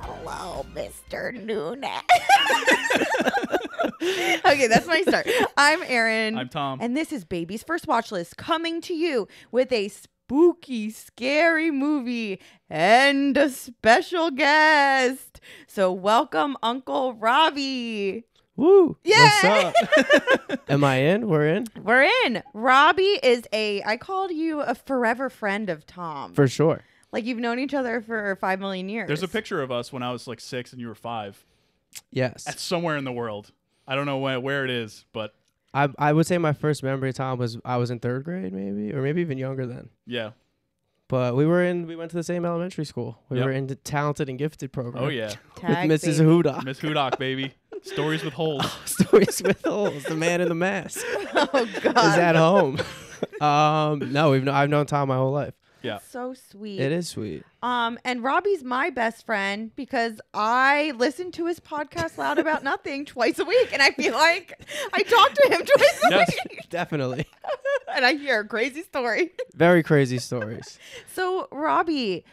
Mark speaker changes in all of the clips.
Speaker 1: Hello, Mr. Noonan.
Speaker 2: okay, that's my start. I'm Erin.
Speaker 3: I'm Tom.
Speaker 2: and this is Baby's First Watch List coming to you with a spooky, scary movie and a special guest. So, welcome, Uncle Robbie.
Speaker 4: Woo!
Speaker 2: What's Yeah.
Speaker 4: Am I in? We're in
Speaker 2: We're in. Robbie is a, I called you a forever friend of Tom.
Speaker 4: for sure.
Speaker 2: like, you've known each other for five million years.
Speaker 3: There's a picture of us when I was like six and you were five. That's
Speaker 4: Yes,
Speaker 3: somewhere in the world. I don't know where, where it is, but
Speaker 4: I I would say my first memory of Tom was I was in third grade, maybe, or maybe even younger then.
Speaker 3: yeah.
Speaker 4: But we were in we went to the same elementary school. We
Speaker 3: Yep.
Speaker 4: were in the talented and gifted program.
Speaker 3: Oh, yeah.
Speaker 4: with
Speaker 2: Tag
Speaker 4: Mrs.
Speaker 2: baby.
Speaker 4: Huda.
Speaker 3: Miss Hudock, baby. Stories with holes.
Speaker 4: Stories with holes. The man in the mask is
Speaker 2: Oh, God.
Speaker 4: at home. um, no, we've kno- I've known Tom my whole life.
Speaker 3: Yeah.
Speaker 2: so sweet.
Speaker 4: It is sweet.
Speaker 2: Um, and Robbie's my best friend because I listen to his podcast Loud About Nothing twice a week, and I feel like I talk to him twice a
Speaker 3: Yes.
Speaker 2: week,
Speaker 4: Definitely.
Speaker 2: and I hear a crazy story.
Speaker 4: Very crazy stories.
Speaker 2: So, Robbie,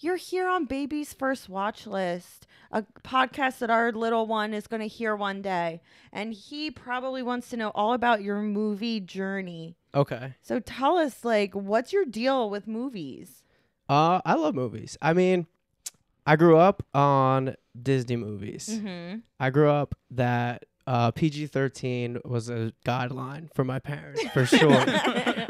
Speaker 2: you're here on Baby's First Watch List, a podcast that our little one is going to hear one day, and he probably wants to know all about your movie journey.
Speaker 4: Okay.
Speaker 2: So, tell us, like, what's your deal with movies?
Speaker 4: Uh, I love movies. I mean, I grew up on Disney movies.
Speaker 2: Mm-hmm.
Speaker 4: I grew up that uh, PG 13 was a guideline for my parents, for sure.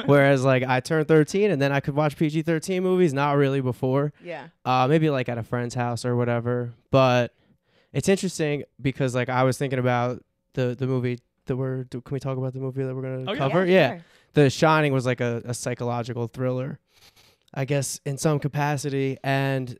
Speaker 4: Whereas, like, I turned 13 and then I could watch PG 13 movies, not really before,
Speaker 2: Yeah.
Speaker 4: uh, maybe like at a friend's house or whatever. But it's interesting because, like, I was thinking about the, the movie that we're, do, can we talk about the movie that we're going to
Speaker 3: Oh, yeah.
Speaker 4: cover?
Speaker 2: sure.
Speaker 4: The Shining was like a, a psychological thriller, I guess, in some capacity. And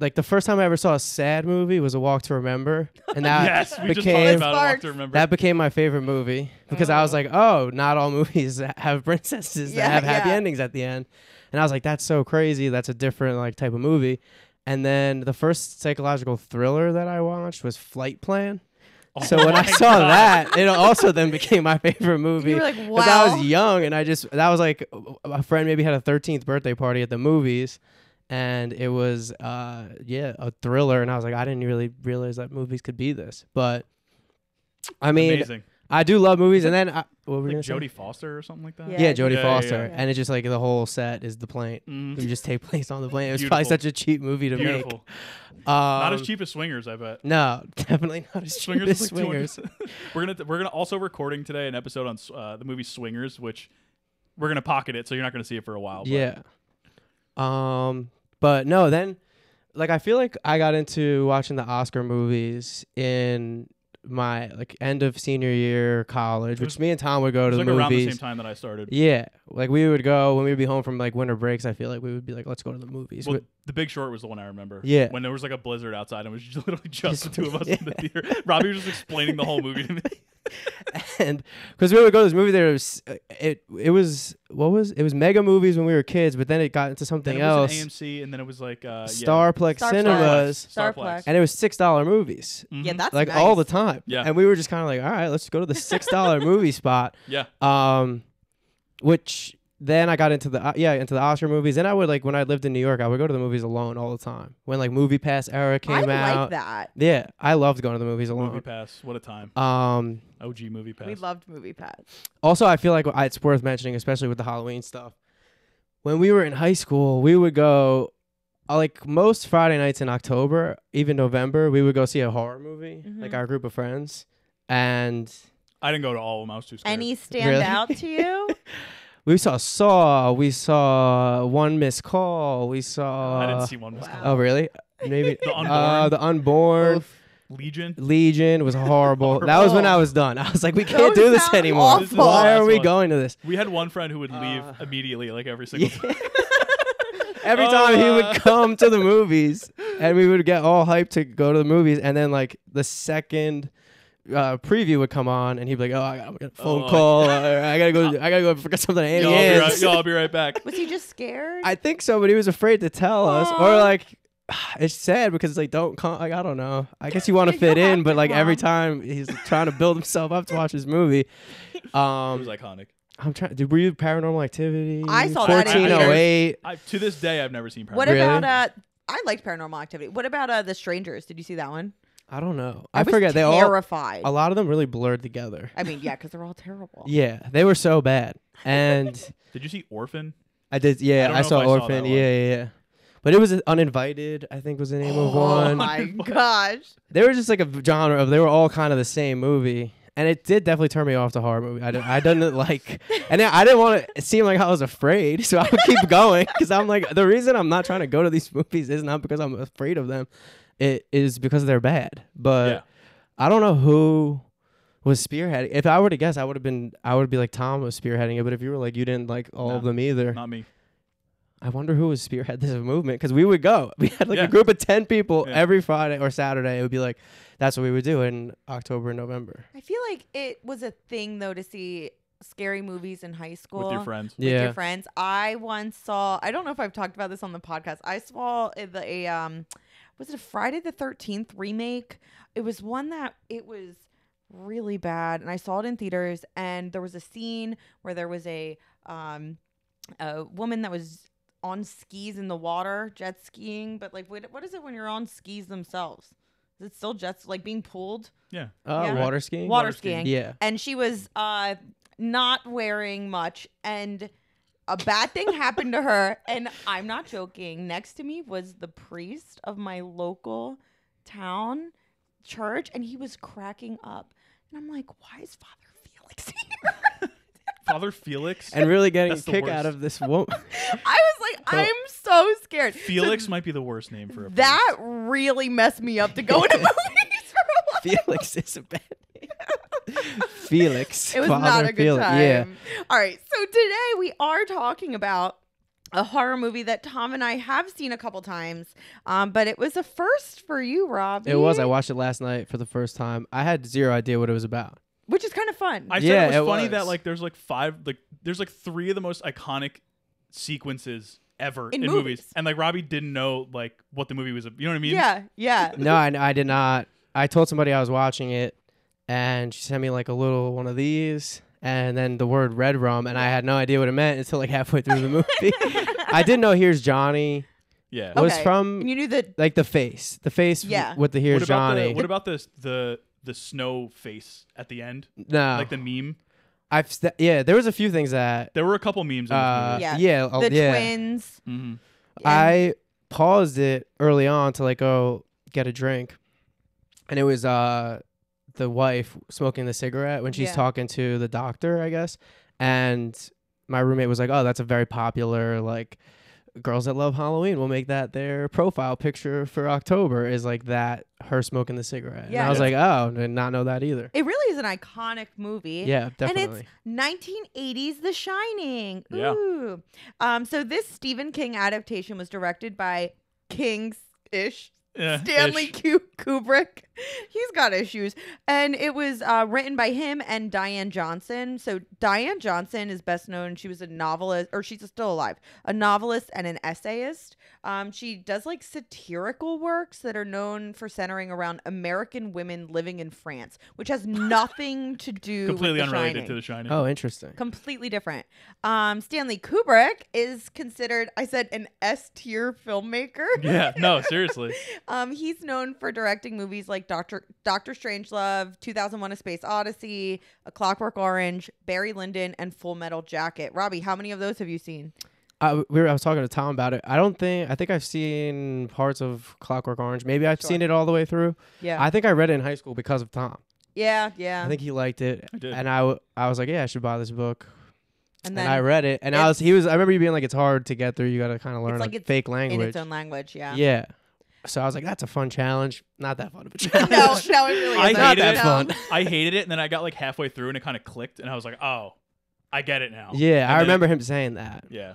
Speaker 4: like the first time I ever saw a sad movie was A Walk to Remember, and that
Speaker 3: yes, we just talked
Speaker 4: became
Speaker 3: about it. I have to remember.
Speaker 4: that became my favorite movie because I was like, oh, not all movies have princesses
Speaker 2: Yeah,
Speaker 4: that have happy
Speaker 2: yeah.
Speaker 4: endings at the end, and I was like, that's so crazy. That's a different like type of movie. And then the first psychological thriller that I watched was Flight Plan.
Speaker 3: Oh
Speaker 4: So when I
Speaker 3: my
Speaker 4: saw
Speaker 3: God.
Speaker 4: that, it also then became my favorite movie.
Speaker 2: You were like,
Speaker 4: 'Cause I
Speaker 2: "Wow."
Speaker 4: was young, and I just that was like a friend maybe had a 13th birthday party at the movies, and it was uh yeah a thriller, and I was like, I didn't really realize that movies could be this, but I mean,
Speaker 3: Amazing.
Speaker 4: I do love movies, and then I, what were we
Speaker 3: Like
Speaker 4: gonna say?
Speaker 3: Jodie Foster or something like that?
Speaker 2: Yeah.
Speaker 4: Yeah, Jodie
Speaker 3: Yeah, yeah,
Speaker 4: Foster,
Speaker 3: yeah.
Speaker 4: and it's just like the whole set is the plane.
Speaker 3: Mm.
Speaker 4: You just take place on the plane. It was probably
Speaker 3: Beautiful.
Speaker 4: such a cheap movie to
Speaker 3: Beautiful.
Speaker 4: make. Um,
Speaker 3: Not as cheap as Swingers, I bet.
Speaker 4: No, definitely not as cheap
Speaker 3: Swingers
Speaker 4: as
Speaker 3: is like 200
Speaker 4: Swingers.
Speaker 3: we're gonna we're gonna also recording today an episode on uh, the movie Swingers, which we're gonna pocket it, so you're not gonna see it for a while. but-
Speaker 4: Yeah. Um, but no, then like I feel like I got into watching the Oscar movies in my like end of senior year college,
Speaker 3: was-
Speaker 4: which me and Tom would go
Speaker 3: It
Speaker 4: to
Speaker 3: was
Speaker 4: the
Speaker 3: like around the
Speaker 4: movies.
Speaker 3: same time that I started.
Speaker 4: Yeah, like we would go when we'd be home from like winter breaks. I feel like we would be like, let's go to the movies.
Speaker 3: Well,
Speaker 4: But-
Speaker 3: The Big Short was the one I remember.
Speaker 4: Yeah.
Speaker 3: When there was like a blizzard outside and it was just literally just the
Speaker 4: Just-
Speaker 3: two of us in the theater. Robbie was just explaining the whole movie to me.
Speaker 4: and because we would go to this movie theater, it was, uh, it it was what was it was mega movies when we were kids, but then it got into something
Speaker 3: Then it
Speaker 4: else.
Speaker 3: was an AMC and then it was like uh, yeah.
Speaker 4: Starplex
Speaker 2: Starplex.
Speaker 4: cinemas,
Speaker 3: Starplex.
Speaker 2: Starplex.
Speaker 4: and it was six dollar movies.
Speaker 3: Mhm.
Speaker 2: Yeah, that's
Speaker 4: Mm-hmm. like all
Speaker 2: nice.
Speaker 4: the time.
Speaker 3: Yeah.
Speaker 4: And we were just kind of like, all right, let's go to the six dollar movie spot.
Speaker 3: Yeah.
Speaker 4: Um, which then I got into the uh, yeah into the Oscar movies. Then I would like when I lived in New York, I would go to the movies alone all the time. When like Movie Pass era came
Speaker 2: I like
Speaker 4: out,
Speaker 2: that.
Speaker 4: yeah, I loved going to the movies
Speaker 3: Movie
Speaker 4: alone.
Speaker 3: Pass. What a time.
Speaker 4: um,
Speaker 3: OG Movie Pass.
Speaker 2: We loved movie pass.
Speaker 4: also I feel like I- it's worth mentioning, especially with the Halloween stuff. When we were in high school, we would go. uh, Like most Friday nights in October, even November, we would go see a horror movie, like
Speaker 2: Mhm.
Speaker 4: our group of friends. And
Speaker 3: I didn't go to all of them. I was too scared.
Speaker 2: Any stand
Speaker 4: Really?
Speaker 2: out to you?
Speaker 4: We saw Saw. We saw One Missed Call. We saw.
Speaker 3: I didn't see one. Was
Speaker 2: Wow.
Speaker 4: Oh, really? Maybe
Speaker 3: The Unborn.
Speaker 4: Uh, the Unborn.
Speaker 3: Legion.
Speaker 4: Legion was horrible. That was when I was done. I was like, we can't
Speaker 2: Those
Speaker 4: do this
Speaker 2: sound
Speaker 4: anymore.
Speaker 2: This
Speaker 3: is the
Speaker 4: Why
Speaker 3: last
Speaker 4: are we
Speaker 3: one.
Speaker 4: going to this?
Speaker 3: We had one friend who would leave
Speaker 4: Uh,
Speaker 3: immediately, like every single time.
Speaker 4: Every
Speaker 3: Oh,
Speaker 4: time he
Speaker 3: uh.
Speaker 4: would come to the movies, and we would get all hyped to go to the movies, and then like the second uh, preview would come on, and he'd be like, "Oh, I got I got a phone
Speaker 3: Oh.
Speaker 4: call. or I gotta go. I gotta go. Forget something. at
Speaker 3: Y'all,
Speaker 4: Annie
Speaker 3: be
Speaker 4: Ann's."
Speaker 3: right, y'all be right back.
Speaker 2: Was he just scared?
Speaker 4: I think so, but he was afraid to tell us, or
Speaker 2: Aw.
Speaker 4: like it's sad because it's like don't come. Like I don't know. I guess you want to
Speaker 2: You
Speaker 4: fit
Speaker 2: don't
Speaker 4: in,
Speaker 2: have
Speaker 4: but
Speaker 2: to
Speaker 4: like every
Speaker 2: come.
Speaker 4: time he's trying to build himself up to watch his movie.
Speaker 3: It
Speaker 4: Um,
Speaker 3: was iconic.
Speaker 4: I'm trying. Did were you Paranormal Activity?
Speaker 2: I saw that in
Speaker 4: fourteen oh eight.
Speaker 3: I, to this day, I've never seen.
Speaker 2: what
Speaker 3: Paranormal.
Speaker 4: Really?
Speaker 2: about uh I liked Paranormal Activity. What about uh, The Strangers? Did you see that one?
Speaker 4: I don't know.
Speaker 2: I,
Speaker 4: I,
Speaker 2: was
Speaker 4: forget. They all.
Speaker 2: terrified.
Speaker 4: A lot of them really blurred together.
Speaker 2: I mean, yeah, because they're all terrible.
Speaker 4: Yeah, they were so bad. And
Speaker 3: Did you see Orphan?
Speaker 4: I did. Yeah,
Speaker 3: don't
Speaker 4: I,
Speaker 3: know
Speaker 4: saw
Speaker 3: if I saw that
Speaker 4: Orphan.
Speaker 3: one.
Speaker 4: yeah, yeah, yeah. But it was uninvited. I think was the name of
Speaker 2: Oh
Speaker 4: one.
Speaker 2: my gosh.
Speaker 4: They were just like a v- genre of they were all kind of the same movie. And it did definitely turn me off to horror movie. I, did, I didn't like, and I I didn't want to seem like I was afraid, so I would keep going because I'm like the reason I'm not trying to go to these movies is not because I'm afraid of them, it is because they're bad. But
Speaker 3: Yeah.
Speaker 4: I don't know who was spearheading. If I were to guess, I would have been, I would be like Tom was spearheading it. But if you were like you didn't like all of
Speaker 3: No,
Speaker 4: them either,
Speaker 3: Not me.
Speaker 4: I wonder who was spearhead this movement because we would go. We had like
Speaker 3: Yeah.
Speaker 4: a group of ten people
Speaker 3: Yeah.
Speaker 4: every Friday or Saturday. It would be like that's what we would do in October and November.
Speaker 2: I feel like it was a thing though to see scary movies in high school.
Speaker 3: With your friends.
Speaker 2: with
Speaker 4: yeah,
Speaker 2: your friends. I once saw. I don't know if I've talked about this on the podcast. I saw the a, um, was it a Friday the Thirteenth remake? It was one that it was really bad, and I saw it in theaters. And there was a scene where there was a um, a woman that was on skis in the water, jet skiing. But like, what, what is it when you're on skis themselves? Is it still jets like being pulled?
Speaker 3: Yeah.
Speaker 4: uh,
Speaker 2: Yeah.
Speaker 4: water skiing.
Speaker 2: water,
Speaker 3: Water skiing.
Speaker 2: skiing.
Speaker 4: Yeah.
Speaker 2: And she was uh, not wearing much. And a bad thing happened to her. And I'm not joking. Next to me was the priest of my local town church. And he was cracking up. And I'm like, why is Father Felix here?
Speaker 3: Father Felix.
Speaker 4: and really getting a
Speaker 3: That's the
Speaker 4: kick out
Speaker 3: worst.
Speaker 4: of this woman.
Speaker 2: I was like, I'm so scared. So
Speaker 3: Felix might be the worst name for a priest.
Speaker 2: that really messed me up to go into movies for a while.
Speaker 4: Felix is a bad name. Felix.
Speaker 2: It was
Speaker 4: Father
Speaker 2: not a good
Speaker 4: Felix.
Speaker 2: time.
Speaker 4: Yeah.
Speaker 2: All right. So today we are talking about a horror movie that Tom and I have seen a couple times, um, but it was a first for you, Rob.
Speaker 4: It was. I watched it last night for the first time. I had zero idea what it was about.
Speaker 2: which is kind of fun.
Speaker 3: I
Speaker 4: Yeah,
Speaker 3: said it
Speaker 4: it
Speaker 3: was funny that
Speaker 4: was.
Speaker 3: like there's like five like there's like three of the most iconic sequences ever
Speaker 2: In
Speaker 3: in,
Speaker 2: movies.
Speaker 3: movies. and like Robbie didn't know like what the movie was. ab- You know what I mean?
Speaker 2: yeah, yeah.
Speaker 4: No, I, I did not. I told somebody I was watching it, and she sent me like a little one of these, and then the word red rum, and I had no idea what it meant until like halfway through the movie. I did know here's Johnny
Speaker 3: Yeah.
Speaker 4: was
Speaker 2: Okay.
Speaker 4: from
Speaker 2: And you knew that
Speaker 4: like the face, the face w-
Speaker 2: Yeah.
Speaker 4: with the here's
Speaker 3: what about
Speaker 4: Johnny.
Speaker 3: the what about the the the snow face at the end?
Speaker 4: no,
Speaker 3: Like the meme.
Speaker 4: I've st- yeah, there was a few things that
Speaker 3: There were a couple memes in
Speaker 4: uh,
Speaker 3: this
Speaker 2: Yeah.
Speaker 4: yeah, yeah, oh,
Speaker 2: the
Speaker 4: yeah.
Speaker 2: twins.
Speaker 3: movie. Mhm.
Speaker 4: I paused it early on to like go get a drink, and it was uh the wife smoking the cigarette when she's
Speaker 2: Yeah.
Speaker 4: talking to the doctor, I guess. And my roommate was like, "Oh, that's a very popular like girls that love Halloween will make that their profile picture for October is like that her smoking the cigarette." And
Speaker 2: Yeah.
Speaker 4: I was like, "Oh, I did not know that either."
Speaker 2: It really is an iconic movie.
Speaker 4: yeah, definitely.
Speaker 2: And it's 1980s The Shining.
Speaker 3: Yeah.
Speaker 2: Ooh. Um, so this Stephen King adaptation was directed by King's ish
Speaker 3: Yeah,
Speaker 2: Stanley
Speaker 3: ish.
Speaker 2: Q- Kubrick. He's got issues. And it was uh, written by him and Diane Johnson. So Diane Johnson is best known. She was a novelist, or she's still alive, a novelist and an essayist. Um, she does like satirical works that are known for centering around American women living in France, which has nothing to do
Speaker 3: completely
Speaker 2: with the
Speaker 3: unrelated
Speaker 2: Shining
Speaker 3: to the Shining.
Speaker 4: Oh, interesting.
Speaker 2: completely different. Um, Stanley Kubrick is considered, I said, an S tier filmmaker.
Speaker 3: Yeah, no, seriously.
Speaker 2: Um, he's known for directing movies like Doctor Doctor Strangelove, 2001: A Space Odyssey, A Clockwork Orange, Barry Lyndon, and Full Metal Jacket. Robbie, how many of those have you seen?
Speaker 4: I, we were, I was talking to Tom about it. I don't think I think I've seen parts of Clockwork Orange. Maybe I've
Speaker 2: Sure.
Speaker 4: seen it all the way through.
Speaker 2: Yeah,
Speaker 4: I think I read it in high school because of Tom.
Speaker 2: yeah, yeah.
Speaker 4: I think he liked it,
Speaker 3: I did.
Speaker 4: and I, w- I was like, yeah, I should buy this book.
Speaker 2: and
Speaker 4: And,
Speaker 2: then
Speaker 4: I read it, and I was he was. I remember you being like, it's hard to get through. You got to kind of learn
Speaker 2: like
Speaker 4: a
Speaker 2: it's
Speaker 4: fake
Speaker 2: in
Speaker 4: language.
Speaker 2: its own language. Yeah.
Speaker 4: yeah. So I was like, that's a fun challenge. Not that fun of a
Speaker 2: no,
Speaker 4: challenge.
Speaker 2: no, it really
Speaker 3: I
Speaker 2: isn't.
Speaker 4: not that
Speaker 3: hated it.
Speaker 4: fun.
Speaker 3: I hated it, and then I got like halfway through, and it kind of clicked, and I was like, "Oh, I get it now."
Speaker 4: Yeah,
Speaker 3: And
Speaker 4: I
Speaker 3: then-
Speaker 4: remember him saying that.
Speaker 3: Yeah,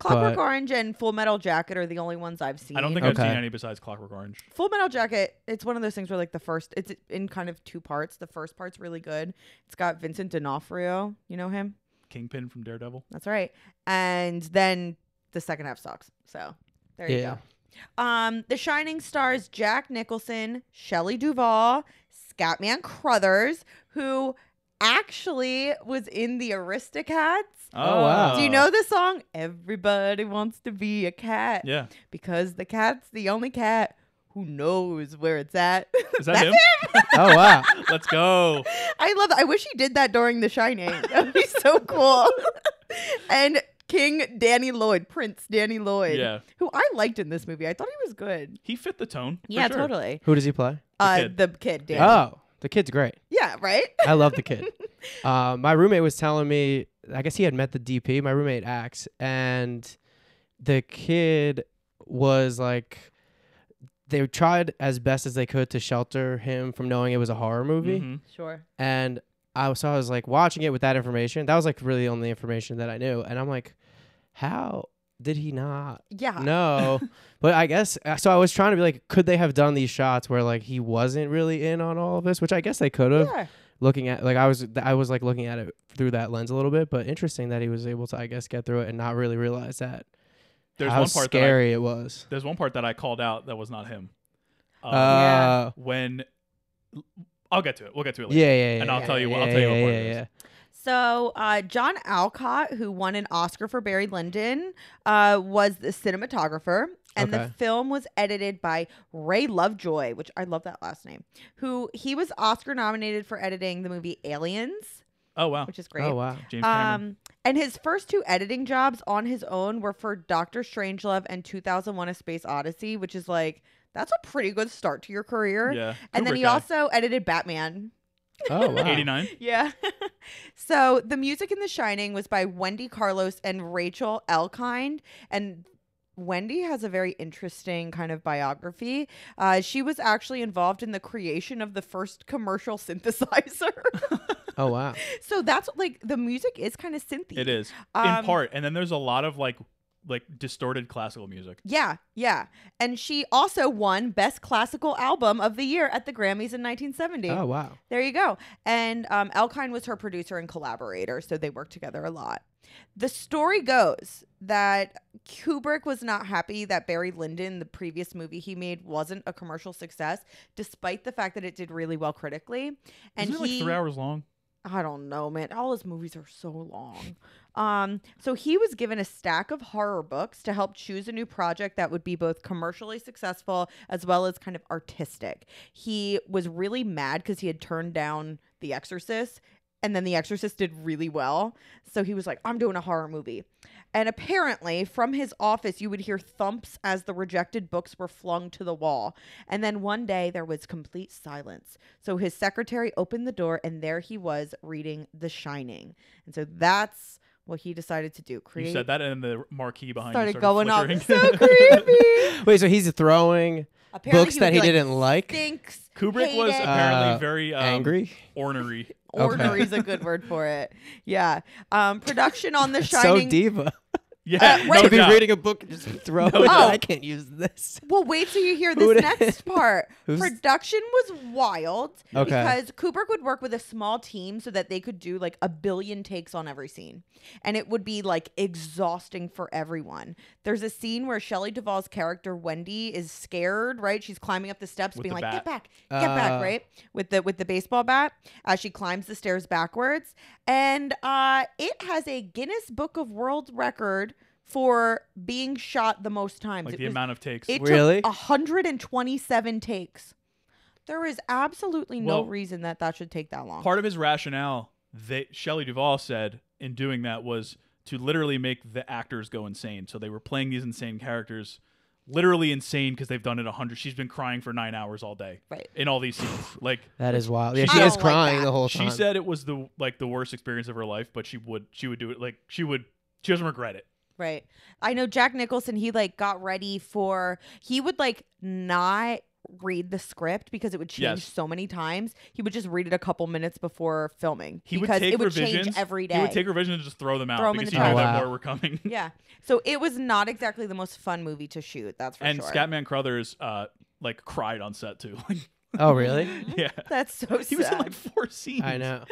Speaker 2: Clockwork
Speaker 4: but- Oh.
Speaker 2: Orange and Full Metal Jacket are the only ones I've seen.
Speaker 3: I don't think I've
Speaker 4: Okay.
Speaker 3: seen any besides Clockwork Orange.
Speaker 2: Full Metal Jacket, it's one of those things where like the first it's in kind of two parts. The first part's really good. It's got Vincent D'Onofrio, you know him?
Speaker 3: Kingpin from Daredevil.
Speaker 2: That's right. And then the second half sucks. So, there you
Speaker 4: Yeah.
Speaker 2: go. Um, The Shining stars Jack Nicholson, Shelley Duvall, Scatman Crothers, who actually was in the Aristocats
Speaker 3: Oh, wow.
Speaker 2: Do you know the song? Everybody wants to be a cat
Speaker 3: Yeah.
Speaker 2: because the cat's the only cat who knows where it's at.
Speaker 3: Is that him?
Speaker 4: Oh wow.
Speaker 3: Let's go.
Speaker 2: I love that. I wish he did that during The Shining. That'd be so cool. and King Danny Lloyd, Prince Danny Lloyd,
Speaker 3: Yeah.
Speaker 2: who I liked in this movie. I thought he was good.
Speaker 3: He fit the tone. for
Speaker 2: yeah,
Speaker 3: sure.
Speaker 2: totally.
Speaker 4: Who does he play?
Speaker 2: uh,
Speaker 3: kid.
Speaker 2: the kid, Danny.
Speaker 4: Oh, the kid's great.
Speaker 2: Yeah, right.
Speaker 4: I love the kid. Uh, my roommate was telling me, I guess he had met the DP, my roommate Axe, and the kid was like, they tried as best as they could to shelter him from knowing it was a horror movie.
Speaker 3: Mhm.
Speaker 2: Sure.
Speaker 4: And I was, so I was like watching it with that information. That was like really the only information that I knew. And I'm like, how did he not
Speaker 2: Yeah.
Speaker 4: no, but I guess uh, so. I was trying to be like, could they have done these shots where like he wasn't really in on all of this? Which I guess they could have.
Speaker 2: Yeah.
Speaker 4: Looking at like I was, I was like looking at it through that lens a little bit. But interesting that he was able to, I guess, get through it and not really realize that
Speaker 3: There's
Speaker 4: how
Speaker 3: one part that I,
Speaker 4: scary it was.
Speaker 3: there's one part that I called out that was not him. Um,
Speaker 4: Uh,
Speaker 3: when I'll get to it. We'll get to it later.
Speaker 4: yeah, yeah, yeah.
Speaker 3: And I'll
Speaker 4: yeah,
Speaker 3: tell you what- I'll
Speaker 4: yeah,
Speaker 3: tell you what
Speaker 4: yeah,
Speaker 3: part
Speaker 4: yeah,
Speaker 3: it is.
Speaker 4: yeah.
Speaker 2: So, uh, John Alcott, who won an Oscar for Barry Lyndon, uh, was the cinematographer. And the
Speaker 4: Okay.
Speaker 2: film was edited by Ray Lovejoy, which I love that last name, who he was Oscar nominated for editing the movie Aliens,
Speaker 3: Oh wow.
Speaker 2: which is great.
Speaker 4: Oh wow.
Speaker 3: James Cameron.
Speaker 2: Um, and his first two editing jobs on his own were for Doctor Strangelove and 2001: A Space Odyssey, which is like that's a pretty good start to your career.
Speaker 3: yeah.
Speaker 2: And then he also edited Batman.
Speaker 4: Oh wow.
Speaker 3: 89.
Speaker 2: Yeah. so the music in The Shining was by Wendy Carlos and Rachel Elkind. And Wendy has a very interesting kind of biography. Uh, she was actually involved in the creation of the first commercial synthesizer.
Speaker 4: Oh wow.
Speaker 2: so that's like the music is kind of synthy.
Speaker 3: It is in
Speaker 2: Um,
Speaker 3: part, and then there's a lot of like like distorted classical music.
Speaker 2: Yeah, yeah. And she also won Best Classical Album of the Year at the Grammys in 1970.
Speaker 4: Oh wow.
Speaker 2: There you go. And um, Elkine was her producer and collaborator, so they worked together a lot. The story goes that Kubrick was not happy that Barry Lyndon, the previous movie he made, wasn't a commercial success, despite the fact that it did really well critically. And
Speaker 3: Isn't it like
Speaker 2: he,
Speaker 3: three hours long?
Speaker 2: I don't know, man. All his movies are so long. Um, so he was given a stack of horror books to help choose a new project that would be both commercially successful as well as kind of artistic. He was really mad because he had turned down The Exorcist, and then The Exorcist did really well. So he was like, I'm doing a horror movie. And apparently, from his office, you would hear thumps as the rejected books were flung to the wall. And then one day there was complete silence. So his secretary opened the door, and there he was reading The Shining. And so that's what he decided to do. Create.
Speaker 3: You said that, and the marquee behind
Speaker 2: started,
Speaker 3: you
Speaker 2: going off.
Speaker 3: flickering.
Speaker 2: So creepy.
Speaker 4: Wait, so he's throwing
Speaker 2: Apparently
Speaker 4: books that he
Speaker 2: would be
Speaker 4: didn't like?
Speaker 2: Stinks.
Speaker 3: Kubrick was
Speaker 2: hated."
Speaker 3: apparently
Speaker 4: Uh,
Speaker 3: very um,
Speaker 4: angry.
Speaker 3: ornery.
Speaker 4: okay.
Speaker 2: ornery is a good word for it. Yeah. Um, production on The
Speaker 4: So
Speaker 2: Shining.
Speaker 4: diva.
Speaker 3: Yeah,
Speaker 2: Uh, right.
Speaker 3: no
Speaker 4: to be
Speaker 3: doubt.
Speaker 4: reading a book and just throw it.
Speaker 2: doubt.
Speaker 4: I can't use this.
Speaker 2: Well, wait till you hear
Speaker 4: Who
Speaker 2: this
Speaker 4: would-
Speaker 2: next part.
Speaker 4: Who's-
Speaker 2: Production was wild
Speaker 4: Okay.
Speaker 2: because Kubrick would work with a small team so that they could do like a billion takes on every scene. And it would be like exhausting for everyone. There's a scene where Shelley Duvall's character Wendy is scared, right? She's climbing up the steps
Speaker 3: With
Speaker 2: being
Speaker 3: the
Speaker 2: like, "Get
Speaker 3: bat.
Speaker 2: back. Get back,"
Speaker 4: Uh.
Speaker 2: right? With the with the baseball bat as she climbs the stairs backwards. And uh it has a Guinness Book of World Record for being shot the most times.
Speaker 3: like
Speaker 2: It
Speaker 3: the
Speaker 2: was-
Speaker 3: amount of takes.
Speaker 2: it
Speaker 4: Really?
Speaker 2: took 127 takes. There is absolutely
Speaker 3: Well-
Speaker 2: no reason that that should take that long.
Speaker 3: Part of his rationale that Shelley Duvall said in doing that was to literally make the actors go insane. So they were playing these insane characters, literally insane because they've done it a hundred. She's been crying for nine hours all day
Speaker 2: Right.
Speaker 3: in all these scenes. Like
Speaker 4: That is wild. Yeah,
Speaker 3: She-
Speaker 4: she
Speaker 3: I
Speaker 4: is
Speaker 2: don't like
Speaker 4: crying
Speaker 2: that.
Speaker 4: the whole time.
Speaker 3: she said, it was the like the worst experience of her life, but she would she would do it. Like she would she doesn't regret it.
Speaker 2: Right. I know Jack Nicholson, he like got ready for he would like not read the script because it would change
Speaker 3: Yes.
Speaker 2: so many times. He would just read it a couple minutes before filming.
Speaker 3: He
Speaker 2: because
Speaker 3: would take
Speaker 2: it would
Speaker 3: revisions
Speaker 2: change every day.
Speaker 3: He would take revisions and just throw them out
Speaker 2: Throw 'em in
Speaker 3: because
Speaker 2: the
Speaker 3: he knew
Speaker 4: trash.
Speaker 3: that
Speaker 4: Wow.
Speaker 3: more were coming.
Speaker 2: yeah. So it was not exactly the most fun movie to shoot, that's for
Speaker 3: and
Speaker 2: sure.
Speaker 3: Scatman Crothers uh like cried on set too. Like
Speaker 4: Oh, really?
Speaker 3: Yeah.
Speaker 2: That's so
Speaker 3: He was in
Speaker 2: sad.
Speaker 3: like four scenes.
Speaker 4: I know.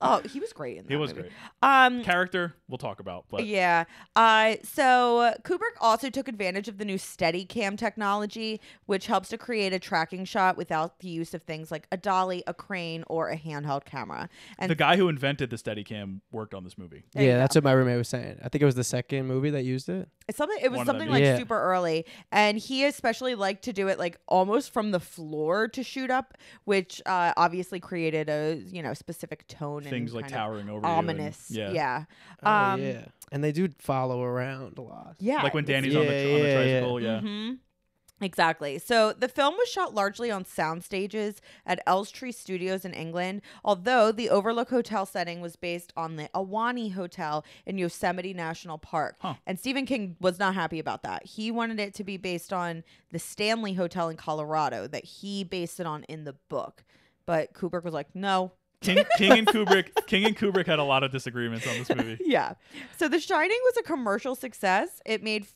Speaker 2: oh, he was great in that
Speaker 3: He was
Speaker 2: movie.
Speaker 3: great.
Speaker 2: Um,
Speaker 3: Character, we'll talk about, but
Speaker 2: Yeah. Uh, so Kubrick also took advantage of the new Steadicam technology, which helps to create a tracking shot without the use of things like a dolly, a crane, or a handheld camera. And
Speaker 3: the guy who invented the Steadicam worked on this movie.
Speaker 2: There you
Speaker 4: yeah,
Speaker 2: go.
Speaker 4: that's what my roommate was saying. I think it was the second movie that used it.
Speaker 2: it's something it was
Speaker 3: One of them,
Speaker 2: something like
Speaker 4: yeah.
Speaker 2: super early, and he especially liked to do it like almost from the floor to shoot up, which uh, obviously created a you know specific tone
Speaker 3: Things
Speaker 2: and
Speaker 3: like
Speaker 2: kind of
Speaker 3: towering over you and-
Speaker 2: ominous. yeah.
Speaker 4: Oh,
Speaker 2: um,
Speaker 4: yeah. And they do follow around a lot.
Speaker 2: Yeah.
Speaker 3: Like when
Speaker 2: it's-
Speaker 3: Danny's on, the,
Speaker 4: Yeah,
Speaker 3: on the
Speaker 4: yeah, yeah.
Speaker 3: tricycle. Yeah.
Speaker 2: hmm Exactly. So the film was shot largely on sound stages at Elstree Studios in England, although the Overlook Hotel setting was based on the Awani Hotel in Yosemite National Park.
Speaker 3: Huh.
Speaker 2: And Stephen King was not happy about that. He wanted it to be based on the Stanley Hotel in Colorado that he based it on in the book. But Kubrick was like, no,
Speaker 3: King, King and Kubrick, King and Kubrick had a lot of disagreements on this movie.
Speaker 2: yeah. So The Shining was a commercial success. It made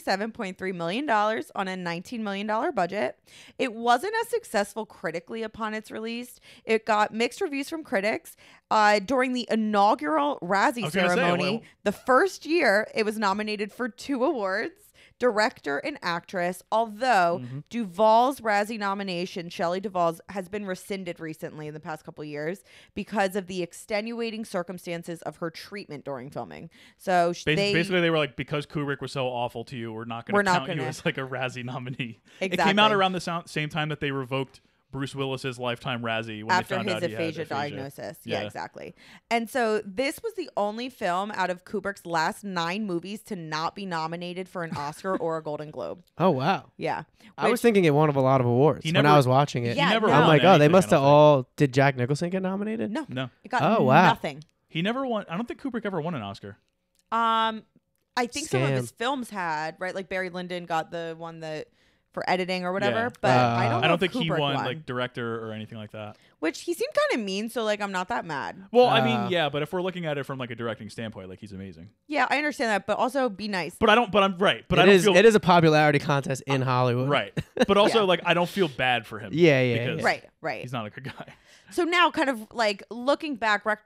Speaker 2: $47.3 million on a $19 million budget. It wasn't as successful critically upon its release. It got mixed reviews from critics. Uh, during the inaugural Razzie
Speaker 3: was gonna say,
Speaker 2: ceremony,
Speaker 3: well-
Speaker 2: the first year, it was nominated for two awards. Director and actress, although
Speaker 3: Mm-hmm.
Speaker 2: Duvall's Razzie nomination, Shelley Duvall's, has been rescinded recently in the past couple years because of the extenuating circumstances of her treatment during filming. So sh-
Speaker 3: Bas-
Speaker 2: they
Speaker 3: basically, they were like, because Kubrick was so awful to you, we're not going
Speaker 2: We're
Speaker 3: to
Speaker 2: not
Speaker 3: count you
Speaker 2: gonna-
Speaker 3: as like a Razzie nominee. It came out
Speaker 2: Exactly.
Speaker 3: around the sound- same time that they revoked Bruce Willis's lifetime Razzie when
Speaker 2: after
Speaker 3: they found
Speaker 2: his
Speaker 3: out
Speaker 2: aphasia,
Speaker 3: he had aphasia
Speaker 2: diagnosis. Yeah.
Speaker 3: Yeah.
Speaker 2: exactly. And so this was the only film out of Kubrick's last nine movies to not be nominated for an Oscar or a Golden Globe.
Speaker 4: Oh, wow.
Speaker 2: Yeah.
Speaker 4: I was
Speaker 2: Which-
Speaker 4: thinking it won of a lot of awards
Speaker 3: He
Speaker 4: when
Speaker 3: never-
Speaker 4: I was watching it.
Speaker 3: he
Speaker 2: Yeah,
Speaker 3: never
Speaker 2: no.
Speaker 3: won
Speaker 4: I'm like, oh, they
Speaker 3: anything, I
Speaker 4: must
Speaker 3: don't
Speaker 4: have
Speaker 3: think.
Speaker 4: all. Did Jack Nicholson get nominated?
Speaker 2: no,
Speaker 3: No,
Speaker 2: it got
Speaker 4: Oh, wow.
Speaker 2: nothing.
Speaker 3: he never won. I don't think Kubrick ever won an Oscar.
Speaker 2: Um, I think some of his
Speaker 4: Scam.
Speaker 2: films had right, like Barry Lyndon got the one that for editing or whatever,
Speaker 3: Yeah.
Speaker 2: but I
Speaker 4: Uh,
Speaker 2: don't. Know
Speaker 3: I don't
Speaker 2: if
Speaker 3: think he
Speaker 2: Kubrick
Speaker 3: won, like director or anything like that.
Speaker 2: which he seemed kind of mean, so like I'm not that mad.
Speaker 3: Well, I mean,
Speaker 4: Uh,
Speaker 3: yeah, but if we're looking at it from like a directing standpoint, like he's amazing.
Speaker 2: Yeah, I understand that, but also be nice.
Speaker 3: But I don't. But I'm right. But I
Speaker 4: it
Speaker 3: don't
Speaker 4: is.
Speaker 3: feel Uh,
Speaker 4: it is a popularity contest in Hollywood.
Speaker 3: right. But also,
Speaker 2: Yeah.
Speaker 3: like, I don't feel bad for him.
Speaker 4: Yeah, yeah,
Speaker 3: because
Speaker 4: yeah.
Speaker 2: Right, right.
Speaker 3: He's not a good guy.
Speaker 2: So now, kind of like looking back rec-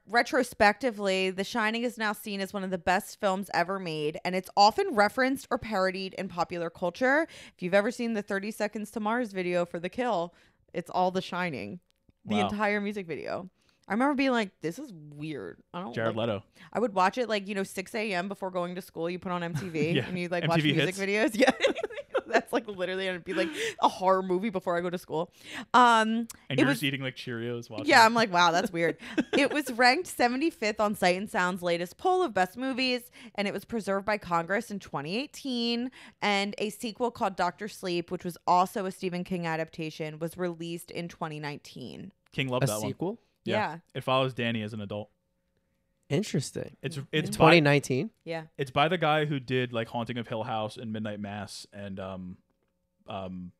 Speaker 2: retrospectively, The Shining is now seen as one of the best films ever made, and it's often referenced or parodied in popular culture. If you've ever seen the 30 Seconds to Mars video for The Kill, it's all The Shining, the
Speaker 3: Wow.
Speaker 2: entire music video. I remember being like, "This is weird." I don't.
Speaker 3: Jared
Speaker 2: like
Speaker 3: Leto.
Speaker 2: I would watch it like you know 6 a.m. before going to school. You put on MTV
Speaker 3: Yeah.
Speaker 2: and you like
Speaker 3: MTV
Speaker 2: watch music
Speaker 3: hits.
Speaker 2: videos. Yeah, that's like literally, and it'd be like a horror movie before I go to school. Um,
Speaker 3: And
Speaker 2: it
Speaker 3: you're
Speaker 2: was
Speaker 3: just eating like Cheerios. Watching
Speaker 2: yeah,
Speaker 3: it.
Speaker 2: I'm like, wow, that's weird. it was ranked 75th on Sight and Sound's latest poll of best movies, and it was preserved by Congress in 2018. And a sequel called Doctor Sleep, which was also a Stephen King adaptation, was released in 2019.
Speaker 3: King loved
Speaker 4: A
Speaker 3: that one.
Speaker 4: sequel.
Speaker 2: Yeah.
Speaker 3: It follows Danny as an adult.
Speaker 4: Interesting.
Speaker 3: It's it's by,
Speaker 4: 2019.
Speaker 2: Yeah.
Speaker 3: it's by the guy who did like Haunting of Hill House and Midnight Mass and um um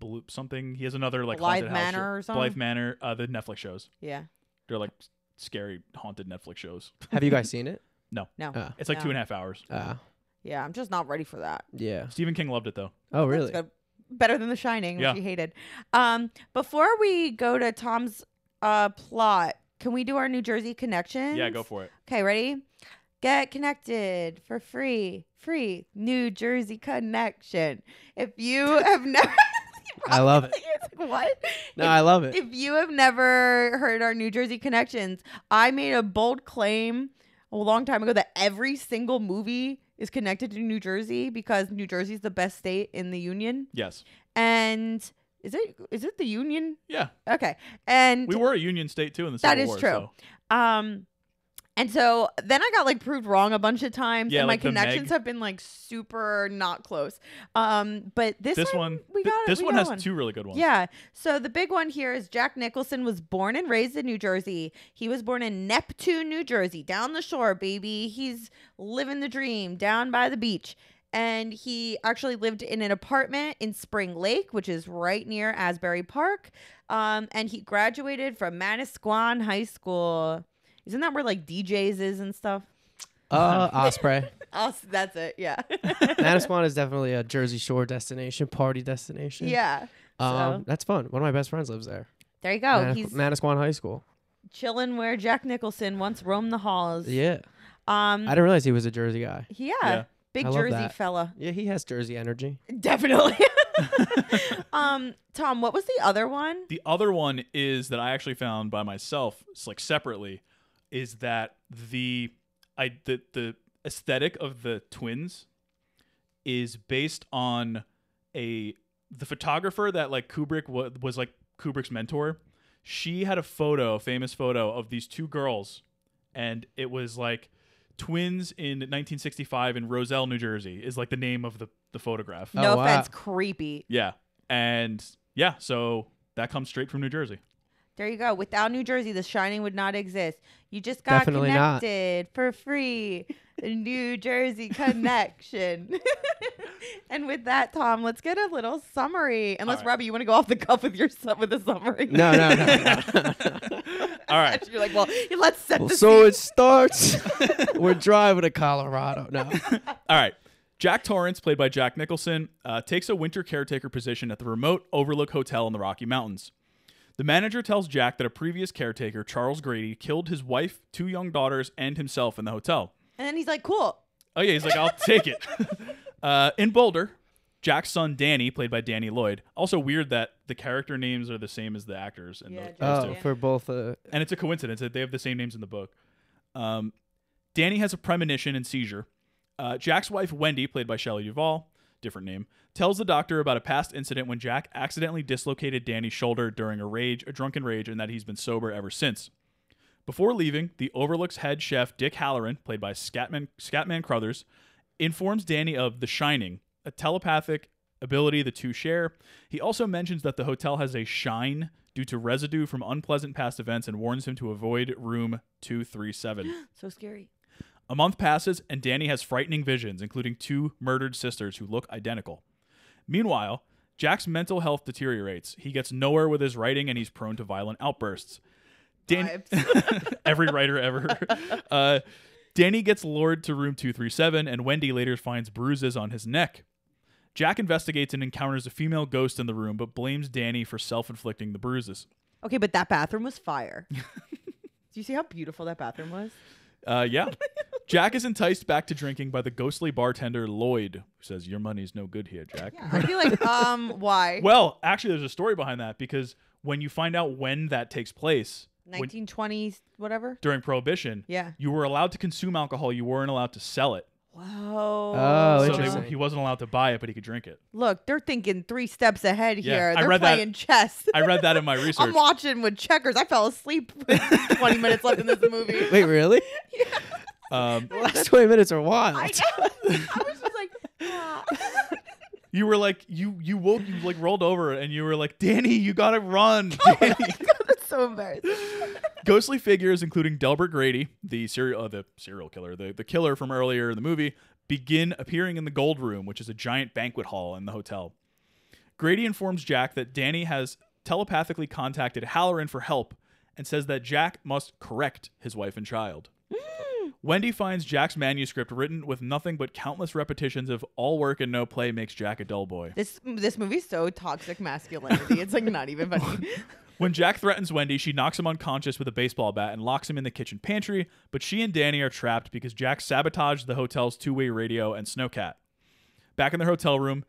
Speaker 3: Bloop something. He has another like
Speaker 2: Blythe
Speaker 3: haunted house
Speaker 2: Manor or
Speaker 3: show.
Speaker 2: something?
Speaker 3: Blythe Manor. Uh, the Netflix shows.
Speaker 2: Yeah.
Speaker 3: They're like s- scary haunted Netflix shows.
Speaker 4: Have you guys seen it?
Speaker 2: No.
Speaker 4: Uh,
Speaker 3: It's like
Speaker 2: Yeah.
Speaker 3: two and a half hours.
Speaker 4: uh,
Speaker 2: yeah. I'm just not ready for that.
Speaker 4: yeah.
Speaker 3: Stephen King loved it though.
Speaker 2: That's
Speaker 4: Oh, really?
Speaker 2: good. Better than The Shining, which
Speaker 3: Yeah.
Speaker 2: you hated. Um, before we go to Tom's uh, plot, can we do our New Jersey connection?
Speaker 3: Yeah, go for it.
Speaker 2: Okay, ready? Get connected for free. Free New Jersey connection. If you have never
Speaker 4: I love it.
Speaker 2: It's like, what?
Speaker 4: No,
Speaker 2: If-
Speaker 4: I love it.
Speaker 2: if you have never heard our New Jersey connections, I made a bold claim a long time ago that every single movie is connected to New Jersey because New Jersey is the best state in the union.
Speaker 3: Yes.
Speaker 2: And is it is it the union?
Speaker 3: Yeah.
Speaker 2: Okay. And
Speaker 3: We were a Union state too in the Civil
Speaker 2: That is
Speaker 3: War,
Speaker 2: true.
Speaker 3: so-
Speaker 2: um, and so then I got like proved wrong a bunch of times,
Speaker 3: Yeah,
Speaker 2: and
Speaker 3: like
Speaker 2: my
Speaker 3: the Meg.
Speaker 2: connections have been like super not close. Um, but this,
Speaker 3: This
Speaker 2: one,
Speaker 3: one,
Speaker 2: we
Speaker 3: th-
Speaker 2: got it,
Speaker 3: this
Speaker 2: we
Speaker 3: one
Speaker 2: got
Speaker 3: has two really good ones.
Speaker 2: Yeah. So the big one here is Jack Nicholson was born and raised in New Jersey. He was born in Neptune, New Jersey, down the shore, baby. He's living the dream down by the beach. And he actually lived in an apartment in Spring Lake, which is right near Asbury Park. Um, and he graduated from Manasquan High School. Isn't that where like DJs is and stuff?
Speaker 4: Uh, Osprey.
Speaker 2: Oh, s- that's it. Yeah.
Speaker 4: Manasquan is definitely a Jersey Shore destination, party destination.
Speaker 2: yeah.
Speaker 4: Um,
Speaker 2: so-
Speaker 4: that's fun. One of my best friends lives there.
Speaker 2: There you go.
Speaker 4: Manas-
Speaker 2: He's
Speaker 4: Manasquan High School.
Speaker 2: chilling where Jack Nicholson once roamed the halls.
Speaker 4: Yeah,
Speaker 2: Um.
Speaker 4: I didn't realize he was a Jersey guy.
Speaker 2: yeah.
Speaker 3: Yeah.
Speaker 2: Big
Speaker 4: I love
Speaker 2: Jersey
Speaker 4: that.
Speaker 2: fella.
Speaker 4: Yeah, he has Jersey energy.
Speaker 2: Definitely. um. Tom, what was the other one?
Speaker 3: The other one is that I actually found by myself, s- like separately, is that the I the the aesthetic of the twins is based on a the photographer that like Kubrick was, was like Kubrick's mentor. She had a photo, a famous photo of these two girls, and it was like twins in 1965 in Roselle, New Jersey, is like the name of the the photograph.
Speaker 4: Oh,
Speaker 2: No
Speaker 4: wow.
Speaker 2: offense. Creepy.
Speaker 3: Yeah, and yeah, so that comes straight from New Jersey.
Speaker 2: There you go. Without New Jersey, The Shining would not exist. You just got
Speaker 4: Definitely not.
Speaker 2: connected for free. The New Jersey connection. and with that, Tom, let's get a little summary. Unless
Speaker 3: right.
Speaker 2: Robbie, you want to go off the cuff with your su- with a summary?
Speaker 4: No, no, no. no.
Speaker 3: All right.
Speaker 2: You're like, well, let's set
Speaker 4: Well,
Speaker 2: the
Speaker 4: so
Speaker 2: scene.
Speaker 4: it starts. We're driving to Colorado now.
Speaker 3: All right. Jack Torrance, played by Jack Nicholson, uh, takes a winter caretaker position at the remote Overlook Hotel in the Rocky Mountains. The manager tells Jack that a previous caretaker, Charles Grady, killed his wife, two young daughters, and himself in the hotel.
Speaker 2: And then he's like, cool.
Speaker 3: Oh, yeah, he's like, I'll take it. Uh, in Boulder, Jack's son Danny, played by Danny Lloyd. Also weird that the character names are the same as the actors. In
Speaker 2: Yeah,
Speaker 3: the,
Speaker 2: Jack-
Speaker 4: Oh, for both. Uh,
Speaker 3: and it's a coincidence that they have the same names in the book. Um, Danny has a premonition and seizure. Uh, Jack's wife, Wendy, played by Shelley Duvall, different name, tells the doctor about a past incident when Jack accidentally dislocated Danny's shoulder during a rage, a drunken rage, and that he's been sober ever since. Before leaving, the Overlook's head chef, Dick Halloran, played by Scatman, Scatman Crothers, informs Danny of The Shining, a telepathic ability the two share. He also mentions that the hotel has a shine due to residue from unpleasant past events and warns him to avoid room 237.
Speaker 2: So scary.
Speaker 3: a month passes, and Danny has frightening visions, including two murdered sisters who look identical. Meanwhile, Jack's mental health deteriorates. He gets nowhere with his writing and he's prone to violent outbursts. Dan- every writer ever. Uh, Danny gets lured to room 237, and Wendy later finds bruises on his neck. Jack investigates and encounters a female ghost in the room, but blames Danny for self inflicting the bruises.
Speaker 2: Okay, but that bathroom was fire. Do you see how beautiful that bathroom was?
Speaker 3: Uh, yeah. Jack is enticed back to drinking by the ghostly bartender Lloyd, who says, Your money's no good here, Jack.
Speaker 2: Yeah. I'd be like, um, why?
Speaker 3: Well, actually, there's a story behind that because when you find out when that takes place when,
Speaker 2: 1920s, whatever?
Speaker 3: during Prohibition,
Speaker 2: Yeah.
Speaker 3: you were allowed to consume alcohol, you weren't allowed to sell it.
Speaker 2: Whoa.
Speaker 4: Oh,
Speaker 3: so
Speaker 4: interesting.
Speaker 3: they, he wasn't allowed to buy it, but he could drink it.
Speaker 2: Look, they're thinking three steps ahead
Speaker 3: Yeah,
Speaker 2: here.
Speaker 3: I
Speaker 2: They're
Speaker 3: read that-
Speaker 2: playing chess.
Speaker 3: I read that in my research.
Speaker 2: I'm watching with checkers. I fell asleep with 20 minutes left in this movie.
Speaker 4: wait, really?
Speaker 3: Um,
Speaker 4: The last 20 minutes are wild.
Speaker 2: I know. I was just like, ah.
Speaker 3: you were like you you woke you like rolled over and you were like Danny, you gotta run. Danny.
Speaker 2: that's so embarrassing.
Speaker 3: Ghostly figures, including Delbert Grady, the serial uh, the serial killer, the, the killer from earlier in the movie, begin appearing in the Gold Room, which is a giant banquet hall in the hotel. Grady informs Jack that Danny has telepathically contacted Halloran for help and says that Jack must correct his wife and child. Wendy finds Jack's manuscript written with nothing but countless repetitions of all work and no play makes Jack a dull boy.
Speaker 2: This this movie's so toxic masculinity. It's like not even funny.
Speaker 3: When Jack threatens Wendy, she knocks him unconscious with a baseball bat and locks him in the kitchen pantry, but she and Danny are trapped because Jack sabotaged the hotel's two way radio and Snowcat. Back in their hotel room,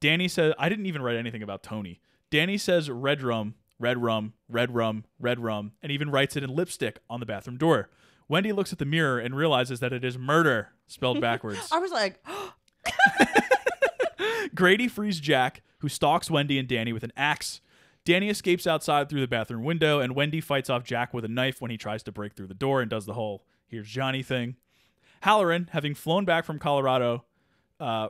Speaker 3: Danny says, I didn't even write anything about Tony. Danny says red rum, red rum, red rum, red rum, and even writes it in lipstick on the bathroom door. Wendy looks at the mirror and realizes that it is murder spelled backwards.
Speaker 2: I was like,
Speaker 3: Grady frees Jack, who stalks Wendy and Danny with an axe. Danny escapes outside through the bathroom window, and Wendy fights off Jack with a knife when he tries to break through the door and does the whole here's Johnny thing. Halloran, having flown back from Colorado uh,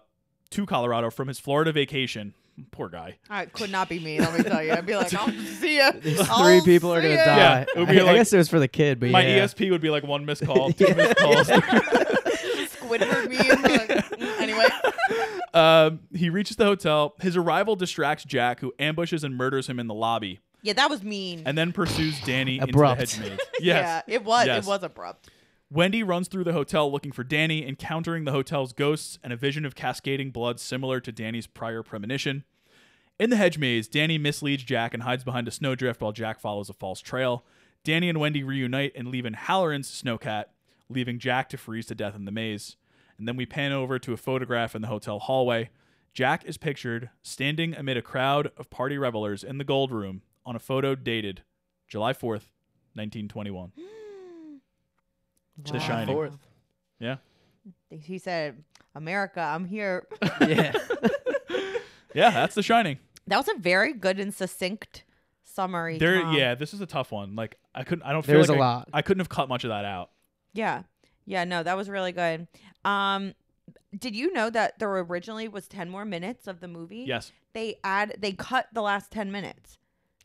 Speaker 3: to Colorado from his Florida vacation, poor guy.
Speaker 2: I could not be me. Let me tell you. I'd be like, I'll see ya.
Speaker 4: These
Speaker 2: I'll
Speaker 4: three people are
Speaker 2: see
Speaker 4: gonna
Speaker 2: ya.
Speaker 4: die.
Speaker 3: Yeah, it would
Speaker 4: I,
Speaker 3: be
Speaker 4: I
Speaker 3: like-
Speaker 4: guess it was for the kid, but
Speaker 3: My E
Speaker 4: yeah.
Speaker 3: ESP would be like one missed call, two missed calls.
Speaker 2: Squidward meme. Like, mm, anyway,
Speaker 3: um, he reaches the hotel. His arrival distracts Jack, who ambushes and murders him in the lobby,
Speaker 2: yeah, that was mean.
Speaker 3: and then pursues Danny
Speaker 4: Abrupt.
Speaker 3: into the hedge maze. Yes.
Speaker 2: Yeah, it was.
Speaker 3: Yes.
Speaker 2: It was abrupt.
Speaker 3: Wendy runs through the hotel looking for Danny, encountering the hotel's ghosts and a vision of cascading blood similar to Danny's prior premonition. In the hedge maze, Danny misleads Jack and hides behind a snowdrift while Jack follows a false trail. Danny and Wendy reunite and leave in Halloran's snowcat, leaving Jack to freeze to death in the maze. And then we pan over to a photograph in the hotel hallway. Jack is pictured standing amid a crowd of party revelers in the gold room on a photo dated July 4th, 1921. The
Speaker 2: Wow.
Speaker 3: Shining.
Speaker 4: Fourth.
Speaker 3: Yeah.
Speaker 2: He said, America, I'm here.
Speaker 4: yeah.
Speaker 3: Yeah, that's The Shining.
Speaker 2: That was a very good and succinct summary.
Speaker 3: There
Speaker 2: Tom.
Speaker 3: yeah, this is a tough one. Like I couldn't I don't feel
Speaker 4: There was
Speaker 3: like
Speaker 4: a
Speaker 3: I-
Speaker 4: lot.
Speaker 3: I couldn't have cut much of that out.
Speaker 2: Yeah. Yeah, no, that was really good. Um did you know that there originally was 10 more minutes of the movie?
Speaker 3: Yes.
Speaker 2: They add they cut the last 10 minutes.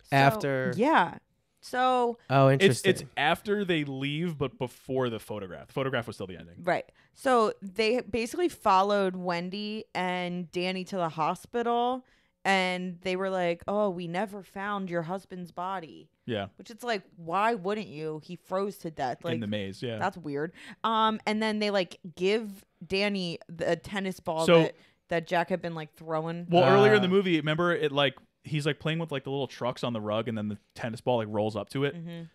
Speaker 2: So-
Speaker 4: After-
Speaker 2: Yeah. So,
Speaker 4: Oh,
Speaker 3: It's
Speaker 4: interesting.
Speaker 3: it's after they leave but before the photograph. The photograph was still the ending.
Speaker 2: right. So they basically followed Wendy and Danny to the hospital and they were like, "Oh, we never found your husband's body."
Speaker 3: Yeah.
Speaker 2: Which it's like, "Why wouldn't you? He froze to death." Like
Speaker 3: in the maze, yeah.
Speaker 2: That's weird. Um, and then they like give Danny the tennis ball
Speaker 3: So-
Speaker 2: that, that Jack had been like throwing.
Speaker 3: Well, earlier in the
Speaker 4: Uh,
Speaker 3: movie, remember it like he's like playing with like the little trucks on the rug, and then the tennis ball like rolls up to it,
Speaker 2: Mhm.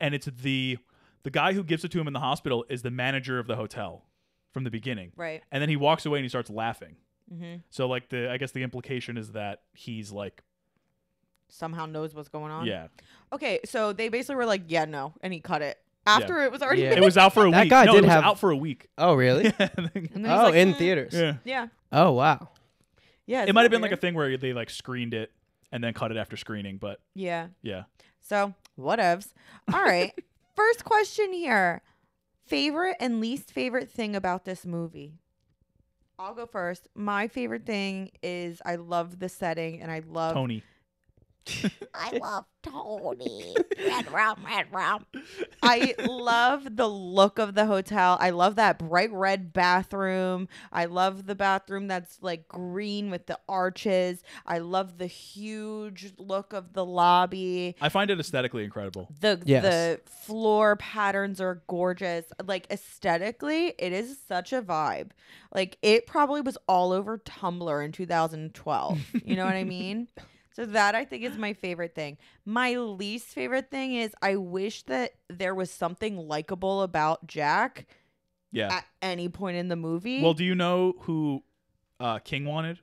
Speaker 3: and it's the the guy who gives it to him in the hospital is the manager of the hotel from the beginning,
Speaker 2: Right.
Speaker 3: and then he walks away and he starts laughing.
Speaker 2: hmm
Speaker 3: So like the I guess the implication is that he's like
Speaker 2: Somehow knows what's going on.
Speaker 3: yeah,
Speaker 2: Okay, so they basically were like, yeah, no, and he cut it after it was already.
Speaker 4: Yeah.
Speaker 3: it was out for a
Speaker 4: That
Speaker 3: week.
Speaker 4: guy
Speaker 3: no,
Speaker 4: did
Speaker 3: it was
Speaker 4: have-
Speaker 3: out for a week.
Speaker 4: oh, really?
Speaker 2: And then he's
Speaker 4: oh,
Speaker 2: like,
Speaker 4: in
Speaker 2: "Mm."
Speaker 4: theaters.
Speaker 3: yeah,
Speaker 2: Yeah.
Speaker 4: Oh, wow.
Speaker 2: Yeah.
Speaker 3: it
Speaker 2: isn't
Speaker 3: might
Speaker 2: that
Speaker 3: have been like a
Speaker 2: weird?
Speaker 3: thing where they like screened it and then cut it after screening, but
Speaker 2: Yeah.
Speaker 3: yeah,
Speaker 2: So whatevs. All right. First question here: favorite and least favorite thing about this movie. I'll go first. My favorite thing is I love the setting and I love
Speaker 3: Tony.
Speaker 1: I love Tony. red rum, red rum.
Speaker 2: I love the look of the hotel. I love that bright red bathroom. I love the bathroom that's like green with the arches. I love the huge look of the lobby.
Speaker 3: I find it aesthetically incredible.
Speaker 2: The
Speaker 4: Yes.
Speaker 2: the floor patterns are gorgeous. Like aesthetically, it is such a vibe. Like it probably was all over Tumblr in 2012. You know what I mean? So that I think is my favorite thing. My least favorite thing is I wish that there was something likable about Jack
Speaker 3: Yeah.
Speaker 2: at any point in the movie.
Speaker 3: Well, do you know who uh, King wanted?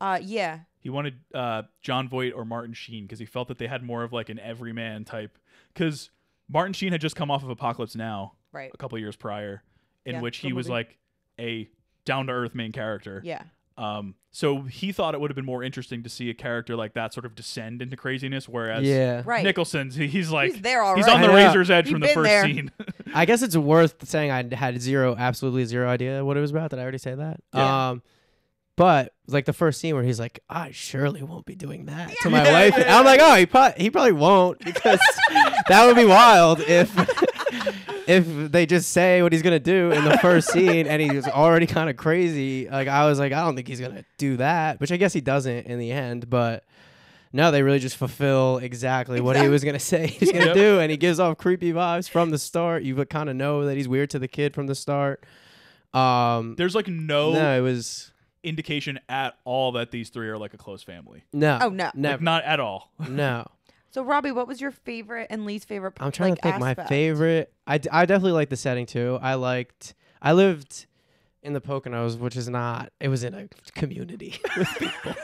Speaker 2: uh yeah.
Speaker 3: He wanted uh, John Voight or Martin Sheen because he felt that they had more of like an everyman type. Because Martin Sheen had just come off of Apocalypse Now
Speaker 2: Right.
Speaker 3: a couple years prior, in
Speaker 2: Yeah,
Speaker 3: which he
Speaker 2: good
Speaker 3: was
Speaker 2: movie.
Speaker 3: like a down to earth main character.
Speaker 2: Yeah.
Speaker 3: Um, so he thought it would have been more interesting to see a character like that sort of descend into craziness, whereas
Speaker 4: yeah.
Speaker 2: Right.
Speaker 3: Nicholson's he- he's like
Speaker 2: he's there already.
Speaker 3: he's on
Speaker 4: I
Speaker 3: the
Speaker 4: know.
Speaker 3: razor's edge
Speaker 2: He
Speaker 3: from the
Speaker 2: been
Speaker 3: first
Speaker 2: there.
Speaker 3: scene.
Speaker 4: I guess it's worth saying I had zero, absolutely zero idea what it was about. Did I already say that?
Speaker 2: Yeah.
Speaker 4: Um, but like the first scene where he's like, "I surely won't be doing that to my
Speaker 3: Yeah,
Speaker 4: wife,"
Speaker 3: yeah,
Speaker 4: and I'm like, "Oh, he probably he probably won't because that would be wild if if they just say what he's gonna do in the first scene and he's already kind of crazy." Like I was like, "I don't think he's gonna do that," which I guess he doesn't in the end, but. No, they really just fulfill exactly what he
Speaker 2: Exact-
Speaker 4: was gonna say he's gonna
Speaker 3: Yep.
Speaker 4: do, and he gives off creepy vibes from the start. You kind of know that he's weird to the kid from the start. Um,
Speaker 3: There's like no,
Speaker 4: no, it was
Speaker 3: indication at all that these three are like a close family.
Speaker 4: no.
Speaker 2: Oh, no.
Speaker 3: Like
Speaker 4: never,
Speaker 3: not at all.
Speaker 4: no.
Speaker 2: So Robbie, what was your favorite and least favorite?
Speaker 4: I'm trying
Speaker 2: like,
Speaker 4: to think. My
Speaker 2: aspect?
Speaker 4: favorite. I, d- I definitely liked the setting too. I liked. I lived in the Poconos, which is not. It was in a community with people.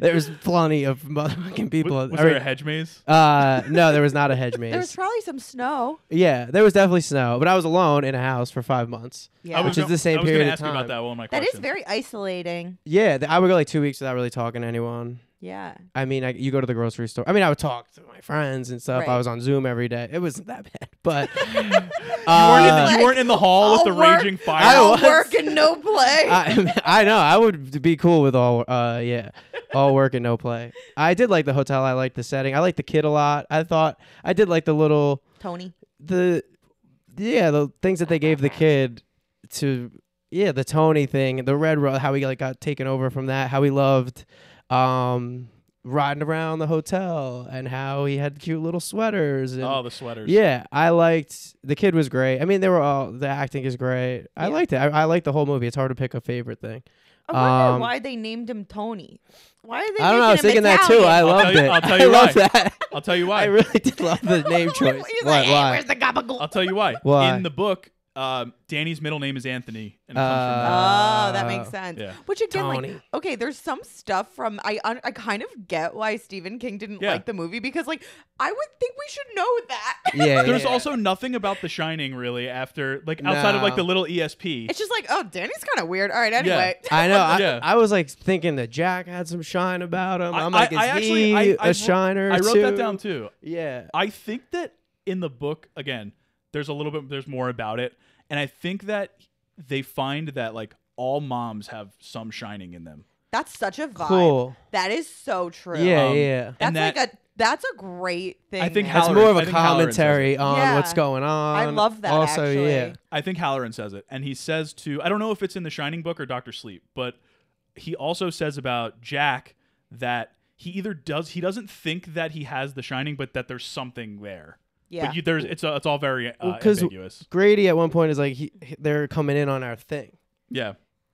Speaker 4: there was plenty of motherfucking people.
Speaker 3: Was, was
Speaker 4: I
Speaker 3: there a
Speaker 4: mean,
Speaker 3: hedge maze?
Speaker 4: uh, no, there was not a hedge maze.
Speaker 2: There was probably some snow.
Speaker 4: Yeah, there was definitely snow, but I was alone in a house for five months.
Speaker 2: Yeah.
Speaker 3: I was
Speaker 4: Which is
Speaker 3: gonna-
Speaker 4: the same
Speaker 3: I was gonna
Speaker 4: period of
Speaker 3: ask you about
Speaker 4: time.
Speaker 3: that one. of My
Speaker 2: That is
Speaker 3: questions.
Speaker 2: very isolating.
Speaker 4: Yeah, th- I would go like two weeks without really talking to anyone.
Speaker 2: Yeah.
Speaker 4: I mean, I, you go to the grocery store. I mean, I would talk to my friends and stuff.
Speaker 2: Right.
Speaker 4: I was on Zoom every day. It wasn't that bad, but
Speaker 3: You weren't, in the,
Speaker 4: uh,
Speaker 3: you weren't in the hall with
Speaker 2: All
Speaker 3: the
Speaker 2: work-
Speaker 3: raging
Speaker 4: I
Speaker 2: All
Speaker 3: fire.
Speaker 4: was-
Speaker 2: work and no play.
Speaker 4: I, I know I would be cool with all. Uh, yeah, all work and no play. I did like the hotel. I liked the setting. I liked the kid a lot. I thought I did like the little
Speaker 2: Tony.
Speaker 4: the yeah the things that they gave the kid to yeah the Tony thing the red road how he like got taken over from that how he loved um riding around the hotel and how he had cute little sweaters and
Speaker 3: Oh, the sweaters.
Speaker 4: yeah I liked the kid was great I mean they were all the acting is great I
Speaker 2: Yeah.
Speaker 4: liked it I, I liked the whole movie it's hard to pick a favorite thing
Speaker 2: I wonder
Speaker 4: Um,
Speaker 2: why they named him Tony. Why are they?
Speaker 4: I don't know.
Speaker 2: making
Speaker 4: I was
Speaker 2: him
Speaker 4: thinking that too. I
Speaker 2: Italian?
Speaker 3: I'll
Speaker 4: loved
Speaker 3: tell you-
Speaker 4: it.
Speaker 3: I'll tell
Speaker 4: I
Speaker 3: you
Speaker 4: loved
Speaker 3: why.
Speaker 4: that.
Speaker 3: I'll tell you why.
Speaker 4: I really did love the name choice.
Speaker 2: He's
Speaker 4: Why?
Speaker 2: like, hey,
Speaker 4: Why?
Speaker 2: where's the gabagool?
Speaker 3: I'll tell you why.
Speaker 4: Why?
Speaker 3: In the book, um, Danny's middle name is Anthony, and it
Speaker 4: Uh,
Speaker 3: comes
Speaker 2: Oh, that
Speaker 4: Uh,
Speaker 2: makes sense.
Speaker 3: yeah.
Speaker 2: Which again,
Speaker 4: Tony.
Speaker 2: like, okay, there's some stuff from I un- I kind of get why Stephen King didn't
Speaker 3: Yeah.
Speaker 2: like the movie because like I would think we should know that.
Speaker 4: Yeah.
Speaker 3: from. There's
Speaker 4: yeah.
Speaker 3: also nothing about The Shining really after, like outside of like the
Speaker 4: No.
Speaker 3: little E ESP.
Speaker 2: it's just like, oh, Danny's kind of weird. All right, anyway.
Speaker 4: I know. I,
Speaker 3: Yeah.
Speaker 4: I was like thinking that Jack had some shine about him.
Speaker 3: I-
Speaker 4: I'm like,
Speaker 3: I-
Speaker 4: is
Speaker 3: I
Speaker 4: he
Speaker 3: actually- I-
Speaker 4: a
Speaker 3: I wrote-
Speaker 4: shiner?
Speaker 3: I wrote
Speaker 4: too?
Speaker 3: that down too.
Speaker 4: Yeah.
Speaker 3: I think that in the book, again, there's a little bit, there's more about it, and I think that they find that like all moms have some shining in them.
Speaker 2: That's such a vibe.
Speaker 4: Cool.
Speaker 2: That is so true.
Speaker 4: Yeah.
Speaker 3: Um,
Speaker 4: yeah.
Speaker 2: That's
Speaker 3: and that-
Speaker 2: like a that's a great thing.
Speaker 3: I think
Speaker 2: man.
Speaker 4: That's
Speaker 3: Halloran-
Speaker 4: more of
Speaker 3: I
Speaker 4: a
Speaker 3: think Halloran says
Speaker 4: commentary on
Speaker 2: Yeah.
Speaker 4: what's going on.
Speaker 2: I love that
Speaker 4: Also,
Speaker 2: actually.
Speaker 4: yeah.
Speaker 3: I think Halloran says it, and he says to I don't know if it's in the Shining book or Doctor Sleep, but he also says about Jack that he either does he doesn't think that he has the Shining, but that there's something there.
Speaker 2: Yeah.
Speaker 3: But you, there's it's it's all very uh,
Speaker 4: Well, 'cause-
Speaker 3: ambiguous.
Speaker 4: Grady at one point is like, he, he- they're coming in on our thing.
Speaker 3: Yeah,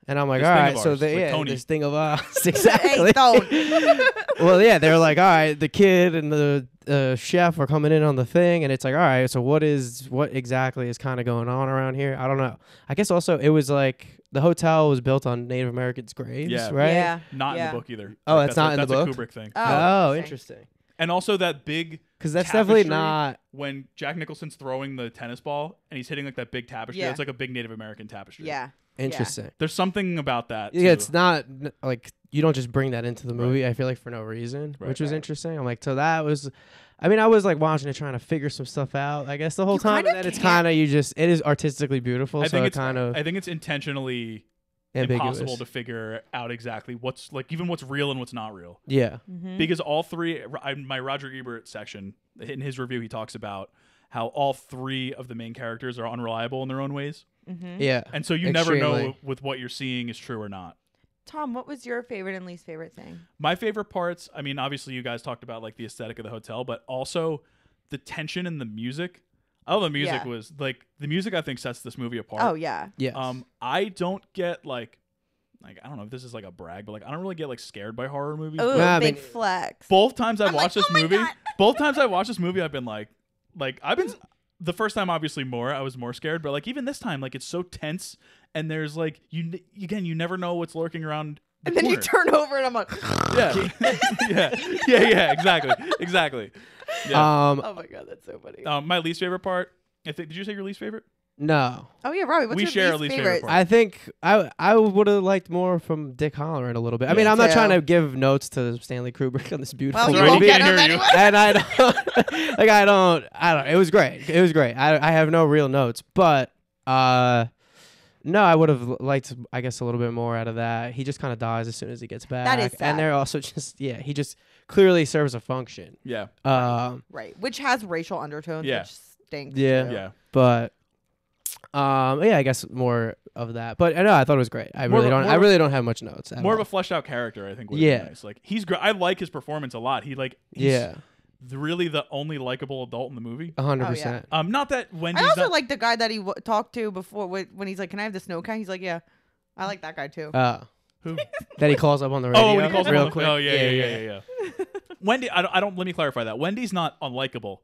Speaker 4: And I'm like,
Speaker 3: This
Speaker 4: all
Speaker 3: thing
Speaker 4: right,
Speaker 3: of
Speaker 4: so
Speaker 3: ours,
Speaker 4: they,
Speaker 3: like
Speaker 4: yeah,
Speaker 3: Tony."
Speaker 4: this thing of ours,
Speaker 2: hey,
Speaker 4: exactly.
Speaker 2: Tone.
Speaker 4: well, yeah, they're like, all right, the kid and the uh, chef are coming in on the thing, and it's like, all right, so what is what exactly is kind of going on around here? I don't know. I guess also it was like the hotel was built on Native Americans' graves,
Speaker 3: Yeah.
Speaker 4: right?
Speaker 2: Yeah.
Speaker 3: not
Speaker 2: yeah.
Speaker 3: in the book either.
Speaker 4: Oh,
Speaker 3: Like,
Speaker 4: it's
Speaker 3: a-
Speaker 4: not in the
Speaker 3: that's a
Speaker 4: book?
Speaker 3: Kubrick thing.
Speaker 4: Oh,
Speaker 2: Oh,
Speaker 4: interesting.
Speaker 3: And also that big
Speaker 4: Because that's definitely
Speaker 3: Tapestry?
Speaker 4: not.
Speaker 3: when Jack Nicholson's throwing the tennis ball and he's hitting like that big tapestry.
Speaker 2: Yeah.
Speaker 3: It's like a big Native American tapestry.
Speaker 2: Yeah.
Speaker 4: Interesting.
Speaker 3: there's something about that.
Speaker 4: Yeah.
Speaker 3: too.
Speaker 4: it's not n- like you don't just bring that into the movie. I feel like for no reason,
Speaker 3: Right.
Speaker 4: which was
Speaker 2: Right.
Speaker 4: interesting. I'm like, so that was. I mean, I was like watching it, trying to figure some stuff out. I guess the whole
Speaker 2: You
Speaker 4: time,
Speaker 2: kinda
Speaker 4: and then it's
Speaker 2: can't-
Speaker 4: kind of you just it is artistically beautiful,
Speaker 3: I
Speaker 4: so
Speaker 3: think
Speaker 4: it
Speaker 3: it's
Speaker 4: kind of
Speaker 3: I think it's intentionally
Speaker 4: ambiguous.
Speaker 3: impossible to figure out exactly what's like even what's real and what's not real
Speaker 4: yeah,
Speaker 2: Mhm.
Speaker 3: because all three I- my Roger Ebert section in his review he talks about how all three of the main characters are unreliable in their own ways
Speaker 2: Mhm.
Speaker 4: yeah.
Speaker 3: and so you never know
Speaker 4: Extremely.
Speaker 3: with what you're seeing is true or not
Speaker 2: Tom, what was your favorite and least favorite thing?
Speaker 3: my favorite parts I mean obviously you guys talked about like the aesthetic of the hotel but also the tension and the music oh the music
Speaker 2: Yeah.
Speaker 3: was like the music I think sets this movie apart
Speaker 2: Oh yeah.
Speaker 4: Yes.
Speaker 3: Um, I don't get like, like I don't know if this is like a brag, but like I don't really get like scared by horror movies.
Speaker 2: Oh,
Speaker 3: but
Speaker 4: Nah, I
Speaker 2: big
Speaker 4: mean-
Speaker 2: flex.
Speaker 3: Both times I've
Speaker 2: I'm like,
Speaker 3: watched
Speaker 2: "Oh
Speaker 3: this
Speaker 2: my
Speaker 3: movie,
Speaker 2: God."
Speaker 3: both times I watched this movie, I've been like, like I've been the first time obviously more I was more scared, but like even this time, like it's so tense and there's like you n- again you never know what's lurking around. The
Speaker 2: and then you
Speaker 3: corner.
Speaker 2: turn over and I'm like,
Speaker 3: Yeah. yeah, yeah, yeah, exactly, exactly. Yeah.
Speaker 4: Um,
Speaker 2: oh my god, that's so funny.
Speaker 3: um, my least favorite part. I think, did you say your least favorite?
Speaker 4: no,
Speaker 2: Oh yeah, Robbie, what's
Speaker 3: we
Speaker 2: your
Speaker 3: share
Speaker 2: least,
Speaker 3: a least favorite
Speaker 2: favorite?
Speaker 3: part.
Speaker 4: I think I I would have liked more from Dick Halloran a little bit. I mean,
Speaker 3: Yeah.
Speaker 4: I'm not
Speaker 2: Yeah.
Speaker 4: trying to give notes to Stanley Kubrick on this beautiful
Speaker 2: Well, you
Speaker 3: Sorry,
Speaker 4: movie.
Speaker 2: won't
Speaker 3: we
Speaker 2: get him
Speaker 3: didn't hear you.
Speaker 2: anyway.
Speaker 4: and I don't like I don't I don't it was great. It was great. I I have no real notes, but uh no, I would have liked I guess a little bit more out of that. He just kind of dies as soon as he gets back.
Speaker 2: is sad.
Speaker 4: And they're also just yeah, he just clearly serves a function.
Speaker 3: Yeah,
Speaker 4: Um
Speaker 2: Right, which has racial undertones,
Speaker 3: Yeah.
Speaker 2: which stinks.
Speaker 4: Yeah.
Speaker 2: too.
Speaker 3: yeah.
Speaker 4: but um yeah, I guess more of that. But I know I thought it was great. I
Speaker 3: More
Speaker 4: really
Speaker 3: of a-
Speaker 4: don't
Speaker 3: more
Speaker 4: I
Speaker 3: of a-
Speaker 4: really don't have much notes. at
Speaker 3: more of
Speaker 4: all.
Speaker 3: a fleshed out character i think would be
Speaker 4: Yeah.
Speaker 3: nice like he's great i like his performance a lot he like he's
Speaker 4: yeah,
Speaker 3: th- really the only likable adult in the movie
Speaker 4: a hundred
Speaker 2: Oh, yeah.
Speaker 4: percent.
Speaker 3: um not that
Speaker 2: I
Speaker 3: wendy's
Speaker 2: also
Speaker 3: not,
Speaker 2: like the guy that he w- talked to before wh- when he's like, "Can I have the snow cone?" He's like, "Yeah." I like that guy too.
Speaker 4: Uh
Speaker 3: who
Speaker 4: that he calls up on the radio
Speaker 3: oh when he calls her on
Speaker 4: real
Speaker 3: the-
Speaker 4: quick.
Speaker 3: oh yeah yeah yeah yeah, yeah, wendy I don't, I don't let me clarify that wendy's not unlikable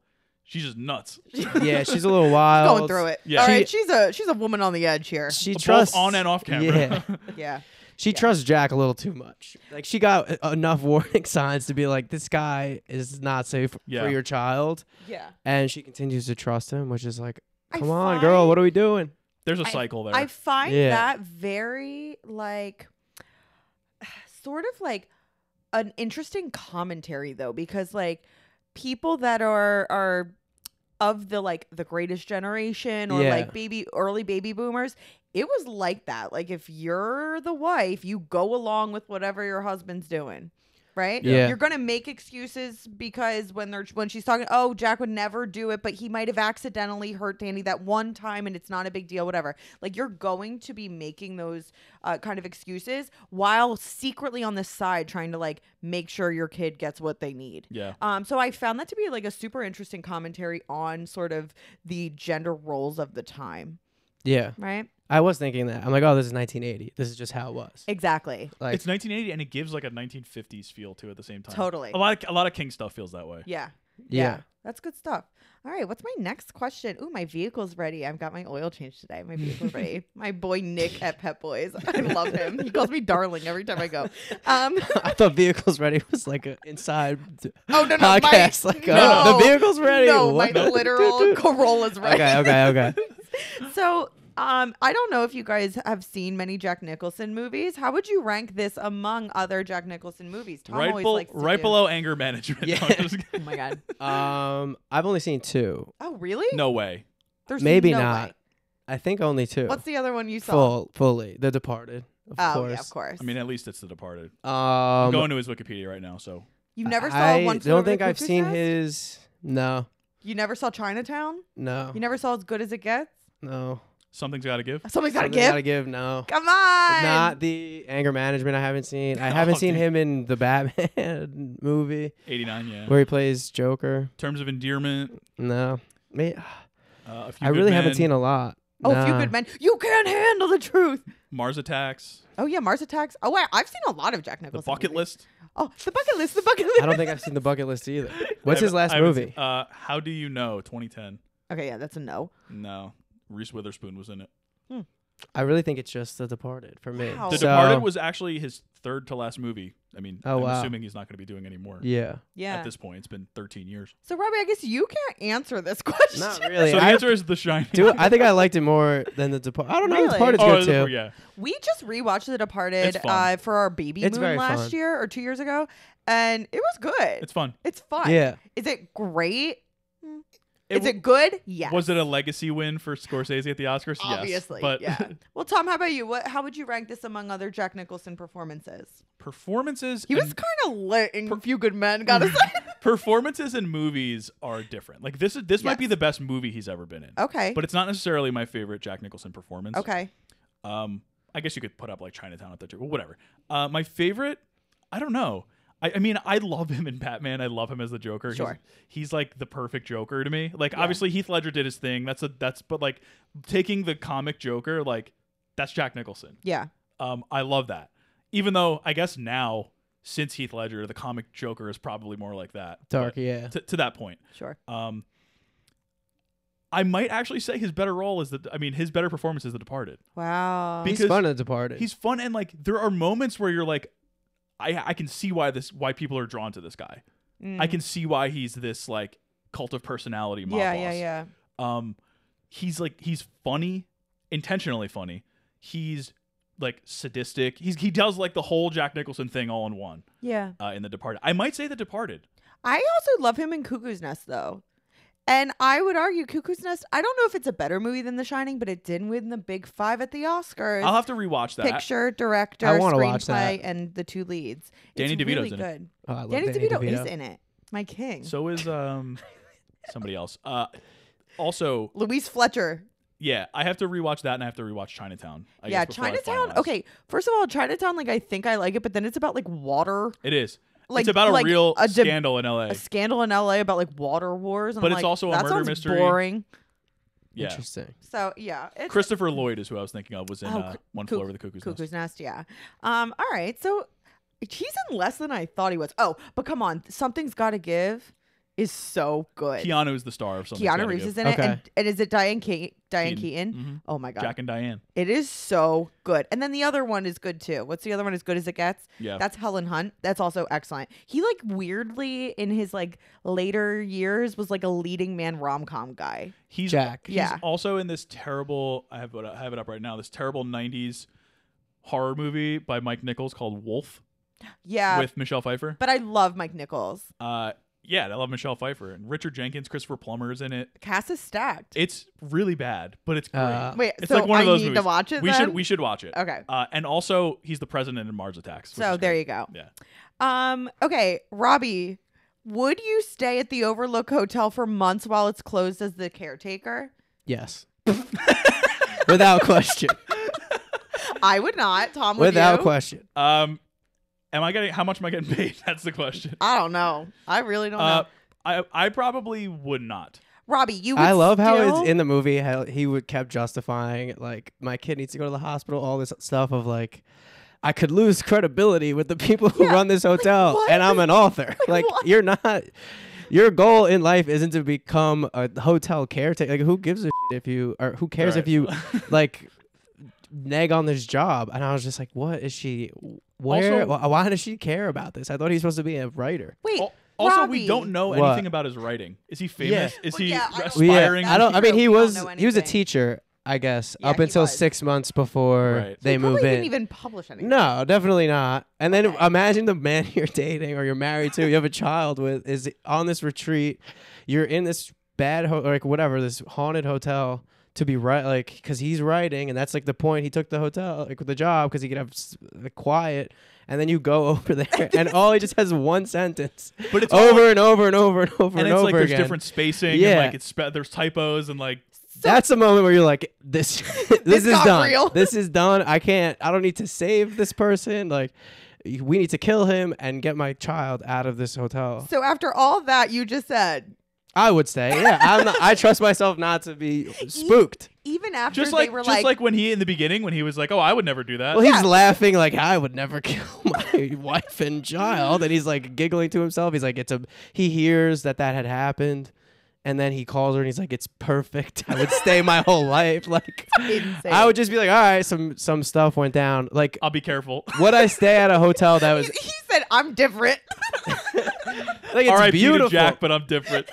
Speaker 3: she's just nuts
Speaker 4: yeah. Yeah, she's a little wild.
Speaker 2: Going through it.
Speaker 3: Yeah.
Speaker 2: All
Speaker 4: She-
Speaker 2: right, she's a she's a woman on the edge here.
Speaker 4: She
Speaker 3: Both
Speaker 4: trusts
Speaker 3: on and off camera
Speaker 4: Yeah.
Speaker 2: Yeah.
Speaker 4: She trusts Jack a little too much. Like she got e- enough warning signs to be like, this guy is not safe
Speaker 3: Yeah.
Speaker 4: for your child,
Speaker 2: Yeah.
Speaker 4: and she continues to trust him, which is like,
Speaker 2: I
Speaker 4: come on, girl,
Speaker 2: find-
Speaker 4: what are we doing?
Speaker 3: there's a
Speaker 2: I-
Speaker 3: cycle there
Speaker 2: I find
Speaker 4: Yeah.
Speaker 2: that very like sort of like an interesting commentary though because like people that are are of the like the greatest generation or
Speaker 4: Yeah.
Speaker 2: like baby early baby boomers it was like that like if you're the wife you go along with whatever your husband's doing right
Speaker 4: Yeah.
Speaker 2: you're gonna make excuses because when they're when she's talking oh jack would never do it but he might have accidentally hurt danny that one time and it's not a big deal whatever like you're going to be making those uh, kind of excuses while secretly on the side trying to like make sure your kid gets what they need
Speaker 3: yeah
Speaker 2: um, so I found that to be like a super interesting commentary on sort of the gender roles of the time.
Speaker 4: Yeah.
Speaker 2: right?
Speaker 4: I was thinking that. I'm like, oh, this is 1980. This is just how it was.
Speaker 2: Exactly.
Speaker 4: Like,
Speaker 3: it's 1980 and it gives like a 1950s feel to it at the same time.
Speaker 2: Totally.
Speaker 3: A lot of a lot of King stuff feels that way.
Speaker 2: Yeah.
Speaker 4: yeah.
Speaker 2: That's good stuff. All right, what's my next question? Ooh, my vehicle's ready. I've got my oil change today. My vehicle's ready. My boy Nick at Pet Boys. I love him. He calls me darling every time I go. Um,
Speaker 4: I thought vehicles ready was like an inside
Speaker 2: oh no, no, my-
Speaker 4: podcast. like, oh,
Speaker 2: no,
Speaker 4: the vehicles ready.
Speaker 2: No,
Speaker 4: What?
Speaker 2: my literal Corolla's ready.
Speaker 4: okay, okay, okay.
Speaker 2: So, um, I don't know if you guys have seen many Jack Nicholson movies. How would you rank this among other Jack Nicholson movies? Tom
Speaker 3: right
Speaker 2: always
Speaker 3: bel-
Speaker 2: likes to
Speaker 3: right
Speaker 2: do-
Speaker 3: below anger management.
Speaker 4: Yeah.
Speaker 3: No, I'm just
Speaker 2: Oh
Speaker 3: kidding.
Speaker 2: my god.
Speaker 4: Um, I've only seen two.
Speaker 2: Oh really?
Speaker 3: no way.
Speaker 2: There's
Speaker 4: Maybe
Speaker 2: no
Speaker 4: not.
Speaker 2: way.
Speaker 4: I think only two.
Speaker 2: What's the other one you saw?
Speaker 4: Full, fully. The Departed. Of
Speaker 2: oh
Speaker 4: course.
Speaker 2: yeah, of course.
Speaker 3: I mean, at least it's The Departed. I'm
Speaker 4: Um,
Speaker 3: going to his Wikipedia right now, so
Speaker 2: you never saw
Speaker 4: I
Speaker 2: one. Flew
Speaker 4: don't
Speaker 2: Over the
Speaker 4: think I've
Speaker 2: Cuckoo's
Speaker 4: seen
Speaker 2: Nest?
Speaker 4: his. No,
Speaker 2: You never saw Chinatown?
Speaker 4: no,
Speaker 2: You never saw As Good as It Gets?
Speaker 4: no.
Speaker 3: something's got to give.
Speaker 2: Somebody's got to
Speaker 4: Something
Speaker 2: give.
Speaker 4: Gotta give. No.
Speaker 2: Come on.
Speaker 4: Not the anger management. I haven't seen. I haven't
Speaker 3: Oh,
Speaker 4: seen
Speaker 3: dude.
Speaker 4: him in the Batman movie
Speaker 3: 89, yeah.
Speaker 4: where he plays Joker.
Speaker 3: Terms of endearment.
Speaker 4: No, Me-
Speaker 3: Uh, a few
Speaker 4: I really haven't seen a lot.
Speaker 2: oh, a few
Speaker 4: Nah.
Speaker 2: good men. You can't handle the truth.
Speaker 3: Mars Attacks,
Speaker 2: Oh yeah, Mars Attacks. Oh wait, I've seen a lot of Jack
Speaker 3: The
Speaker 2: Nicholson.
Speaker 3: Bucket
Speaker 2: movies.
Speaker 3: List.
Speaker 2: Oh, the bucket list. The bucket list.
Speaker 4: I don't think I've seen the bucket list either.
Speaker 3: I
Speaker 4: What's his
Speaker 3: haven't-
Speaker 4: last
Speaker 3: I haven't
Speaker 4: movie?
Speaker 3: seen- uh, How do you know? 2010.
Speaker 2: okay, yeah, that's a no.
Speaker 3: No, Reese Witherspoon was in it.
Speaker 4: I really think it's just The Departed for me.
Speaker 2: Oh, Wow.
Speaker 3: The
Speaker 4: So-
Speaker 3: Departed was actually his third to last movie. I mean,
Speaker 4: Oh,
Speaker 3: I'm
Speaker 4: wow.
Speaker 3: assuming he's not going to be doing any more
Speaker 4: Yeah.
Speaker 2: Yeah.
Speaker 3: at this point. It's been 13 years.
Speaker 2: so Robbie, I guess you can't answer this question.
Speaker 4: Not really.
Speaker 3: so the
Speaker 4: I,
Speaker 3: answer is The Shining.
Speaker 4: do, I think I liked it more than The Departed. I don't know. The
Speaker 2: Really?
Speaker 4: Departed's
Speaker 3: oh,
Speaker 4: good
Speaker 3: the-
Speaker 4: too.
Speaker 3: yeah.
Speaker 2: We just rewatched The Departed
Speaker 3: It's fun.
Speaker 2: uh, for our baby
Speaker 4: It's
Speaker 2: moon
Speaker 4: very
Speaker 2: last
Speaker 4: fun.
Speaker 2: year or two years ago, and it was good.
Speaker 3: It's fun.
Speaker 2: It's fun.
Speaker 4: Yeah.
Speaker 2: Is it great? Mm.
Speaker 3: It
Speaker 2: Is
Speaker 3: w-
Speaker 2: it good? Yes.
Speaker 3: Was it a legacy win for Scorsese at the Oscars?
Speaker 2: Obviously,
Speaker 3: yes. But
Speaker 2: yeah. Well, Tom, how about you? What? How would you rank this among other Jack Nicholson performances?
Speaker 3: performances
Speaker 2: He was
Speaker 3: and-
Speaker 2: kind of lit in Few Good Men. Gotta say.
Speaker 3: performances in movies are different. Like this is this might be
Speaker 2: Yes.
Speaker 3: the best movie he's ever been in.
Speaker 2: Okay.
Speaker 3: But it's not necessarily my favorite Jack Nicholson performance.
Speaker 2: okay.
Speaker 3: Um, I guess you could put up like Chinatown at the well, whatever. Uh, my favorite, I don't know. I, I mean, I love him in Batman. I love him as the Joker. He's-
Speaker 2: Sure.
Speaker 3: He's, like the perfect Joker to me. Like obviously Heath Ledger did his thing. That's a that's but like taking the comic Joker, like that's Jack Nicholson.
Speaker 2: Yeah.
Speaker 3: Um, I love that. Even though I guess now since Heath Ledger, the comic Joker is probably more like that.
Speaker 4: Dark,
Speaker 3: But
Speaker 4: yeah.
Speaker 3: To, to that point.
Speaker 2: Sure.
Speaker 3: Um, I might actually say his better role is the. I mean, his better performance is The Departed.
Speaker 2: Wow.
Speaker 3: Be-
Speaker 4: He's
Speaker 3: because
Speaker 4: fun in The Departed.
Speaker 3: He's fun, and like there are moments where you're like, I I can see why this why people are drawn to this guy.
Speaker 2: Mm. Mm-hmm.
Speaker 3: I can see why he's this like cult of personality mob
Speaker 2: yeah,
Speaker 3: boss.
Speaker 2: yeah. Yeah.
Speaker 3: Um, he's like he's funny, intentionally funny. He's like sadistic. He's he does like the whole Jack Nicholson thing all in one
Speaker 2: Yeah.
Speaker 3: uh, in The Departed. I might say The Departed.
Speaker 2: I also love him in Cuckoo's Nest though. And I would argue Cuckoo's Nest, I don't know if it's a better movie than The Shining, but it did win the big five at the Oscars.
Speaker 3: I'll have to rewatch Oh, that.
Speaker 2: Picture, director,
Speaker 4: I wanna
Speaker 2: screenplay,
Speaker 4: watch that.
Speaker 2: and the two leads.
Speaker 3: Danny
Speaker 2: it's
Speaker 3: DeVito's
Speaker 2: really
Speaker 3: in it.
Speaker 2: good.
Speaker 4: Oh, I love
Speaker 2: Danny,
Speaker 4: Danny
Speaker 2: DeVito,
Speaker 4: DeVito.
Speaker 2: is in it. My king.
Speaker 3: So is um somebody else. Uh, also
Speaker 2: Louise Fletcher.
Speaker 3: Yeah, I have to rewatch that, and I have to rewatch Chinatown. I
Speaker 2: yeah,
Speaker 3: guess, before I
Speaker 2: Chinatown.
Speaker 3: finalize.
Speaker 2: Okay, first of all, Chinatown, like I think I like it, but then it's about like water,
Speaker 3: it is.
Speaker 2: Like-
Speaker 3: it's about a
Speaker 2: like
Speaker 3: real
Speaker 2: a de-
Speaker 3: scandal in L.A.
Speaker 2: a scandal in LA about like water wars. And
Speaker 3: But
Speaker 2: I'm
Speaker 3: it's
Speaker 2: like,
Speaker 3: also a
Speaker 2: that
Speaker 3: murder
Speaker 2: sounds
Speaker 3: mystery.
Speaker 2: Boring.
Speaker 3: yeah,
Speaker 4: Interesting.
Speaker 2: So yeah, it's,
Speaker 3: Christopher Lloyd is who I was thinking of. Was in
Speaker 2: Oh,
Speaker 3: uh,
Speaker 2: Cu-
Speaker 3: One
Speaker 2: Cuck-
Speaker 3: Floor Over the Cuckoo's, Nest.
Speaker 2: Cuckoo's Nest. yeah. Um, all right, so he's in less than I thought he was. Oh, but come on, something's got to give. Is so good.
Speaker 3: Keanu is the star of something.
Speaker 2: Keanu Reeves is in
Speaker 4: Okay.
Speaker 2: it, and, and is it Diane Ke- Diane Keaton?
Speaker 3: Mhm.
Speaker 2: Oh my god,
Speaker 3: Jack and Diane.
Speaker 2: it is so good. And then the other one is good too. What's the other one? As good as it gets.
Speaker 3: Yeah.
Speaker 2: That's Helen Hunt. That's also excellent. He like weirdly in his like later years was like a leading man rom com guy.
Speaker 3: He's
Speaker 4: Jack.
Speaker 3: He's
Speaker 2: Yeah.
Speaker 3: also in this terrible. I have it. I have it up right now. This terrible '90s horror movie by Mike Nichols called Wolf
Speaker 2: Yeah,
Speaker 3: with Michelle Pfeiffer.
Speaker 2: but I love Mike Nichols.
Speaker 3: Uh, yeah, I love Michelle Pfeiffer and Richard Jenkins, Christopher Plummer is in it.
Speaker 2: Cast is stacked.
Speaker 3: It's really bad, but it's great.
Speaker 4: Uh,
Speaker 2: Wait,
Speaker 3: it's
Speaker 2: so
Speaker 3: like one of
Speaker 2: I
Speaker 3: those
Speaker 2: need to
Speaker 3: movies.
Speaker 2: watch it.
Speaker 3: we
Speaker 2: then?
Speaker 3: should we should watch it.
Speaker 2: Okay.
Speaker 3: Uh, and also, he's the president in Mars Attacks.
Speaker 2: So there you go.
Speaker 3: Yeah.
Speaker 2: Um. Okay, Robbie, would you stay at the Overlook Hotel for months while it's closed as the caretaker?
Speaker 4: Yes. Without question.
Speaker 2: I would not. Tom, would
Speaker 4: Without
Speaker 2: you?
Speaker 4: question.
Speaker 3: go. Um, am I getting how much am I getting paid? That's the question.
Speaker 2: I don't know. I really don't
Speaker 3: Uh,
Speaker 2: know.
Speaker 3: I I probably would not.
Speaker 2: Robbie, you. Would
Speaker 4: I love how
Speaker 2: still-
Speaker 4: it's in the movie how he would kept justifying like my kid needs to go to the hospital, all this stuff of like I could lose credibility with the people who
Speaker 2: Yeah,
Speaker 4: run this hotel
Speaker 2: what?
Speaker 4: and I'm an author. Like,
Speaker 2: what?
Speaker 4: you're not your goal in life isn't to become a hotel caretaker. Like who gives a shit if you or who cares if
Speaker 3: Right.
Speaker 4: you like nag on this job? And I was just like, what is she where
Speaker 3: Also-
Speaker 4: wh- why does she care about this? I thought he's supposed to be a writer.
Speaker 2: Wait.
Speaker 3: Al- also, we
Speaker 2: Robbie.
Speaker 3: don't know
Speaker 4: What?
Speaker 3: anything about his writing. Is he famous? Is
Speaker 2: Well,
Speaker 3: he
Speaker 2: yeah, I don't-
Speaker 4: Well, yeah,
Speaker 3: aspiring?
Speaker 4: I don't. I mean,
Speaker 2: True,
Speaker 4: he
Speaker 2: we don't
Speaker 4: was
Speaker 2: know
Speaker 4: he was a
Speaker 2: anything.
Speaker 4: teacher, I guess,
Speaker 2: Yeah,
Speaker 4: up
Speaker 2: he
Speaker 4: until
Speaker 2: was.
Speaker 4: six months before
Speaker 3: Right.
Speaker 4: they
Speaker 2: probably
Speaker 4: move in.
Speaker 2: didn't even publish anything.
Speaker 4: no, definitely not. And then
Speaker 2: Okay.
Speaker 4: imagine the man you're dating or you're married to, you have a child with, is on this retreat. You're in this bad, ho- like whatever, this haunted hotel to be right, like because he's writing, and that's like the point. He took the hotel, like the job, because he could have s- like, quiet. And then you go over there, and all he just has one sentence
Speaker 3: But it's all,
Speaker 4: over
Speaker 3: like-
Speaker 4: and over and over and over
Speaker 3: and
Speaker 4: and
Speaker 3: it's
Speaker 4: over
Speaker 3: like there's
Speaker 4: again.
Speaker 3: different spacing.
Speaker 4: Yeah.
Speaker 3: And like it's spe- there's typos and like
Speaker 4: That's the moment where you're like, this, this,
Speaker 2: This
Speaker 4: is
Speaker 2: got
Speaker 4: done.
Speaker 2: real.
Speaker 4: This is done. I can't. I don't need to save this person. Like, we need to kill him and get my child out of this hotel.
Speaker 2: So after all that you just said,
Speaker 4: I would say, yeah, I'm not, I trust myself not to be spooked.
Speaker 2: even after
Speaker 3: just
Speaker 2: they
Speaker 3: like
Speaker 2: were
Speaker 3: just like, when he in the beginning when he was like, oh, I would never do that.
Speaker 4: Well, he's laughing like I would never kill my wife and child, and he's like giggling to himself. He's like, it's a. He hears that that had happened, and then he calls her and he's like, it's perfect. I would stay my whole life. Like,
Speaker 2: insane.
Speaker 4: I would just be like, all right, some some stuff went down. Like,
Speaker 3: I'll be careful.
Speaker 4: would I stay at a hotel that was
Speaker 2: he, he said, "I'm different."
Speaker 4: like it's
Speaker 3: R.I.P.
Speaker 4: beautiful?
Speaker 3: to Jack, but I'm different.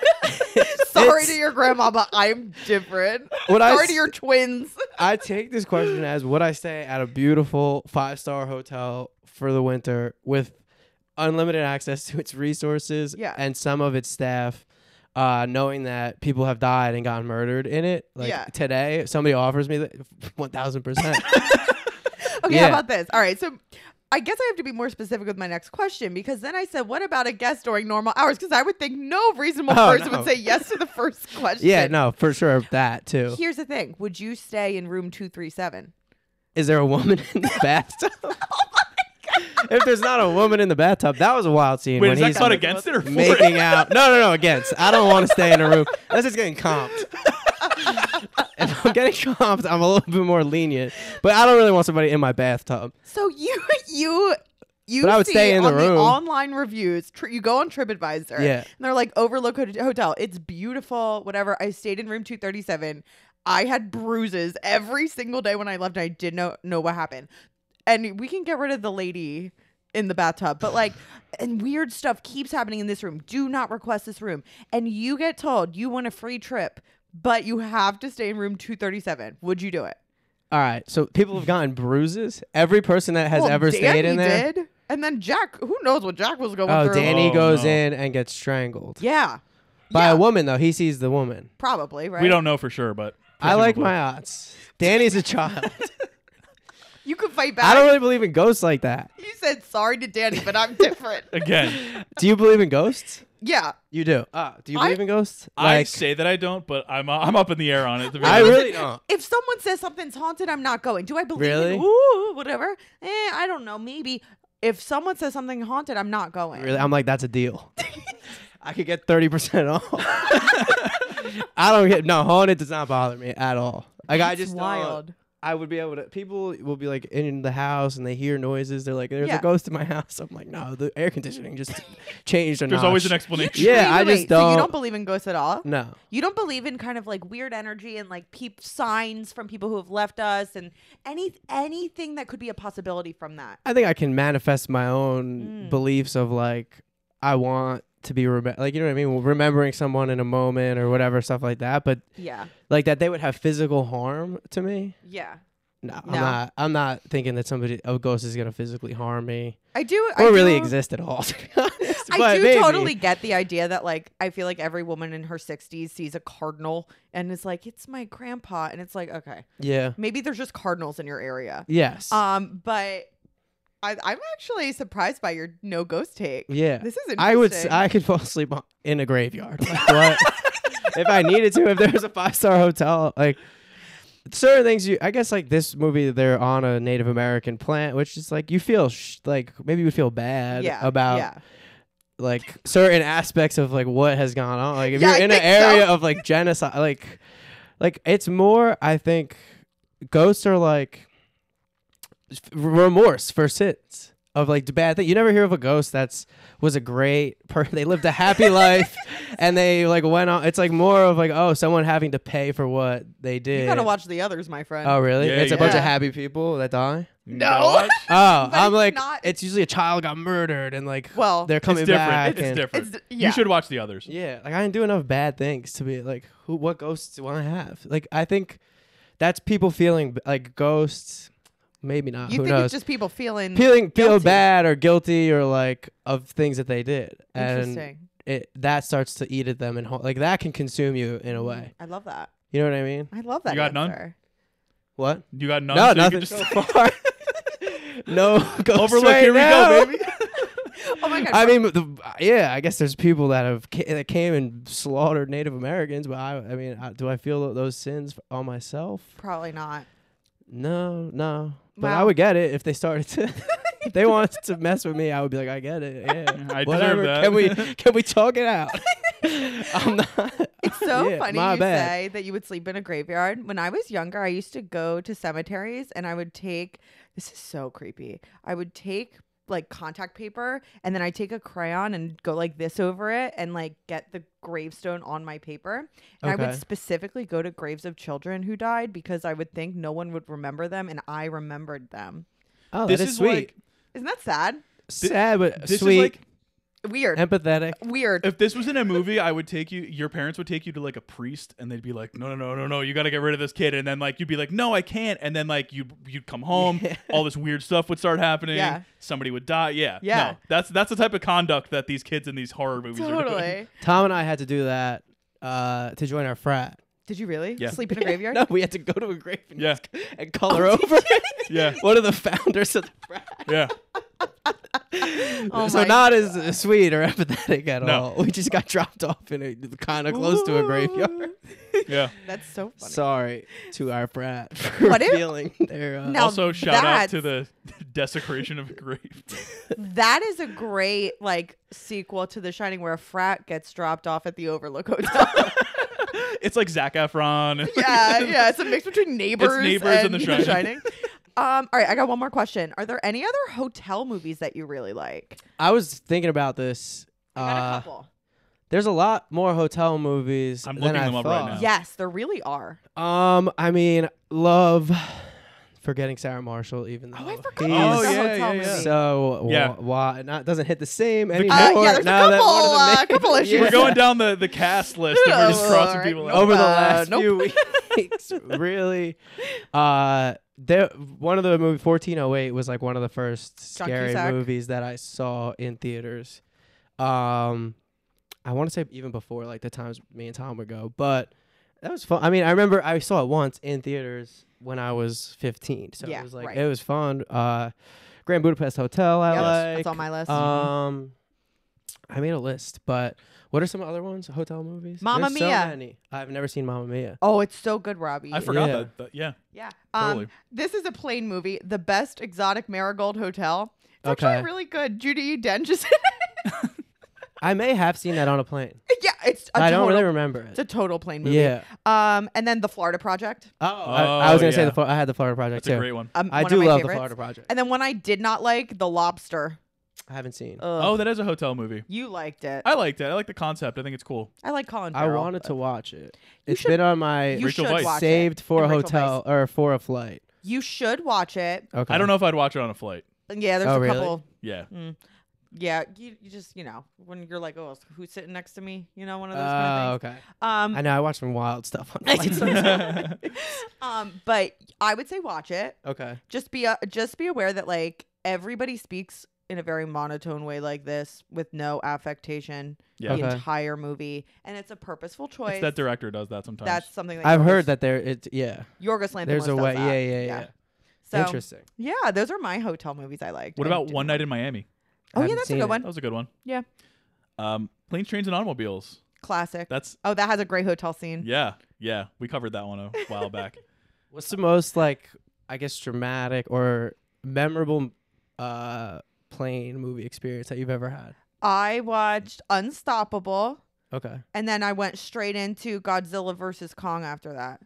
Speaker 2: Sorry
Speaker 4: It's-
Speaker 2: to your grandma, but I'm different.
Speaker 4: Would I
Speaker 2: Sorry
Speaker 4: s-
Speaker 2: to your twins.
Speaker 4: I take this question as would I stay at a beautiful five star hotel for the winter with unlimited access to its resources
Speaker 2: Yeah.
Speaker 4: and some of its staff, uh, knowing that people have died and gotten murdered in it? Like
Speaker 2: Yeah.
Speaker 4: today, if somebody offers me that one thousand percent.
Speaker 2: Okay,
Speaker 4: Yeah.
Speaker 2: how about this? All right, so I guess I have to be more specific with my next question because then I said, "What about a guest during normal hours?" Because I would think no reasonable
Speaker 4: Oh,
Speaker 2: person
Speaker 4: no.
Speaker 2: would say yes to the first question.
Speaker 4: Yeah, no, for sure that too.
Speaker 2: Here's the thing: Would you stay in room two three seven?
Speaker 4: Is there a woman in
Speaker 2: Oh
Speaker 4: the bathtub? If there's not a woman in the bathtub, that was a wild scene.
Speaker 3: Wait,
Speaker 4: when
Speaker 3: is that
Speaker 4: he's
Speaker 3: caught against it or for it?
Speaker 4: making out. No, no, no, against. I don't want to stay in a room. That's just getting comped. if I'm getting comped, I'm a little bit more lenient. But I don't really want somebody in my bathtub.
Speaker 2: So you you you
Speaker 4: But I would
Speaker 2: see
Speaker 4: stay in the
Speaker 2: on
Speaker 4: room.
Speaker 2: online reviews. Tr- you go on TripAdvisor,
Speaker 4: Yeah.
Speaker 2: and they're like Overlook Hot- Hotel. It's beautiful. Whatever. I stayed in room two thirty seven. I had bruises every single day when I left. And I did not know what happened. And we can get rid of the lady in the bathtub, but like, and weird stuff keeps happening in this room. Do not request this room. And you get told you want a free trip, but you have to stay in room two thirty seven. Would you do it?
Speaker 4: All right. So people have gotten bruises. Every person that has
Speaker 2: Well,
Speaker 4: ever stayed
Speaker 2: Danny
Speaker 4: in there.
Speaker 2: Did. And then Jack, who knows what Jack was going
Speaker 4: Oh,
Speaker 2: through?
Speaker 4: Danny
Speaker 3: Oh,
Speaker 4: goes
Speaker 3: no.
Speaker 4: in and gets strangled
Speaker 2: Yeah,
Speaker 4: by
Speaker 2: Yeah.
Speaker 4: a woman though. He sees the woman.
Speaker 2: probably right.
Speaker 3: We don't know for sure, but
Speaker 4: I like
Speaker 3: presumably.
Speaker 4: my odds. Danny's a child.
Speaker 2: You could fight back.
Speaker 4: I don't really believe in ghosts like that.
Speaker 2: You said sorry to Danny, but I'm different.
Speaker 3: again.
Speaker 4: Do you believe in ghosts?
Speaker 2: yeah,
Speaker 4: You do. Uh, do you
Speaker 2: I-
Speaker 4: believe in ghosts?
Speaker 3: I say that I don't, but I'm uh, I'm up in the air on it. to be
Speaker 4: I
Speaker 3: honest.
Speaker 4: really don't.
Speaker 2: if someone says something's haunted, I'm not going. Do I believe?
Speaker 4: Really?
Speaker 2: In, ooh, whatever. Eh, I don't know. Maybe if someone says something haunted, I'm not going.
Speaker 4: Really, I'm like, that's a deal. I could get thirty percent off. I don't get no haunted does not bother me at all. Like I
Speaker 2: That's
Speaker 4: just don't-
Speaker 2: wild.
Speaker 4: I would be able to. People will be like in the house and they hear noises. They're like, "There's
Speaker 2: Yeah.
Speaker 4: a ghost in my house." I'm like, "No, the air conditioning just changed." Or
Speaker 3: There's always an explanation.
Speaker 4: Yeah, I just
Speaker 2: So you
Speaker 4: don't-
Speaker 2: don't believe in ghosts at all.
Speaker 4: no.
Speaker 2: You don't believe in kind of like weird energy and like peep signs from people who have left us and any anything that could be a possibility from that.
Speaker 4: I think I can manifest my own
Speaker 2: Mm.
Speaker 4: beliefs of like I want to be remem- like you know what I mean, remembering someone in a moment or whatever stuff like that. But
Speaker 2: Yeah.
Speaker 4: like that they would have physical harm to me.
Speaker 2: Yeah.
Speaker 4: No, I'm
Speaker 2: No.
Speaker 4: not. I'm not thinking that somebody a ghost is gonna physically harm me
Speaker 2: I do I
Speaker 4: or really
Speaker 2: do,
Speaker 4: exist at all. To be honest,
Speaker 2: I
Speaker 4: but
Speaker 2: do
Speaker 4: maybe.
Speaker 2: totally get the idea that like I feel like every woman in her 60s sees a cardinal and is like it's my grandpa and it's like okay,
Speaker 4: Yeah.
Speaker 2: maybe there's just cardinals in your area.
Speaker 4: Yes.
Speaker 2: Um but I I'm actually surprised by your no ghost take.
Speaker 4: yeah.
Speaker 2: This is interesting.
Speaker 4: I would. s- I could fall asleep on- in a graveyard. Like, what? if I needed to, if there was a five star hotel, like certain things. You, I guess, like this movie, they're on a Native American plant, which is like you feel sh- like maybe you would feel bad
Speaker 2: yeah,
Speaker 4: about
Speaker 2: yeah.
Speaker 4: like certain aspects of like what has gone on. Like if
Speaker 2: Yeah,
Speaker 4: you're
Speaker 2: I
Speaker 4: in an
Speaker 2: think so.
Speaker 4: area of like genocide, like like it's more. I think ghosts are like f- remorse for sins of like the bad thing. You never hear of a ghost that's was a great person. They lived a happy life and they like went on. It's like more of like oh, someone having to pay for what they did.
Speaker 2: You gotta watch the others, my friend.
Speaker 4: Oh really?
Speaker 3: Yeah,
Speaker 4: it's a
Speaker 3: you
Speaker 4: bunch
Speaker 2: gotta-
Speaker 4: of happy people that die.
Speaker 3: No.
Speaker 4: Oh, I'm
Speaker 2: it's
Speaker 4: like,
Speaker 2: not-
Speaker 4: it's usually a child got murdered and like
Speaker 2: Well,
Speaker 4: they're coming
Speaker 3: it's different.
Speaker 4: back.
Speaker 3: it's
Speaker 4: and-
Speaker 3: different.
Speaker 2: It's- yeah.
Speaker 3: You should watch the others.
Speaker 4: Yeah, like I didn't do enough bad things to be like, who? What ghosts do I have? Like I think that's people feeling b- like ghosts. Maybe not.
Speaker 2: you
Speaker 4: who
Speaker 2: think
Speaker 4: knows?
Speaker 2: it's just people feeling
Speaker 4: feeling feel
Speaker 2: guilty.
Speaker 4: bad or guilty or like of things that they did, and
Speaker 2: interesting.
Speaker 4: it that starts to eat at them and ho- like that can consume you in a way.
Speaker 2: Mm, I love that.
Speaker 4: You know what I mean?
Speaker 2: I love that.
Speaker 3: You got none?
Speaker 2: answer.
Speaker 4: What?
Speaker 3: You got none.
Speaker 4: No,
Speaker 3: so you
Speaker 4: nothing
Speaker 3: can just
Speaker 4: so far. no ghosts
Speaker 3: overlook.
Speaker 4: right
Speaker 3: Here we
Speaker 4: now.
Speaker 3: go, baby.
Speaker 2: Oh my god.
Speaker 4: I mean, the, yeah, I guess there's people that have ca- that came and slaughtered Native Americans, but I, I mean, I, do I feel those sins on myself?
Speaker 2: probably not.
Speaker 4: No, no. But I
Speaker 2: Wow.
Speaker 4: would get it if they started to. if they wanted to mess with me, I would be like, I get it. Yeah,
Speaker 3: I deserve
Speaker 4: whatever.
Speaker 3: that.
Speaker 4: Can we can we talk it out? I'm not.
Speaker 2: It's so
Speaker 4: Yeah,
Speaker 2: funny
Speaker 4: my
Speaker 2: you
Speaker 4: bad.
Speaker 2: say that you would sleep in a graveyard. When I was younger, I used to go to cemeteries and I would take this is so creepy. I would take like contact paper and then I take a crayon and go like this over it and like get the gravestone on my paper. And I
Speaker 4: Okay.
Speaker 2: would specifically go to graves of children who died because I would think no one would remember them and I remembered them.
Speaker 4: Oh,
Speaker 3: this
Speaker 4: that
Speaker 3: is,
Speaker 4: is, sweet.
Speaker 3: like
Speaker 2: Isn't that sad?
Speaker 4: Sad, but
Speaker 3: this
Speaker 4: sweet,
Speaker 3: is like
Speaker 2: Weird.
Speaker 4: empathetic.
Speaker 2: Weird.
Speaker 3: if this was in a movie, I would take you. Your parents would take you to like a priest, and they'd be like, "No, no, no, no, no, you got to get rid of this kid." And then like you'd be like, "No, I can't." And then like you you'd come home, all this weird stuff would start happening.
Speaker 2: Yeah.
Speaker 3: Somebody would die. Yeah,
Speaker 2: Yeah.
Speaker 3: No, that's that's the type of conduct that these kids in these horror movies are doing.
Speaker 2: Totally.
Speaker 4: Tom and I had to do that uh, to join our frat.
Speaker 2: Did you really
Speaker 3: Yeah.
Speaker 2: sleep in a graveyard?
Speaker 4: No, we had to go to a grave and,
Speaker 3: Yeah.
Speaker 4: and call her over.
Speaker 3: Yeah,
Speaker 4: One of the founders of the frat.
Speaker 3: yeah.
Speaker 2: Oh
Speaker 4: so
Speaker 2: my
Speaker 4: not as sweet or empathetic at
Speaker 3: No.
Speaker 4: all. We just got dropped off in a kind of close to a graveyard.
Speaker 3: Yeah.
Speaker 2: That's so funny.
Speaker 4: Sorry to our frat for
Speaker 2: What if-
Speaker 4: feeling their. Uh,
Speaker 2: Now
Speaker 3: also, shout out to the
Speaker 2: that's-
Speaker 3: desecration of a grave.
Speaker 2: That is a great like sequel to The Shining, where a frat gets dropped off at the Overlook
Speaker 3: Oh,
Speaker 2: Hotel.
Speaker 3: it's like Zac Efron. and-
Speaker 2: yeah, yeah, it's a mix between neighbors,
Speaker 3: Neighbors and The Shining.
Speaker 2: Um, all right, I got one more question. Are there any other hotel movies that you really like?
Speaker 4: I was thinking about this.
Speaker 2: I got a
Speaker 4: Uh,
Speaker 2: couple.
Speaker 4: there's a lot more hotel movies.
Speaker 3: I'm
Speaker 4: than
Speaker 3: looking
Speaker 4: I
Speaker 3: them up right
Speaker 4: thought.
Speaker 3: now.
Speaker 2: Yes, there really are.
Speaker 4: Um, I mean, love forgetting Sarah Marshall, even though
Speaker 2: Oh, I forgot.
Speaker 4: he's
Speaker 3: Oh,
Speaker 2: about the
Speaker 3: yeah,
Speaker 2: hotel
Speaker 3: yeah, yeah.
Speaker 2: movie.
Speaker 4: so
Speaker 3: Yeah.
Speaker 4: yeah. why not doesn't hit the same anymore.
Speaker 2: Uh, yeah, there's a
Speaker 4: now that one of
Speaker 2: couple,
Speaker 4: the
Speaker 2: uh,
Speaker 4: main-
Speaker 2: couple issues.
Speaker 3: We're going down the, the cast list and we're just
Speaker 2: Oh,
Speaker 3: crossing
Speaker 2: alright.
Speaker 3: people out.
Speaker 4: over the
Speaker 2: Uh,
Speaker 4: last
Speaker 2: nope.
Speaker 4: few weeks. really, uh, there one of the movie 1408 was like one of the first
Speaker 2: John
Speaker 4: scary
Speaker 2: Cusack.
Speaker 4: movies that I saw in theaters. Um, I want to say even before like the times me and Tom would go, but that was fun. I mean, I remember I saw it once in theaters when I was 15, so
Speaker 2: Yeah,
Speaker 4: it was like
Speaker 2: right.
Speaker 4: it was fun. Uh, Grand Budapest Hotel, I
Speaker 2: Yep,
Speaker 4: like.
Speaker 2: that's on my list.
Speaker 4: Um, I made a list, but what are some other ones? Hotel movies.
Speaker 2: Mamma
Speaker 4: There's
Speaker 2: Mia.
Speaker 4: So many. I've never seen Mamma Mia.
Speaker 2: oh, it's so good, Robbie.
Speaker 3: I forgot
Speaker 4: Yeah.
Speaker 3: that, that. Yeah.
Speaker 2: Yeah. Um,
Speaker 3: Totally.
Speaker 2: This is a plain movie. The best exotic marigold hotel. It's
Speaker 4: Okay.
Speaker 2: actually really good. Judy Dench is in
Speaker 4: I may have seen that on a plane.
Speaker 2: it. yeah, it's a
Speaker 4: I
Speaker 2: total.
Speaker 4: don't really remember
Speaker 2: it's
Speaker 4: it.
Speaker 2: a total plain movie.
Speaker 4: Yeah.
Speaker 2: Um, and then the Florida Project.
Speaker 4: Oh, I, I
Speaker 3: Oh,
Speaker 4: was gonna say
Speaker 3: yeah.
Speaker 4: the Flo- I had the Florida Project
Speaker 3: That's
Speaker 4: too.
Speaker 3: a great one.
Speaker 2: Um,
Speaker 4: I
Speaker 2: one
Speaker 4: do
Speaker 2: of my
Speaker 4: love the
Speaker 2: favorites.
Speaker 4: Florida Project.
Speaker 2: And then one I did not like, The Lobster.
Speaker 4: I haven't seen.
Speaker 2: Ugh.
Speaker 3: Oh, that is a hotel movie.
Speaker 2: you liked it. I,
Speaker 3: I liked it. I like the concept. I think it's cool.
Speaker 2: like Colin.
Speaker 4: I
Speaker 2: Farrell,
Speaker 4: wanted
Speaker 2: but-
Speaker 4: to watch it.
Speaker 2: You
Speaker 4: It's
Speaker 2: should-
Speaker 4: been on my
Speaker 2: You
Speaker 3: Rachel
Speaker 2: should
Speaker 3: Weiss.
Speaker 2: watch
Speaker 4: saved
Speaker 2: it.
Speaker 4: for a
Speaker 2: And Rachel
Speaker 4: hotel or for a flight.
Speaker 2: Weisz. You should watch it.
Speaker 4: Okay.
Speaker 3: I don't know if I'd watch it on a flight.
Speaker 2: Yeah, there's
Speaker 4: Oh,
Speaker 2: a
Speaker 4: really?
Speaker 2: couple.
Speaker 3: Yeah.
Speaker 2: Yeah, you, you just you know when you're like, oh, who's sitting next to me? You know, one of
Speaker 4: Oh,
Speaker 2: those kind of things.
Speaker 4: okay.
Speaker 2: Um,
Speaker 4: I know. I watched some wild stuff on flights.
Speaker 2: um, but I would say watch it.
Speaker 4: okay.
Speaker 2: just be uh, just be aware that like everybody speaks in a very monotone way like this with no affectation
Speaker 3: Yeah.
Speaker 4: Okay.
Speaker 2: the entire movie and it's a purposeful choice
Speaker 3: It's that director does that sometimes.
Speaker 2: that's something that
Speaker 4: I've
Speaker 2: Yorgos-
Speaker 4: heard that there. It yeah.
Speaker 2: Yorgos Lanthimos
Speaker 4: There's a
Speaker 2: does
Speaker 4: way.
Speaker 2: that.
Speaker 4: Yeah, yeah, yeah.
Speaker 2: so
Speaker 4: Interesting.
Speaker 2: yeah those are my hotel movies I liked
Speaker 3: what
Speaker 2: and
Speaker 3: about
Speaker 2: didn't
Speaker 3: One
Speaker 2: like.
Speaker 3: Night in Miami?
Speaker 2: oh yeah
Speaker 4: Haven't
Speaker 2: that's a
Speaker 4: seen
Speaker 2: good
Speaker 4: it.
Speaker 2: one
Speaker 3: That was a good one.
Speaker 2: Yeah.
Speaker 3: Um, Planes, Trains, and Automobiles.
Speaker 2: classic
Speaker 3: That's
Speaker 2: oh that has a great hotel scene
Speaker 3: yeah, yeah. We covered that one a while back.
Speaker 4: What's the most like I guess dramatic or memorable uh plane movie experience that you've ever had?
Speaker 2: I watched Unstoppable,
Speaker 4: Okay.
Speaker 2: and then I went straight into Godzilla versus Kong after that.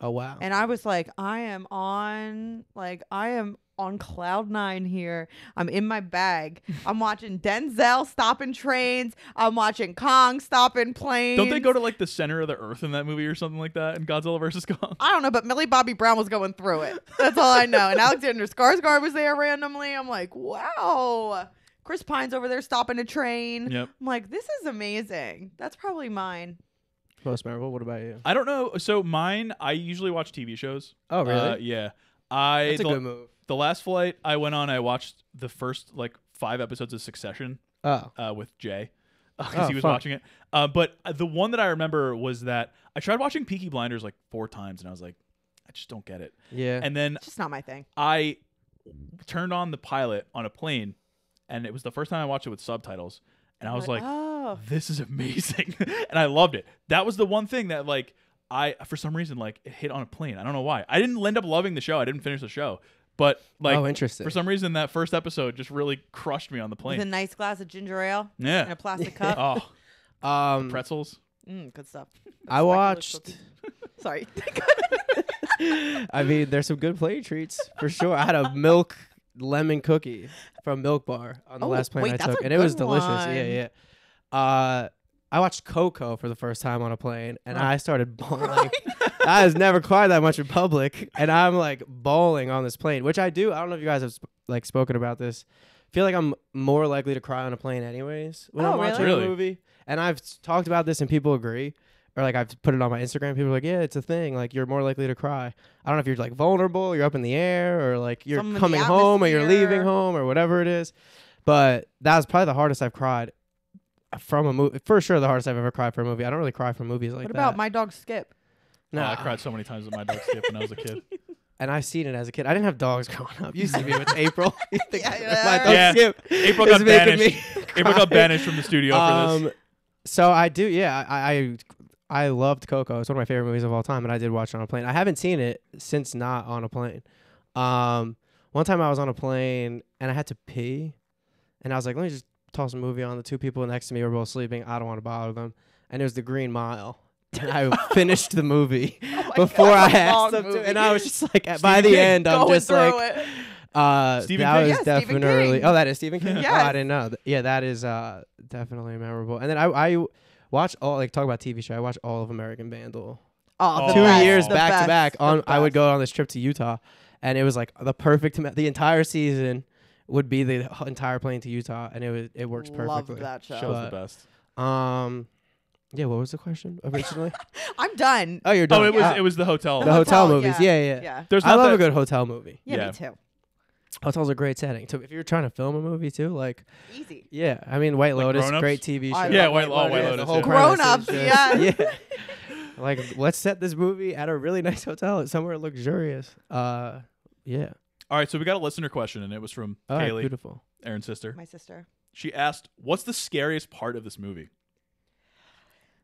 Speaker 4: Oh wow.
Speaker 2: And I was like, I am on, like, I am on cloud nine here. I'm in my bag. I'm watching Denzel stopping trains. I'm watching Kong stopping planes.
Speaker 3: Don't they go to like the center of the earth in that movie or something like that in Godzilla versus Kong?
Speaker 2: I don't know, but Millie Bobby Brown was going through it. That's all I know. And Alexander Skarsgård was there randomly. I'm like, wow. Chris Pine's over there stopping a train.
Speaker 3: Yep.
Speaker 2: I'm like, this is amazing. That's probably mine.
Speaker 4: Most memorable. What about you?
Speaker 3: I don't know. So mine, I usually watch TV shows.
Speaker 4: Oh really?
Speaker 3: Uh, yeah. I
Speaker 4: That's a
Speaker 3: the,
Speaker 4: good move.
Speaker 3: the last flight I went on, I watched the first like five episodes of Succession
Speaker 4: Oh.
Speaker 3: uh, with Jay because
Speaker 4: Oh,
Speaker 3: he was
Speaker 4: fun.
Speaker 3: watching it. Uh, but uh, the one that I remember was that I tried watching Peaky Blinders like four times, and I was like, I just don't get it.
Speaker 4: Yeah.
Speaker 3: And then
Speaker 2: It's just not my thing.
Speaker 3: I turned on the pilot on a plane, and it was the first time I watched it with subtitles, and I was like,
Speaker 2: oh.
Speaker 3: this is amazing and i loved it that was the one thing that like i for some reason like it hit on a plane i don't know why i didn't end up loving the show i didn't finish the show but like
Speaker 4: oh, interesting.
Speaker 3: for some reason that first episode just really crushed me on the
Speaker 2: With
Speaker 3: plane
Speaker 2: a nice glass of ginger ale in
Speaker 3: yeah
Speaker 2: a plastic cup.
Speaker 3: oh
Speaker 4: um,
Speaker 3: pretzels
Speaker 2: Mm, good stuff.
Speaker 4: I watched.
Speaker 2: cookie. Sorry.
Speaker 4: I mean, there's some good plane treats for sure. I had a milk lemon cookie from Milk Bar on the
Speaker 2: Oh,
Speaker 4: last plane
Speaker 2: wait,
Speaker 4: I
Speaker 2: that's
Speaker 4: took,
Speaker 2: a
Speaker 4: and it was
Speaker 2: good
Speaker 4: delicious.
Speaker 2: one.
Speaker 4: Yeah, yeah. Uh, I watched Coco for the first time on a plane, and I started bawling. I has never cried that much in public, and I'm like bawling on this plane, which I do. I don't know if you guys have sp- like spoken about this. feel like I'm more likely to cry on a plane, anyways, when
Speaker 2: Oh,
Speaker 4: I'm watching
Speaker 3: really?
Speaker 4: a movie. And I've s- talked about this, and people agree, or like I've put it on my Instagram. People are like, "Yeah, it's a thing. Like you're more likely to cry." I don't know if you're like vulnerable, you're up in the air, or like you're
Speaker 2: Something in the
Speaker 4: coming home, or you're leaving
Speaker 2: atmosphere.
Speaker 4: home, or whatever it is. But that was probably the hardest I've cried from a movie. For sure, the hardest I've ever cried for a movie. I don't really cry for movies like
Speaker 2: what
Speaker 4: that.
Speaker 2: about my dog Skip?
Speaker 3: no
Speaker 4: Nah.
Speaker 3: Oh, i cried so many times with my dog skip when i was a kid
Speaker 4: and I've seen it as a kid. I didn't have dogs growing up. You see me with April. You think
Speaker 2: Yeah,
Speaker 4: my
Speaker 2: yeah.
Speaker 4: dog
Speaker 3: Yeah.
Speaker 4: Skip
Speaker 3: april
Speaker 4: is
Speaker 3: got
Speaker 4: making
Speaker 3: banished
Speaker 4: me
Speaker 3: april got
Speaker 4: cry.
Speaker 3: banished from the studio
Speaker 4: Um,
Speaker 3: for this
Speaker 4: So I do, yeah. I, I I loved Coco. It's one of my favorite movies of all time, and I did watch it on a plane. I haven't seen it since not on a plane. Um, one time I was on a plane and I had to pee, and I was like, let me just toss a movie on. The two people next to me were both sleeping. I don't want to bother them, and it was The Green Mile. And I finished the movie before
Speaker 2: Oh God,
Speaker 4: I
Speaker 2: that's a long
Speaker 4: asked them
Speaker 2: movie.
Speaker 4: to, and I was just like, at, by the
Speaker 3: King.
Speaker 4: end, I'm
Speaker 2: Going
Speaker 4: just
Speaker 2: through
Speaker 4: like,
Speaker 2: it.
Speaker 4: uh,
Speaker 3: Stephen
Speaker 4: that
Speaker 3: King?
Speaker 4: was
Speaker 2: Yeah, Stephen
Speaker 4: definitely.
Speaker 2: King.
Speaker 4: Oh, that is Stephen King. Oh,
Speaker 2: Yes.
Speaker 4: I didn't know. Th- Yeah, that is uh definitely memorable. And then I I watch all like talk about TV show. I watch all of American Vandal.
Speaker 2: Oh, the
Speaker 4: Two
Speaker 2: best,
Speaker 4: years
Speaker 2: the
Speaker 4: back
Speaker 2: best,
Speaker 4: to back.
Speaker 2: the
Speaker 4: On I would
Speaker 2: best.
Speaker 4: go on this trip to Utah, and it was like the perfect. ama- The entire season would be the h- entire plane to Utah, and it was it works
Speaker 2: Love
Speaker 4: perfectly.
Speaker 2: that show.
Speaker 3: show's
Speaker 4: But-
Speaker 3: the best
Speaker 4: Um, yeah. What was the question originally?
Speaker 2: I'm done.
Speaker 4: oh, you're done.
Speaker 3: oh it was
Speaker 4: Ah,
Speaker 3: it was the hotel
Speaker 4: the hotel,
Speaker 2: hotel,
Speaker 4: movies.
Speaker 2: yeah.
Speaker 4: Yeah, yeah. yeah.
Speaker 2: yeah.
Speaker 3: there's
Speaker 4: I
Speaker 3: not
Speaker 4: love
Speaker 3: that
Speaker 4: a good hotel movie.
Speaker 2: yeah.
Speaker 3: Yeah.
Speaker 2: me too.
Speaker 4: Hotel's a great setting. So if you're trying to film a movie too, like
Speaker 2: Easy.
Speaker 4: Yeah, I mean White
Speaker 3: Like
Speaker 4: Lotus,
Speaker 3: Grown Ups?
Speaker 4: great TV show.
Speaker 2: I
Speaker 3: yeah
Speaker 2: love
Speaker 3: white,
Speaker 2: White
Speaker 3: oh,
Speaker 2: Lotus.
Speaker 3: white lotus
Speaker 4: the whole
Speaker 3: yeah.
Speaker 2: Grown
Speaker 4: premise is
Speaker 2: Ups,
Speaker 4: just-
Speaker 2: yeah.
Speaker 4: yeah. Like let's set this movie at a really nice hotel, at somewhere luxurious. Uh, yeah.
Speaker 3: all right so we got a listener question and it was from
Speaker 4: All right,
Speaker 3: kaylee
Speaker 4: beautiful.
Speaker 3: aaron's sister
Speaker 2: My sister.
Speaker 3: she asked what's the scariest part of this movie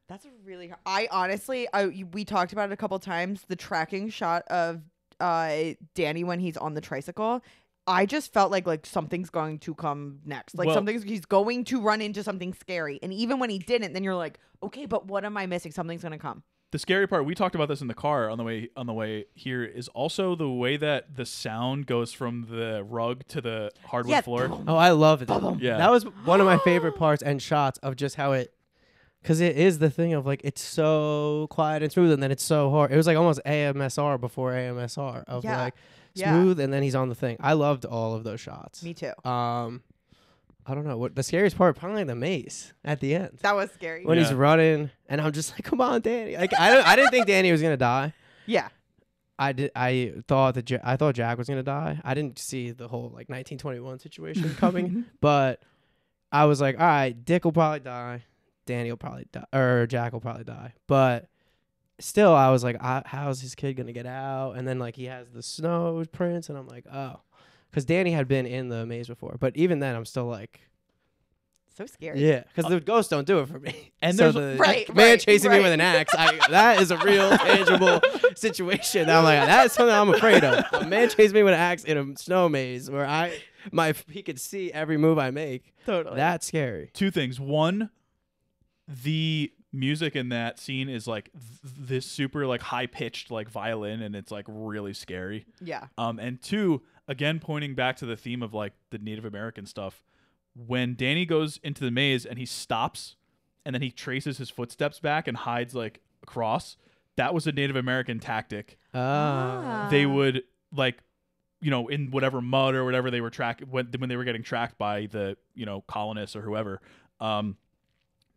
Speaker 2: That's a really. Hard. I honestly, I you- we talked about it a couple times. The tracking shot of uh Danny when he's on the tricycle. I just felt like like something's going to come next. Like
Speaker 3: Well-
Speaker 2: something's he's going to run into something scary. And even when he didn't, then you're like, okay, but what am I missing? Something's gonna come.
Speaker 3: the scary part we talked about this in the car on the way on the way here is also the way that the sound goes from the rug to the hardwood
Speaker 2: Yeah.
Speaker 3: floor
Speaker 4: Oh, I love it.
Speaker 3: Yeah.
Speaker 4: That was one of my favorite parts and shots of just how it, because it is the thing of like it's so quiet and smooth, and then it's so hard. It was like almost AMSR before AMSR of
Speaker 2: Yeah.
Speaker 4: like
Speaker 2: Yeah.
Speaker 4: smooth, and then he's on the thing. I loved all of those shots.
Speaker 2: Me too.
Speaker 4: Um, I don't know what the scariest part. Probably the maze at the end.
Speaker 2: That was scary.
Speaker 4: when he's
Speaker 3: Yeah.
Speaker 4: running, and I'm just like, "Come on, Danny!" Like I don't, I didn't think Danny was gonna die.
Speaker 2: yeah.
Speaker 4: I did. I thought that ja- I thought Jack was gonna die. I didn't see the whole like 1921 situation coming, but I was like, "All right, Dick will probably die, Danny will probably die, or Jack will probably die." But still, I was like, I, "How's his kid gonna get out?" And then like he has the snow prints, and I'm like, "Oh," because Danny had been in the maze before. But even then, I'm still like,
Speaker 2: so scary.
Speaker 4: Yeah, because the ghosts don't do it for me.
Speaker 3: And
Speaker 4: so
Speaker 3: there's-
Speaker 4: the
Speaker 2: Right,
Speaker 4: man
Speaker 2: right,
Speaker 4: chasing me
Speaker 2: right.
Speaker 4: with an axe, I, that is a real tangible situation. That I'm like, that's something I'm afraid of. A man chasing me with an axe in a snow maze where I, my, he could see every move I make.
Speaker 2: Totally.
Speaker 4: That's scary.
Speaker 3: two things. One, the music in that scene is like th- this super like high pitched like violin, and it's like really scary.
Speaker 2: yeah.
Speaker 3: Um, and two, again pointing back to the theme of like the Native American stuff, when Danny goes into the maze and he stops, and then he traces his footsteps back and hides like across. That was a Native American tactic
Speaker 4: Ah.
Speaker 3: they
Speaker 2: Uh,
Speaker 3: would like you know in whatever mud or whatever they were track when, when they were getting tracked by the you know colonists or whoever um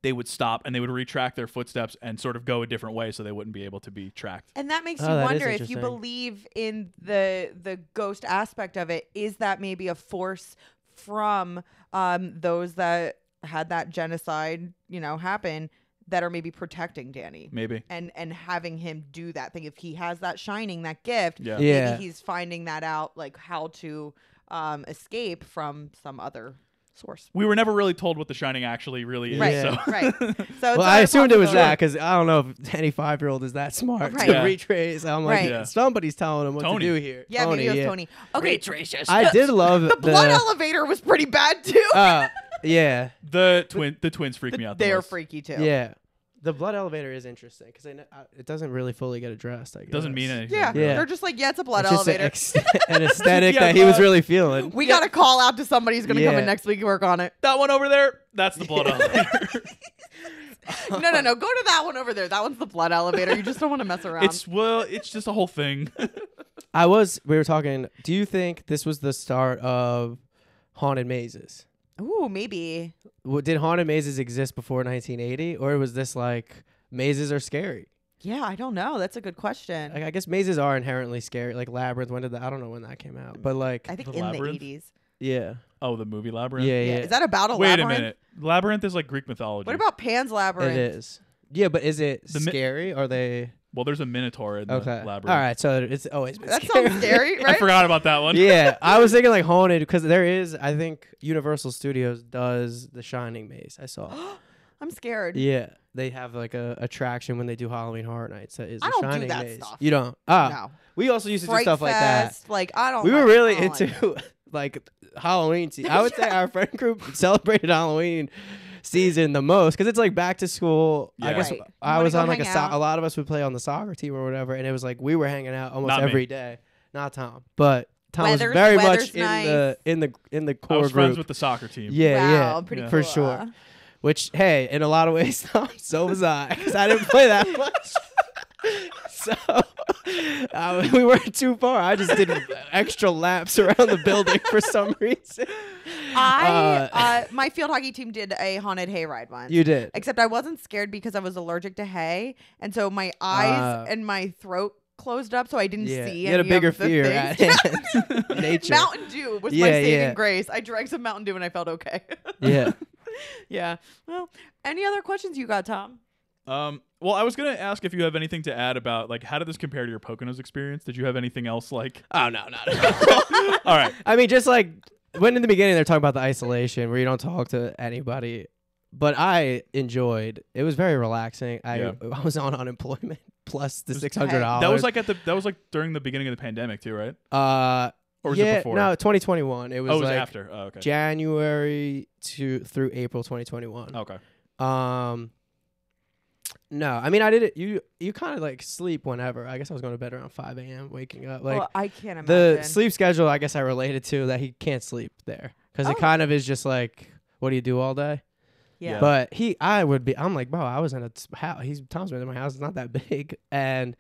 Speaker 3: they would stop and they would retrack their footsteps and sort of go a different way so they wouldn't be able to be tracked
Speaker 2: And that makes
Speaker 4: Oh,
Speaker 2: you
Speaker 4: that is
Speaker 2: wonder if you
Speaker 4: interesting.
Speaker 2: believe in the the ghost aspect of it. Is that maybe a force from um, those that had that genocide, you know, happen that are maybe protecting Danny
Speaker 3: maybe
Speaker 2: and and having him do that thing? If he has that shining, that gift,
Speaker 3: yeah,
Speaker 4: Yeah.
Speaker 2: maybe he's finding that out, like how to um, escape from some other source.
Speaker 3: we were never really told what the shining actually really is
Speaker 2: Right,
Speaker 4: Yeah.
Speaker 3: so
Speaker 2: right. So it's
Speaker 4: Well,
Speaker 2: not
Speaker 4: I
Speaker 2: a
Speaker 4: assumed it was that
Speaker 2: possibility.
Speaker 4: because I don't know if any five year old is that smart
Speaker 2: Right.
Speaker 4: to
Speaker 3: Yeah.
Speaker 4: retrace. I'm like,
Speaker 2: Right.
Speaker 3: Yeah.
Speaker 4: somebody's telling him what
Speaker 3: Tony.
Speaker 4: to do here.
Speaker 2: Yeah, maybe it was Tony. Okay,
Speaker 4: I did love
Speaker 2: the blood elevator was pretty bad too.
Speaker 4: uh, yeah.
Speaker 3: the twin the twins freak me out the
Speaker 2: They're
Speaker 3: most.
Speaker 2: freaky too.
Speaker 4: Yeah, the blood elevator is interesting because it doesn't really fully get addressed. I guess
Speaker 3: doesn't mean anything
Speaker 2: Yeah,
Speaker 4: Yeah.
Speaker 2: they're just like, yeah, it's a blood
Speaker 4: It's just
Speaker 2: elevator.
Speaker 4: an, ex- an aesthetic
Speaker 3: Yeah,
Speaker 4: that he was
Speaker 3: blood.
Speaker 4: really feeling.
Speaker 2: we got to call out to somebody who's going to come
Speaker 4: Yeah.
Speaker 2: in next week and work on it.
Speaker 3: that one over there that's the blood elevator
Speaker 2: No, no, no. Go to that one over there. That one's the blood elevator. You just don't want to mess around.
Speaker 3: it's well it's just a whole thing
Speaker 4: I was. We were talking. Do you think this was the start of haunted mazes?
Speaker 2: Ooh, maybe.
Speaker 4: W- Did haunted mazes exist before 1980, or was this like mazes are scary?
Speaker 2: Yeah, I don't know. That's a good question.
Speaker 4: Like, I guess mazes are inherently scary. Like labyrinth. When did that? I don't know when that came out, but like,
Speaker 2: I think
Speaker 3: The
Speaker 2: in
Speaker 3: labyrinth?
Speaker 2: the 80s.
Speaker 4: yeah,
Speaker 3: oh the movie
Speaker 4: yeah,
Speaker 3: labyrinth
Speaker 4: yeah.
Speaker 2: Is that about a
Speaker 3: wait
Speaker 2: Oh, labyrinth?
Speaker 3: a minute labyrinth is like greek mythology
Speaker 2: What about Pan's Labyrinth?
Speaker 4: it is. Yeah, but is it
Speaker 3: The mi-
Speaker 4: scary? are they
Speaker 3: well there's a minotaur in
Speaker 4: okay?
Speaker 3: the
Speaker 4: All
Speaker 3: labyrinth
Speaker 4: right, so it's always been
Speaker 2: That
Speaker 4: scary.
Speaker 2: sounds scary, right?
Speaker 3: i forgot about that one
Speaker 4: yeah, I was thinking like haunted because there is. I think Universal Studios does the Shining maze. I saw.
Speaker 2: I'm scared.
Speaker 4: yeah, they have like a attraction when they do Halloween Horror Nights. That is
Speaker 2: I
Speaker 4: the
Speaker 2: don't do
Speaker 4: Shining
Speaker 2: that
Speaker 4: maze.
Speaker 2: stuff.
Speaker 4: You don't. Ah,
Speaker 2: No.
Speaker 4: we also used to do
Speaker 2: Fright
Speaker 4: stuff like that.
Speaker 2: Fest, Like, I don't
Speaker 4: We were
Speaker 2: like-
Speaker 4: really
Speaker 2: I don't like-
Speaker 4: into like Halloween. Se- I would say our friend group celebrated Halloween season the most because it's like back to school. I
Speaker 3: Yeah.
Speaker 4: guess
Speaker 2: Right. You
Speaker 4: I
Speaker 2: wanna
Speaker 4: was
Speaker 2: go
Speaker 4: on like a
Speaker 2: hang
Speaker 4: so-
Speaker 2: out.
Speaker 4: a lot of us would play on the soccer team or whatever, and it was like we were hanging out almost
Speaker 3: Not me.
Speaker 4: every day. Not Tom, but Tom
Speaker 2: Weather's-
Speaker 4: was very
Speaker 2: weather's
Speaker 4: much in the in the in
Speaker 3: I
Speaker 4: the core
Speaker 3: was
Speaker 4: group.
Speaker 3: friends with the soccer team.
Speaker 4: yeah,
Speaker 2: wow,
Speaker 4: yeah,
Speaker 2: pretty
Speaker 3: Yeah.
Speaker 4: for
Speaker 2: cool.
Speaker 4: sure. Which hey, in a lot of ways, Tom, so was I because I didn't play that much. So uh, we weren't too far. I just did extra laps around the building for some reason.
Speaker 2: I uh, my field hockey team did a haunted hayride once.
Speaker 4: You did.
Speaker 2: Except I wasn't scared because I was allergic to hay, and so my eyes
Speaker 4: Ah.
Speaker 2: and my throat closed up, so I didn't
Speaker 4: Yeah,
Speaker 2: see.
Speaker 4: you had a
Speaker 2: any
Speaker 4: bigger
Speaker 2: of the
Speaker 4: fear at
Speaker 2: things.
Speaker 4: hand. Nature.
Speaker 2: Mountain Dew was my
Speaker 4: Yeah,
Speaker 2: saving
Speaker 4: yeah.
Speaker 2: grace. I drank some Mountain Dew and I felt okay.
Speaker 4: yeah.
Speaker 2: yeah. Well, any other questions you got, Tom?
Speaker 3: Um, well, I was gonna ask if you have anything to add about like how did this compare to your Poconos experience? Did you have anything else like?
Speaker 4: Oh no, no, no.
Speaker 3: All right,
Speaker 4: I mean, just like when in the beginning they're talking about the isolation where you don't talk to anybody. But I enjoyed. It was very relaxing. I,
Speaker 3: Yeah.
Speaker 4: I was on unemployment plus the
Speaker 3: Was-
Speaker 4: six hundred dollars.
Speaker 3: that was like at the that was like during the beginning of the pandemic too, right?
Speaker 4: uh,
Speaker 3: Or was
Speaker 4: yeah,
Speaker 3: it before?
Speaker 4: no, twenty twenty one. It was
Speaker 3: oh, it was
Speaker 4: like
Speaker 3: after. Oh, okay.
Speaker 4: January to through April twenty twenty one.
Speaker 3: okay.
Speaker 4: Um, no, I mean I did it. You you kind of like sleep whenever. I guess I was going to bed around five a.m. Waking up like
Speaker 2: well, I can't
Speaker 4: the
Speaker 2: imagine.
Speaker 4: sleep schedule. I guess I related to that he can't sleep there because
Speaker 2: Oh.
Speaker 4: it kind of is just like what do you do all day?
Speaker 2: Yeah.
Speaker 4: But he, I would be. I'm like, bro, I was in a house. He's Tom's been in my house. It's not that big, and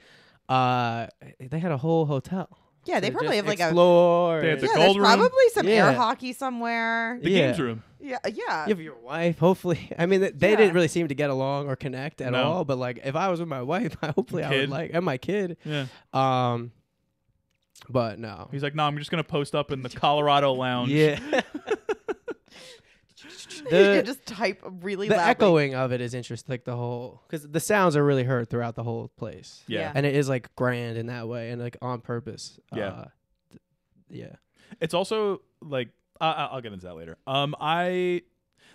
Speaker 4: uh, they had a whole hotel.
Speaker 2: yeah, they
Speaker 4: to
Speaker 2: probably have
Speaker 4: just
Speaker 2: like a.
Speaker 4: explore.
Speaker 3: They had
Speaker 4: and-
Speaker 3: the
Speaker 2: Yeah,
Speaker 3: gold
Speaker 2: there's
Speaker 3: room.
Speaker 2: probably some air
Speaker 4: Yeah.
Speaker 2: hockey somewhere.
Speaker 3: The
Speaker 4: Yeah.
Speaker 3: games room.
Speaker 2: Yeah, yeah.
Speaker 4: You have your wife, hopefully. I mean, th- they
Speaker 2: Yeah.
Speaker 4: didn't really seem to get along or connect at
Speaker 3: No.
Speaker 4: all. But like, if I was with my wife, I hopefully I
Speaker 3: Kid.
Speaker 4: would like, and my kid.
Speaker 3: Yeah.
Speaker 4: Um, but no.
Speaker 3: He's like, no, I'm just gonna post up in the Colorado Lounge.
Speaker 4: Yeah.
Speaker 2: you
Speaker 4: the
Speaker 2: could just type really
Speaker 4: the
Speaker 2: loudly.
Speaker 4: echoing of it is interesting. Like the whole, because the sounds are really heard throughout the whole place,
Speaker 3: Yeah.
Speaker 2: Yeah.
Speaker 4: and it is like grand in that way, and like on purpose.
Speaker 3: Yeah.
Speaker 4: Uh, th- yeah.
Speaker 3: It's also like I I- I'll get into that later. Um, I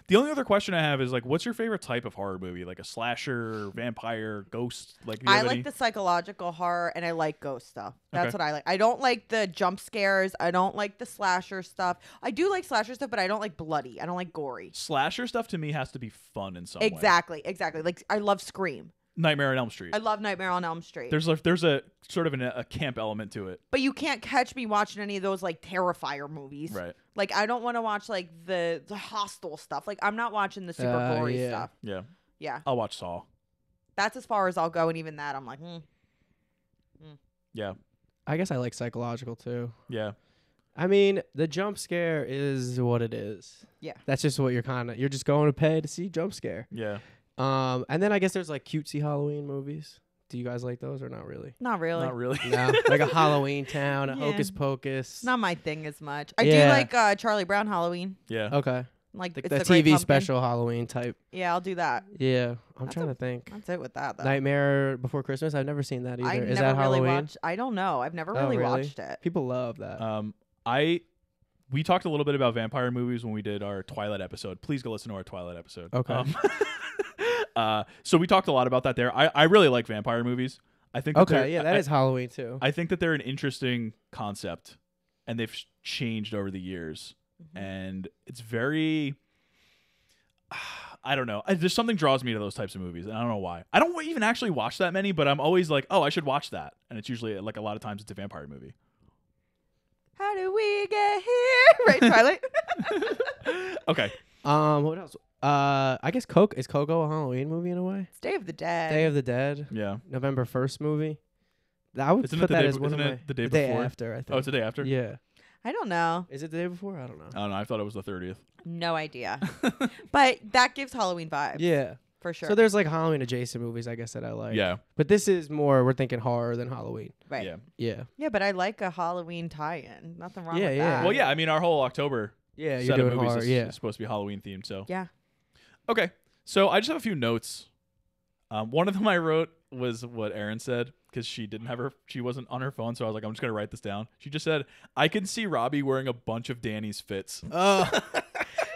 Speaker 3: The only other question I have is like, what's your favorite type of horror movie? Like a slasher, vampire, ghost? Like, do you
Speaker 2: I
Speaker 3: have
Speaker 2: like
Speaker 3: any?
Speaker 2: the psychological horror and I like ghost stuff. That's
Speaker 3: Okay.
Speaker 2: what I like. I don't like the jump scares. I don't like the slasher stuff. I do like slasher stuff, but I don't like bloody. I don't like gory.
Speaker 3: slasher stuff to me has to be fun in some way.
Speaker 2: Exactly, exactly. Like I love Scream.
Speaker 3: Nightmare on Elm Street.
Speaker 2: I love Nightmare on Elm Street.
Speaker 3: there's like there's a sort of an, a camp element to it,
Speaker 2: but you can't catch me watching any of those like terrifier movies.
Speaker 3: right?
Speaker 2: Like I don't want to watch like the the hostile stuff. Like I'm not watching the super
Speaker 4: Uh,
Speaker 2: gory
Speaker 4: yeah.
Speaker 2: stuff.
Speaker 3: Yeah,
Speaker 2: Yeah,
Speaker 3: I'll watch Saw.
Speaker 2: that's as far as I'll go, and even that I'm like, mm.
Speaker 3: Yeah,
Speaker 4: I guess I like psychological too.
Speaker 3: yeah.
Speaker 4: I mean, the jump scare is what it is.
Speaker 2: Yeah.
Speaker 4: That's just what you're kind of you're just going to pay to see jump scare.
Speaker 3: Yeah.
Speaker 4: Um, and then I guess there's like cutesy Halloween movies. Do you guys like those or not really?
Speaker 2: not really.
Speaker 3: Not really.
Speaker 4: No, like a Halloween Town, a
Speaker 2: Yeah.
Speaker 4: Hocus Pocus.
Speaker 2: It's not my thing as much. I do
Speaker 4: Yeah.
Speaker 2: like uh, Charlie Brown Halloween.
Speaker 3: yeah.
Speaker 4: okay,
Speaker 2: Like
Speaker 4: like
Speaker 2: it's
Speaker 4: the,
Speaker 2: the Great
Speaker 4: TV
Speaker 2: Pumpkin.
Speaker 4: special Halloween type.
Speaker 2: Yeah, I'll do that.
Speaker 4: Yeah, I'm
Speaker 2: That's
Speaker 4: trying
Speaker 2: a-
Speaker 4: to think.
Speaker 2: That's it with that. Though.
Speaker 4: Nightmare Before Christmas. I've never seen that either.
Speaker 2: I
Speaker 4: is
Speaker 2: never
Speaker 4: that
Speaker 2: really
Speaker 4: Halloween?
Speaker 2: watched. I don't know. I've never
Speaker 4: Oh,
Speaker 2: really,
Speaker 4: really?
Speaker 2: watched it.
Speaker 4: People love that.
Speaker 3: Um, I we talked a little bit about vampire movies when we did our Twilight episode. Please go listen to our Twilight episode.
Speaker 4: Okay.
Speaker 3: Um, uh, so we talked a lot about that there. I, I really like vampire movies. I think that they're-
Speaker 4: okay, yeah, that
Speaker 3: I,
Speaker 4: is Halloween too.
Speaker 3: I think that they're an interesting concept, and they've sh- changed over the years,
Speaker 2: Mhm.
Speaker 3: Mm-hmm.
Speaker 4: eh.
Speaker 3: and it's very. I don't know. I, there's something draws me to those types of movies, and I don't know why. I don't even actually watch that many, but I'm always like, "Oh, I should watch that," and it's usually like a lot of times it's a vampire movie.
Speaker 2: How do we get here? Right, Twilight.
Speaker 3: Okay,
Speaker 4: um, what else? Uh, I guess Coke is Coco a Halloween movie in a way?
Speaker 2: it's Day of the Dead.
Speaker 4: Day of the Dead,
Speaker 3: yeah.
Speaker 4: November first movie. I would
Speaker 3: Isn't it
Speaker 4: put
Speaker 3: the
Speaker 4: that
Speaker 3: day
Speaker 4: as
Speaker 3: be-
Speaker 4: one
Speaker 3: isn't
Speaker 4: of
Speaker 3: it
Speaker 4: my-
Speaker 3: the day before?
Speaker 4: after. I think.
Speaker 3: Oh, it's the day after.
Speaker 4: Yeah.
Speaker 2: I don't know.
Speaker 4: Is it the day before? I don't know.
Speaker 3: I don't know. I thought it was the thirtieth.
Speaker 2: No idea. but that gives Halloween vibes.
Speaker 4: yeah.
Speaker 2: For sure.
Speaker 4: So there's like Halloween adjacent movies, I guess that I like.
Speaker 3: yeah,
Speaker 4: But this is more we're thinking horror than Halloween.
Speaker 2: right.
Speaker 3: yeah.
Speaker 2: Yeah.
Speaker 4: Yeah.
Speaker 2: but I like a Halloween tie in. Nothing wrong
Speaker 4: Yeah,
Speaker 2: with
Speaker 4: yeah.
Speaker 2: that.
Speaker 3: Well, yeah. I mean, our whole October
Speaker 4: Yeah,
Speaker 3: set
Speaker 4: you're
Speaker 3: of
Speaker 4: doing
Speaker 3: movies
Speaker 4: horror.
Speaker 3: is
Speaker 4: Yeah.
Speaker 3: supposed to be Halloween themed. So
Speaker 2: Yeah.
Speaker 3: okay. So I just have a few notes. Um, one of them I wrote was what Erin said because she didn't have her. She wasn't on her phone, so I was like, I'm just gonna write this down. She just said, I can see Robbie wearing a bunch of Danny's fits.
Speaker 4: Oh.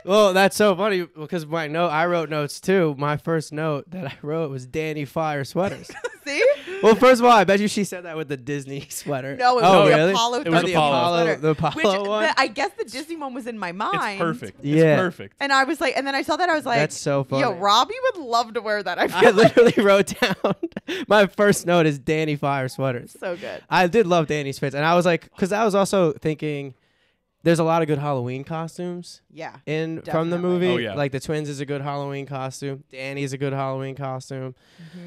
Speaker 4: well, that's so funny because my note I wrote notes too. My first note that I wrote was Danny Fire sweaters.
Speaker 2: See?
Speaker 4: well, first of all, I bet you she said that with the Disney sweater.
Speaker 2: No, it was
Speaker 4: oh,
Speaker 2: the
Speaker 4: really?
Speaker 2: Apollo
Speaker 3: It was
Speaker 2: 13
Speaker 3: Apollo.
Speaker 2: sweater.
Speaker 4: The Apollo
Speaker 2: Which, the-
Speaker 4: one?
Speaker 2: I guess the Disney one was in my mind.
Speaker 3: It's perfect.
Speaker 4: Yeah.
Speaker 3: It's perfect.
Speaker 2: And I was like, and then I saw that. I was like,
Speaker 4: That's so funny.
Speaker 2: Yo, Robbie would love to wear that. I
Speaker 4: I
Speaker 2: feel
Speaker 4: literally wrote down my first note is Danny Fire sweaters.
Speaker 2: so good.
Speaker 4: I did love Danny's fits, and I was like, because I was also thinking, there's a lot of good Halloween costumes
Speaker 2: Yeah.
Speaker 4: in from the
Speaker 2: Definitely.
Speaker 4: movie.
Speaker 3: Oh, yeah.
Speaker 4: Like the twins is a good Halloween costume. Danny's a good Halloween costume.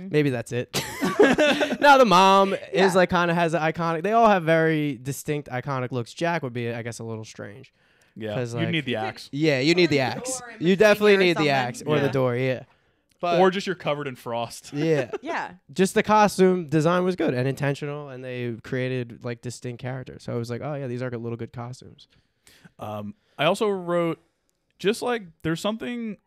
Speaker 4: Maybe that's it. now the mom
Speaker 2: Yeah.
Speaker 4: is like kind of has an iconic. They all have very distinct iconic looks. Jack would be, I guess, a little strange.
Speaker 3: Yeah.
Speaker 4: 'Cause,
Speaker 3: you
Speaker 4: like-
Speaker 3: need the axe,
Speaker 4: Yeah, you need
Speaker 2: the
Speaker 4: the axe.
Speaker 2: door in
Speaker 4: You
Speaker 2: between
Speaker 4: definitely
Speaker 2: or
Speaker 4: need
Speaker 2: something.
Speaker 4: the axe or the
Speaker 2: Yeah.
Speaker 4: door. Yeah, but
Speaker 3: or just you're covered in frost.
Speaker 4: yeah.
Speaker 2: Yeah.
Speaker 4: just the costume design was good and intentional, and they created like distinct characters. So I was like, oh yeah, these are good, little good costumes.
Speaker 3: Um, I also wrote just like there's something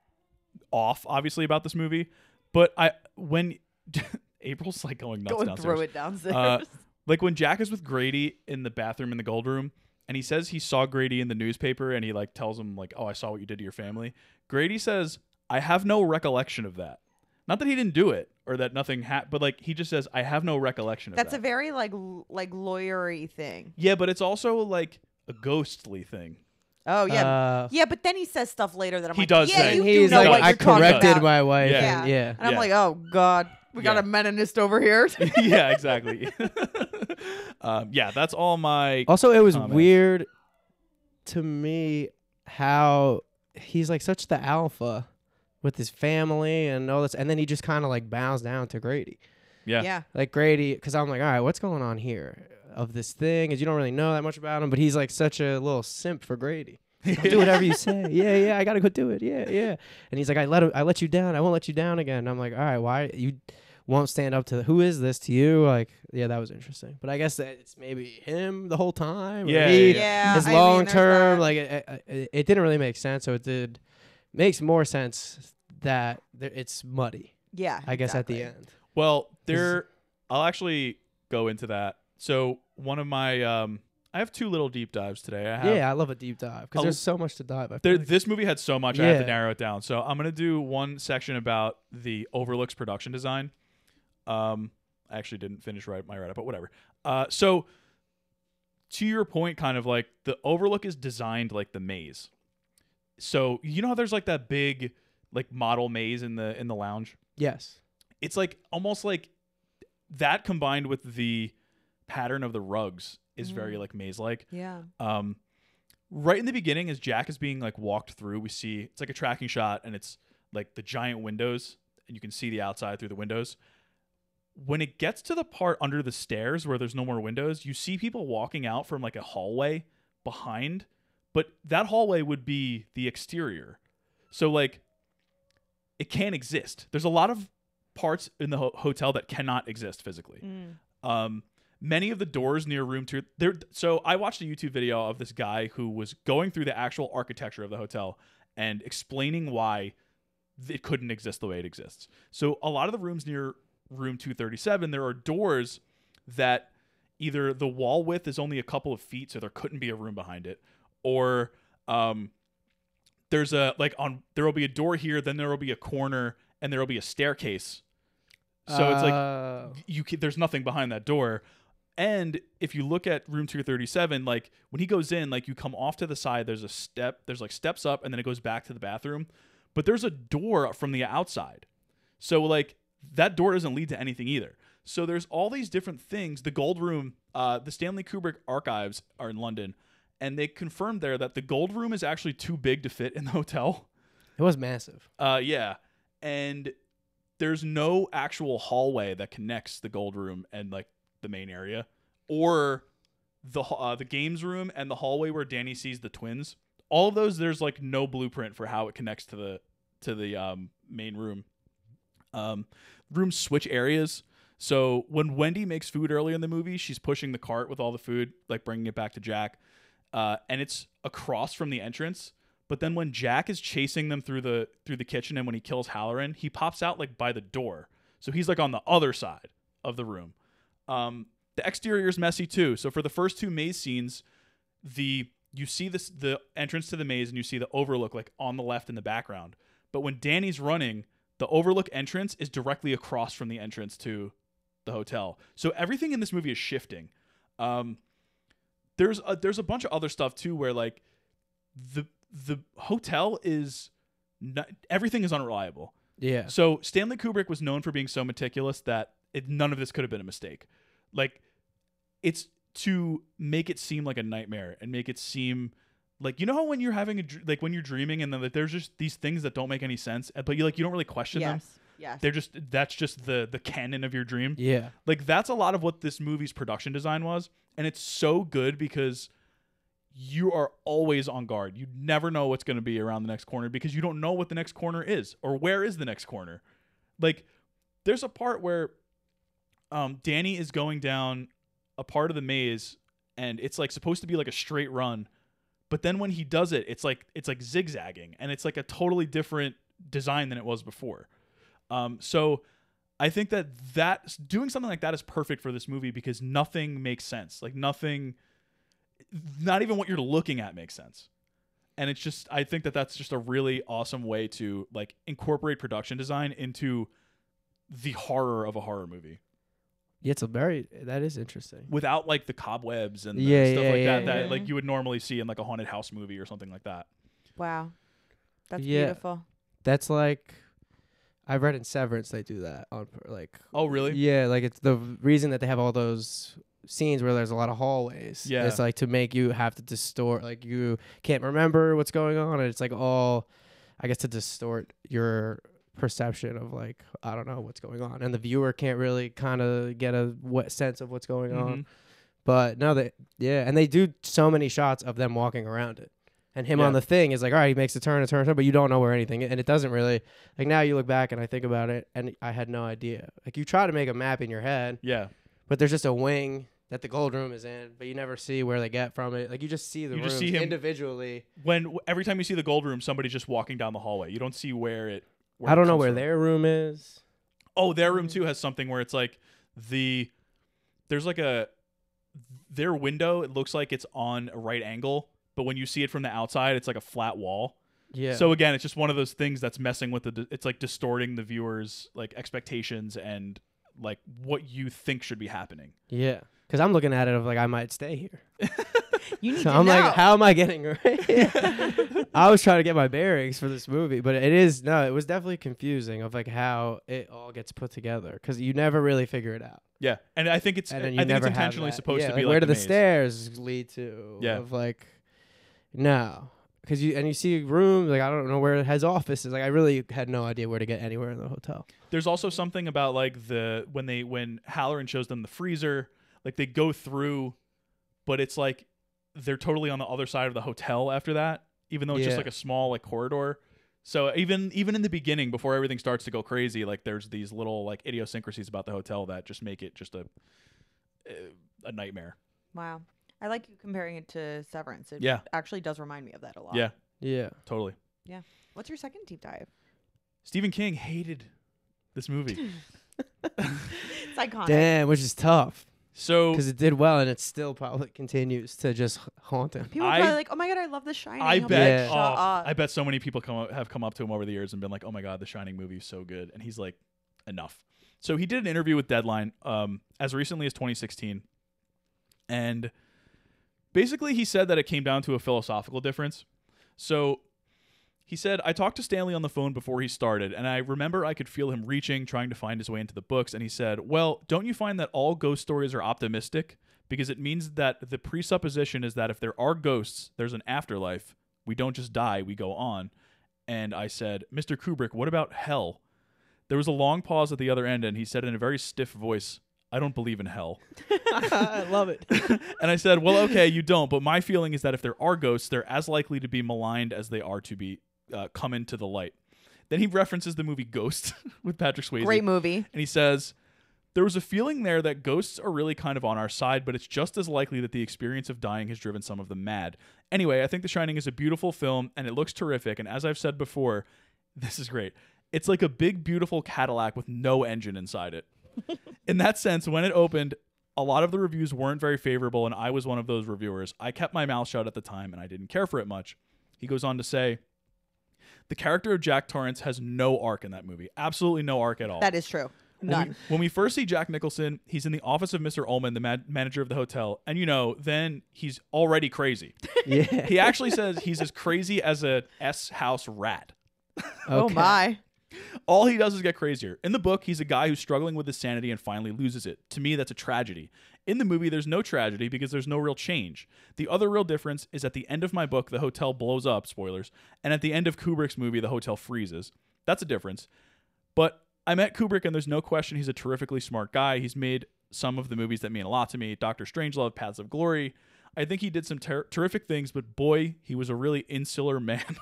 Speaker 3: off, obviously, about this movie, but I when April's like going nuts
Speaker 2: Go and
Speaker 3: downstairs.
Speaker 2: throw it downstairs.
Speaker 3: Uh, Like when Jack is with Grady in the bathroom in the gold room, and he says he saw Grady in the newspaper, and he like tells him like, "Oh, I saw what you did to your family." Grady says, "I have no recollection of that." Not that he didn't do it or that nothing happened, but like he just says, "I have no recollection of
Speaker 2: That's
Speaker 3: that."
Speaker 2: a very like l- like lawyery thing.
Speaker 3: yeah, but it's also like a ghostly thing.
Speaker 2: Oh yeah.
Speaker 4: Uh,
Speaker 2: yeah, but then he says stuff later that I'm
Speaker 3: He
Speaker 2: like,
Speaker 3: does
Speaker 2: yeah,
Speaker 3: say-
Speaker 2: you
Speaker 4: he's
Speaker 2: do know
Speaker 4: like,
Speaker 2: what
Speaker 4: I
Speaker 2: you're talking
Speaker 4: corrected
Speaker 2: about."
Speaker 4: my wife.
Speaker 3: Yeah.
Speaker 4: Yeah, and, yeah.
Speaker 2: And I'm
Speaker 3: Yeah.
Speaker 2: like, oh god, we got
Speaker 3: Yeah.
Speaker 2: a meninist over here.
Speaker 3: yeah, exactly. um, yeah, that's all my.
Speaker 4: Also, it was
Speaker 3: comments.
Speaker 4: weird to me how he's like such the alpha with his family and all this, and then he just kind of like bows down to Grady.
Speaker 3: Yeah.
Speaker 2: yeah.
Speaker 4: Like Grady, because I'm like, all right, what's going on here of this thing? Because you don't really know that much about him, but he's like such a little simp for Grady. I'll do whatever you say. Yeah, yeah, I gotta go do it. Yeah, yeah. And he's like, I let him, I let you down. I won't let you down again. And I'm like, all right, why you won't stand up to who is this to you? Like, yeah, that was interesting. But I guess that it's maybe him the whole time. or
Speaker 3: Yeah,
Speaker 4: he,
Speaker 3: yeah,
Speaker 2: Yeah,
Speaker 4: His
Speaker 2: I mean,
Speaker 4: long
Speaker 2: there's
Speaker 4: term,
Speaker 2: that.
Speaker 4: like it, it, it didn't really make sense. So it did makes more sense that there, it's muddy.
Speaker 2: Yeah.
Speaker 4: I guess at
Speaker 2: exactly.
Speaker 4: the end.
Speaker 3: Well, there. I'll actually go into that. So one of my, um, I have two little deep dives today. I have
Speaker 4: Yeah, I love a deep dive because
Speaker 3: I'll-
Speaker 4: there's so much to dive. I feel
Speaker 3: There,
Speaker 4: like.
Speaker 3: this movie had so much I had to
Speaker 4: Yeah.
Speaker 3: narrow it down. So I'm gonna do one section about the Overlooks production design. Um, I actually didn't finish write my write up, but whatever. Uh, so to your point, kind of like the Overlook is designed like the maze. So you know how there's like that big like model maze in the in the lounge.
Speaker 4: yes.
Speaker 3: It's like almost like that combined with the pattern of the rugs is
Speaker 4: Mm-hmm.
Speaker 3: very like maze like.
Speaker 5: Yeah.
Speaker 3: Um, right in the beginning, as Jack is being like walked through, we see it's like a tracking shot, and it's like the giant windows, and you can see the outside through the windows. When it gets to the part under the stairs where there's no more windows, you see people walking out from like a hallway behind, but that hallway would be the exterior. So like, it can't exist. There's a lot of parts in the ho- hotel that cannot exist physically.
Speaker 5: Mm.
Speaker 3: Um, many of the doors near room two, there. So I watched a YouTube video of this guy who was going through the actual architecture of the hotel and explaining why th- it couldn't exist the way it exists. So a lot of the rooms near room 237, there are doors that either the wall width is only a couple of feet, so there couldn't be a room behind it, or um, there's a like on there will be a door here, then there will be a corner, and there will be a staircase. So it's like
Speaker 4: Uh,
Speaker 3: you can, there's nothing behind that door. And if you look at room 237, like when he goes in, like you come off to the side, there's a step, there's like steps up, and then it goes back to the bathroom. But there's a door from the outside. So like that door doesn't lead to anything either. So there's all these different things. The gold room, uh, the Stanley Kubrick archives are in London, and they confirmed there that the gold room is actually too big to fit in the hotel.
Speaker 4: it was massive.
Speaker 3: Uh, yeah, and there's no actual hallway that connects the gold room and like the main area, or the ha- uh, the games room and the hallway where Danny sees the twins. All of those, there's like no blueprint for how it connects to the to the um, main room. Um, rooms switch areas. So when Wendy makes food earlier in the movie, she's pushing the cart with all the food, like bringing it back to Jack, uh, and it's across from the entrance. But then when Jack is chasing them through the through the kitchen and when he kills Halloran, he pops out like by the door. So he's like on the other side of the room. Um, the exterior is messy too. So for the first two maze scenes, the you see this the entrance to the maze and you see the overlook like on the left in the background. But when Danny's running, the overlook entrance is directly across from the entrance to the hotel. So everything in this movie is shifting. Um, there's a, there's a bunch of other stuff too where like the the hotel is not, everything is unreliable.
Speaker 4: Yeah.
Speaker 3: So Stanley Kubrick was known for being so meticulous that it, none of this could have been a mistake. Like it's to make it seem like a nightmare and make it seem like you know how when you're having a dr- like when you're dreaming and then like, there's just these things that don't make any sense uh, but you like you don't really question them.
Speaker 5: Yes. Yes.
Speaker 3: They're just that's just the the canon of your dream.
Speaker 4: Yeah.
Speaker 3: Like that's a lot of what this movie's production design was, and it's so good because you are always on guard. You never know what's going to be around the next corner because you don't know what the next corner is or where is the next corner. Like there's a part where um Danny is going down a part of the maze and it's like supposed to be like a straight run, but then when he does it, it's like it's like zigzagging and it's like a totally different design than it was before. Um so I think that that doing something like that is perfect for this movie because nothing makes sense. Like nothing, not even what you're looking at makes sense. And it's just, I think that that's just a really awesome way to like incorporate production design into the horror of a horror movie
Speaker 4: Yeah, it's a very that is interesting.
Speaker 3: without like the cobwebs and the
Speaker 4: Yeah,
Speaker 3: stuff
Speaker 4: yeah,
Speaker 3: like
Speaker 4: yeah,
Speaker 3: that that
Speaker 5: yeah.
Speaker 3: like you would normally see in like a haunted house movie or something like that.
Speaker 5: wow. That's
Speaker 4: Yeah.
Speaker 5: beautiful.
Speaker 4: That's like I read in Severance they do that on pur- like
Speaker 3: Oh, really?
Speaker 4: yeah, like it's the reason that they have all those scenes where there's a lot of hallways.
Speaker 3: Yeah.
Speaker 4: It's like to make you have to distort like you can't remember what's going on and it's like all I guess to distort your perception of like I don't know what's going on and the viewer can't really kind of get a what sense of what's going on.
Speaker 3: Mhm.
Speaker 4: But no, they yeah, and they do so many shots of them walking around it, and him
Speaker 3: Yeah.
Speaker 4: on the thing is like, all right, he makes a turn, a turn, a turn, but you don't know where anything, is, and it doesn't really like now you look back and I think about it, and I had no idea. Like you try to make a map in your head,
Speaker 3: Yeah.
Speaker 4: but there's just a wing that the gold room is in, but you never see where they get from it. Like you just see the
Speaker 3: You
Speaker 4: rooms
Speaker 3: just see him-
Speaker 4: individually.
Speaker 3: When every time you see the gold room, somebody's just walking down the hallway. You don't see where it. Where
Speaker 4: I
Speaker 3: it
Speaker 4: don't know
Speaker 3: comes
Speaker 4: where
Speaker 3: from.
Speaker 4: their room is. Mm-hmm.
Speaker 3: Oh, their room too has something where it's like the there's like a their window it looks like it's on a right angle, but when you see it from the outside, it's like a flat wall.
Speaker 4: Yeah.
Speaker 3: So again, it's just one of those things that's messing with the. di- It's like distorting the viewers' like expectations and like what you think should be happening.
Speaker 4: yeah. Because I'm looking at it of like I might stay here.
Speaker 5: You need
Speaker 4: So
Speaker 5: to
Speaker 4: I'm
Speaker 5: know.
Speaker 4: like, how am I getting right? I was trying to get my bearings for this movie, but it is no, it was definitely confusing of like how it all gets put together because you never really figure it out,
Speaker 3: Yeah, and I think it's
Speaker 4: and then
Speaker 3: I
Speaker 4: you
Speaker 3: think
Speaker 4: never
Speaker 3: it's
Speaker 4: have
Speaker 3: intentionally
Speaker 4: that.
Speaker 3: supposed
Speaker 4: Yeah,
Speaker 3: to be
Speaker 4: where
Speaker 3: like
Speaker 4: do the
Speaker 3: maze.
Speaker 4: stairs lead to?
Speaker 3: Yeah.
Speaker 4: of like no, because you and you see rooms like I don't know where it has offices. Like I really had no idea where to get anywhere in the hotel.
Speaker 3: There's also something about like the when they when Halloran shows them the freezer, like they go through, but it's like they're totally on the other side of the hotel after that, even though it's just
Speaker 4: Yeah.
Speaker 3: like a small like corridor. So even even in the beginning, before everything starts to go crazy, like there's these little like idiosyncrasies about the hotel that just make it just a a nightmare.
Speaker 5: wow. I like you comparing it to Severance. It
Speaker 3: Yeah.
Speaker 5: actually does remind me of that a lot.
Speaker 3: Yeah,
Speaker 4: Yeah,
Speaker 3: totally.
Speaker 5: What's your second deep dive?
Speaker 3: Stephen King hated this movie.
Speaker 5: It's iconic.
Speaker 4: damn, which is tough
Speaker 3: So
Speaker 4: because it did well and it still probably continues to just haunt him.
Speaker 5: People are
Speaker 3: I-
Speaker 5: probably like, oh my God, I love The Shining.
Speaker 3: I
Speaker 5: He'll be Like,
Speaker 3: bet.
Speaker 4: Yeah.
Speaker 3: oh,
Speaker 5: Shut up.
Speaker 3: I bet so many people come up, have come up to him over the years and been like, "Oh my god, The Shining movie is so good," and he's like, "Enough." So he did an interview with Deadline um, as recently as 2016, and basically he said that it came down to a philosophical difference. So he said, I talked to Stanley on the phone before he started, and I remember I could feel him reaching, trying to find his way into the books. And he said, Well, don't you find that all ghost stories are optimistic? Because it means that the presupposition is that if there are ghosts, there's an afterlife. We don't just die, we go on. And I said, Mr. Kubrick, what about hell? There was a long pause at the other end, and he said in a very stiff voice, I don't believe in hell.
Speaker 4: I love it.
Speaker 3: and I said, "Well, okay, you don't, but my feeling is that if there are ghosts, they're as likely to be maligned as they are to be uh, come into the light." Then he references the movie Ghost with Patrick Swayze,
Speaker 5: Great movie.
Speaker 3: and he says, "There was a feeling there that ghosts are really kind of on our side, but it's just as likely that the experience of dying has driven some of them mad." Anyway, I think The Shining is a beautiful film, and it looks terrific. And as I've said before, this is great. It's like a big, beautiful Cadillac with no engine inside it. In that sense, when it opened, a lot of the reviews weren't very favorable, and I was one of those reviewers. I kept my mouth shut at the time, and I didn't care for it much. He goes on to say, the character of Jack Torrance has no arc in that movie. Absolutely no arc at all.
Speaker 5: That is true.
Speaker 3: When we,
Speaker 5: None.
Speaker 3: when we first see Jack Nicholson, he's in the office of Mr. Ullman, the ma- manager of the hotel, and you know, then he's already crazy.
Speaker 4: Yeah.
Speaker 3: He actually says he's as crazy as a S house rat.
Speaker 5: Oh
Speaker 4: Okay.
Speaker 5: my.
Speaker 3: All he does is get crazier. In the book, he's a guy who's struggling with his sanity and finally loses it. To me, that's a tragedy. In the movie, there's no tragedy because there's no real change. The other real difference is at the end of my book, the hotel blows up, spoilers, and at the end of Kubrick's movie, the hotel freezes. That's a difference. But I met Kubrick, and there's no question he's a terrifically smart guy. He's made some of the movies that mean a lot to me Doctor Strangelove, Paths of Glory. I think he did some ter- terrific things, but boy, he was a really insular man.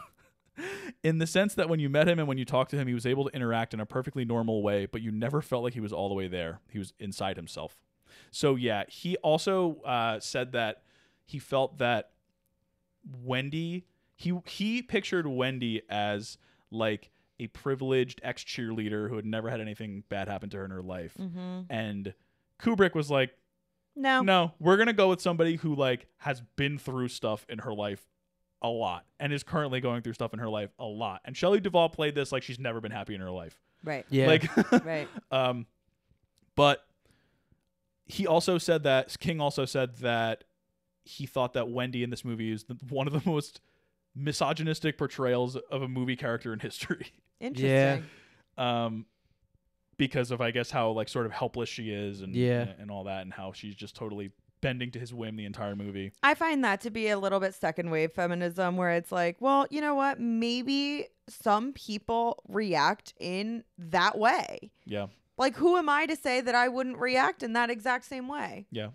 Speaker 3: in the sense that when you met him and when you talked to him, he was able to interact in a perfectly normal way, but you never felt like he was all the way there. He was inside himself. So, yeah, he also uh, said that he felt that Wendy, he, he pictured Wendy as like a privileged ex cheerleader who had never had anything bad happen to her in her life.
Speaker 2: Mm.
Speaker 5: Mm-hmm.
Speaker 3: And Kubrick was like,
Speaker 5: No.
Speaker 3: no, we're gonna go with somebody who like has been through stuff in her life a lot and is currently going through stuff in her life a lot. And Shelley Duvall played this like she's never been happy in her life.
Speaker 5: Right.
Speaker 4: Yeah.
Speaker 3: Like
Speaker 5: Right.
Speaker 3: um but he also said that King also said that he thought that Wendy in this movie is the, one of the most misogynistic portrayals of a movie character in history.
Speaker 5: Interesting.
Speaker 3: um because of I guess how like sort of helpless she is and
Speaker 4: Yeah.
Speaker 3: and, and all that and how she's just totally bending to his whim the entire movie.
Speaker 5: I find that to be a little bit second wave feminism where it's like, well, you know what? Maybe some people react in that way.
Speaker 3: Yeah.
Speaker 5: Like, who am I to say that I wouldn't react in that exact same way?
Speaker 3: Yeah.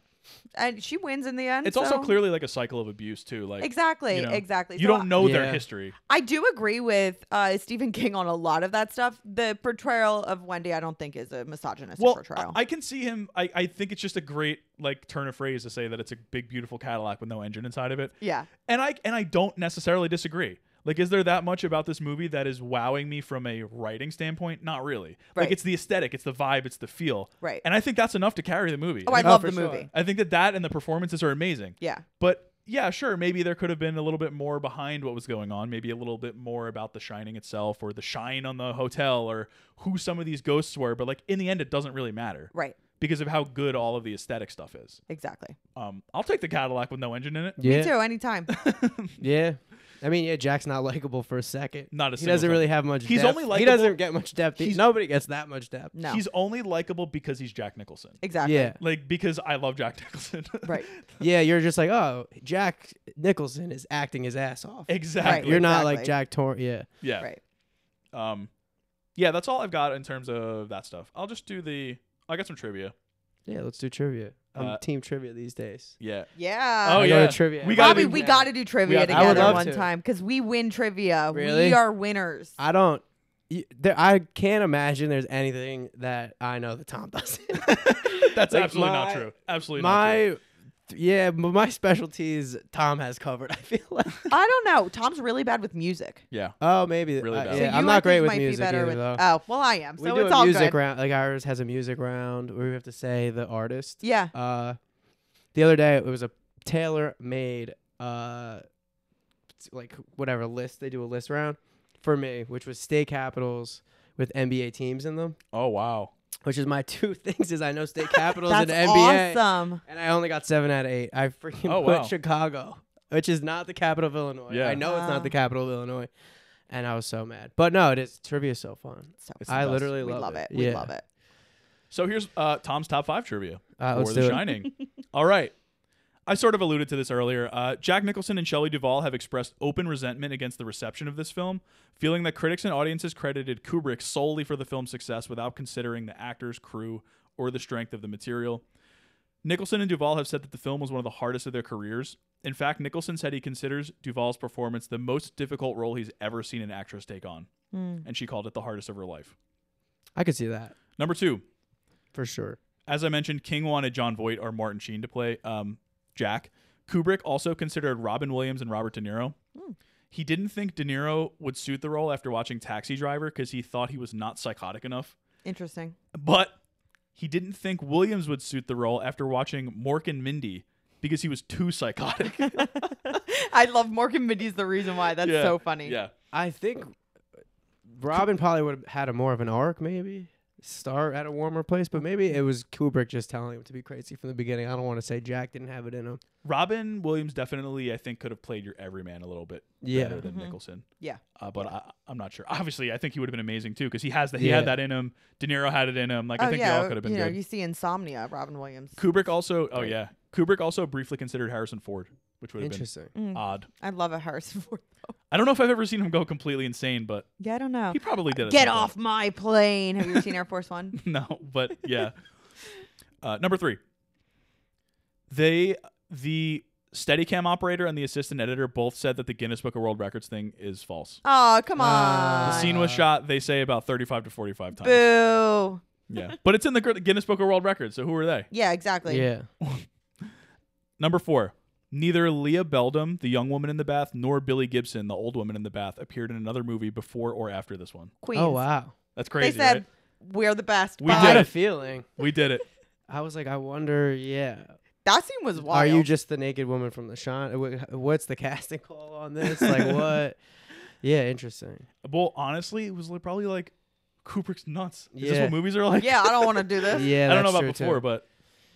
Speaker 5: And she wins in the end.
Speaker 3: It's also
Speaker 5: so-
Speaker 3: clearly like a cycle of abuse too. Like
Speaker 5: Exactly.
Speaker 3: you know,
Speaker 5: exactly.
Speaker 3: you
Speaker 5: So
Speaker 3: don't know their
Speaker 4: Yeah.
Speaker 3: history.
Speaker 5: I do agree with uh, Stephen King on a lot of that stuff. The portrayal of Wendy, I don't think, is a misogynistic
Speaker 3: Well,
Speaker 5: portrayal.
Speaker 3: I, I can see him. I, I think it's just a great like turn of phrase to say that it's a big beautiful Cadillac with no engine inside of it.
Speaker 5: yeah.
Speaker 3: And I and I don't necessarily disagree. Like, is there that much about this movie that is wowing me from a writing standpoint? Not really. Like,
Speaker 5: Right.
Speaker 3: it's the aesthetic, it's the vibe, it's the feel,
Speaker 5: Right.
Speaker 3: and I think that's enough to carry the movie.
Speaker 5: oh, I
Speaker 3: I,
Speaker 5: love
Speaker 4: for
Speaker 5: the
Speaker 4: sure.
Speaker 5: movie.
Speaker 3: think that that and the performances are amazing.
Speaker 5: Yeah.
Speaker 3: But yeah, sure, maybe there could have been a little bit more behind what was going on. Maybe a little bit more about the shining itself, or the shine on the hotel, or who some of these ghosts were. But like in the end, it doesn't really matter
Speaker 5: Right.
Speaker 3: because of how good all of the aesthetic stuff is.
Speaker 5: Exactly.
Speaker 3: Um, I'll take the Cadillac with no engine in it.
Speaker 5: Me
Speaker 4: Yeah,
Speaker 5: too. Anytime.
Speaker 4: yeah. I mean, yeah, Jack's not likable for a second.
Speaker 3: Not a
Speaker 4: he
Speaker 3: single
Speaker 4: doesn't
Speaker 3: thing.
Speaker 4: really have much.
Speaker 3: He's
Speaker 4: depth.
Speaker 3: only
Speaker 4: he
Speaker 3: likable-
Speaker 4: doesn't get much depth.
Speaker 3: He's-
Speaker 4: Nobody gets that much depth.
Speaker 5: No.
Speaker 3: He's only likable because he's Jack Nicholson.
Speaker 5: exactly.
Speaker 4: Yeah,
Speaker 3: Like because I love Jack Nicholson.
Speaker 5: Right.
Speaker 4: yeah. You're just like, oh, Jack Nicholson is acting his ass off.
Speaker 3: exactly.
Speaker 4: You're not like
Speaker 5: Exactly.
Speaker 4: Jack Tor. Yeah.
Speaker 3: Yeah.
Speaker 5: Right.
Speaker 3: Um, yeah, that's all I've got in terms of that stuff. I'll just do the. I got some trivia.
Speaker 4: Yeah. Let's do trivia. I'm
Speaker 3: Uh,
Speaker 4: team trivia these days.
Speaker 3: Yeah.
Speaker 5: Yeah.
Speaker 3: Oh
Speaker 4: I go
Speaker 3: yeah.
Speaker 4: to trivia.
Speaker 3: We gotta
Speaker 5: Bobby,
Speaker 3: be-
Speaker 5: we got to do trivia
Speaker 3: gotta- I would
Speaker 5: together
Speaker 4: love
Speaker 5: one
Speaker 4: to.
Speaker 5: time because we win trivia.
Speaker 4: Really?
Speaker 5: We are winners.
Speaker 4: I don't. y- There, I can't imagine there's anything that I know that Tom doesn't.
Speaker 3: That's
Speaker 4: Like,
Speaker 3: absolutely not
Speaker 4: my-
Speaker 3: true. Absolutely not true.
Speaker 4: my, yeah, m- my specialties Tom has covered. I feel like.
Speaker 5: I don't know. Tom's really bad with music.
Speaker 3: Yeah.
Speaker 4: Oh, maybe.
Speaker 3: Really
Speaker 4: I-
Speaker 3: bad.
Speaker 5: So
Speaker 4: yeah,
Speaker 5: you,
Speaker 4: I'm
Speaker 5: I
Speaker 4: not
Speaker 5: think,
Speaker 4: great with
Speaker 5: might
Speaker 4: music
Speaker 5: be better
Speaker 4: either,
Speaker 5: with,
Speaker 4: though.
Speaker 5: Oh, well, I am.
Speaker 4: we
Speaker 5: So
Speaker 4: do
Speaker 5: it's
Speaker 4: a
Speaker 5: all
Speaker 4: music
Speaker 5: good.
Speaker 4: round. Like ours has a music round where we have to say the artist.
Speaker 5: Yeah.
Speaker 4: Uh, the other day it was a tailor made uh, s- like whatever list they do a list round for me, which was state capitals with NBA teams in them,
Speaker 3: Oh wow.
Speaker 4: which is my two things. Is I know state capitals and
Speaker 5: That's
Speaker 4: NBA,
Speaker 5: awesome.
Speaker 4: and I only got seven out of eight. I freaking
Speaker 3: Oh,
Speaker 4: put
Speaker 3: wow.
Speaker 4: Chicago, which is not the capital of Illinois.
Speaker 3: Yeah.
Speaker 4: I know it's not
Speaker 5: Wow.
Speaker 4: the capital of Illinois. And I was so mad, but no, it is trivia is so fun.
Speaker 5: So
Speaker 3: It's the
Speaker 4: I
Speaker 3: best.
Speaker 4: literally
Speaker 5: we
Speaker 4: love,
Speaker 5: love it.
Speaker 4: Yeah.
Speaker 5: We love it.
Speaker 3: So here's uh, Tom's top five trivia
Speaker 4: Uh,
Speaker 3: for
Speaker 4: let's
Speaker 3: The
Speaker 4: do it.
Speaker 3: Shining. All right. I sort of alluded to this earlier. Uh, Jack Nicholson and Shelley Duvall have expressed open resentment against the reception of this film, feeling that critics and audiences credited Kubrick solely for the film's success without considering the actors, crew, or the strength of the material. Nicholson and Duvall have said that the film was one of the hardest of their careers. In fact, Nicholson said he considers Duvall's performance the most difficult role he's ever seen an actress take on,
Speaker 4: Hmm.
Speaker 3: and she called it the hardest of her life.
Speaker 4: I could see that
Speaker 3: Number two,
Speaker 4: for sure.
Speaker 3: as I mentioned, King wanted John Voight or Martin Sheen to play um, Jack. Kubrick also considered Robin Williams and Robert De Niro. He didn't think De Niro would suit the role after watching Taxi Driver because he thought he was not psychotic enough.
Speaker 5: Interesting.
Speaker 3: But he didn't think Williams would suit the role after watching Mork and Mindy because he was too psychotic.
Speaker 5: I love Morgan Mindy's the reason why. That's
Speaker 3: Yeah,
Speaker 5: so funny.
Speaker 3: Yeah.
Speaker 4: I think Robin probably would have had a more of an arc, maybe start at a warmer place, but maybe it was Kubrick just telling him to be crazy from the beginning. I don't want to say Jack didn't have it in him.
Speaker 3: Robin Williams definitely, I think, could have played your everyman a little bit
Speaker 4: Yeah.
Speaker 3: better than
Speaker 5: Mhm.
Speaker 3: Nicholson.
Speaker 5: Yeah.
Speaker 3: uh, but I, I'm not sure. Obviously, I think he would have been amazing too because he has that. He had
Speaker 4: Yeah.
Speaker 3: that in him. De Niro had it in him. Like
Speaker 5: oh
Speaker 3: I think
Speaker 5: yeah.
Speaker 3: they all could have been
Speaker 5: you know,
Speaker 3: good.
Speaker 5: you see Insomnia, Robin Williams.
Speaker 3: Kubrick also. Oh yeah, Kubrick also briefly considered Harrison Ford, which would have been
Speaker 4: Interesting.
Speaker 5: Mm.
Speaker 3: odd.
Speaker 5: I love a Harrison Ford. Though.
Speaker 3: I don't know if I've ever seen him go completely insane, but
Speaker 5: Yeah, I don't know.
Speaker 3: he probably did. at
Speaker 5: Get
Speaker 3: some point.
Speaker 5: off my plane. Have you ever seen Air Force One?
Speaker 3: no, but yeah. Uh, number three. They the Steadicam operator and the assistant editor both said that the Guinness Book of World Records thing is false.
Speaker 5: Oh, come
Speaker 4: Uh,
Speaker 5: on.
Speaker 3: The scene
Speaker 5: Uh,
Speaker 3: was shot. They say about 35 to 45 times.
Speaker 5: Eh. Boo.
Speaker 3: Yeah, but it's in the Gr- Guinness Book of World Records. So who are they?
Speaker 5: Yeah, exactly.
Speaker 4: Yeah.
Speaker 3: Number four. Neither Leah Beldam, the young woman in the bath, nor Billy Gibson, the old woman in the bath, appeared in another movie before or after this one.
Speaker 5: Queens.
Speaker 4: Oh wow.
Speaker 3: That's
Speaker 5: They
Speaker 3: crazy,
Speaker 5: said
Speaker 3: right?
Speaker 5: we're the best.
Speaker 3: We
Speaker 4: I
Speaker 5: Bye.
Speaker 4: had
Speaker 3: did
Speaker 4: a
Speaker 3: it.
Speaker 4: feeling.
Speaker 3: We did it.
Speaker 4: I was like, I wonder. Yeah.
Speaker 5: That scene was wild.
Speaker 4: Are you just the naked woman from the shine? What's the casting call on this? Like what? Yeah. Interesting.
Speaker 3: Well, honestly, it was like, probably like Kubrick's nuts. Is this
Speaker 4: Yeah.
Speaker 3: what movies are like?
Speaker 5: yeah, I don't want to do this.
Speaker 4: Yeah.
Speaker 3: I don't know
Speaker 4: that's
Speaker 3: about
Speaker 4: true,
Speaker 3: before,
Speaker 4: too.
Speaker 3: but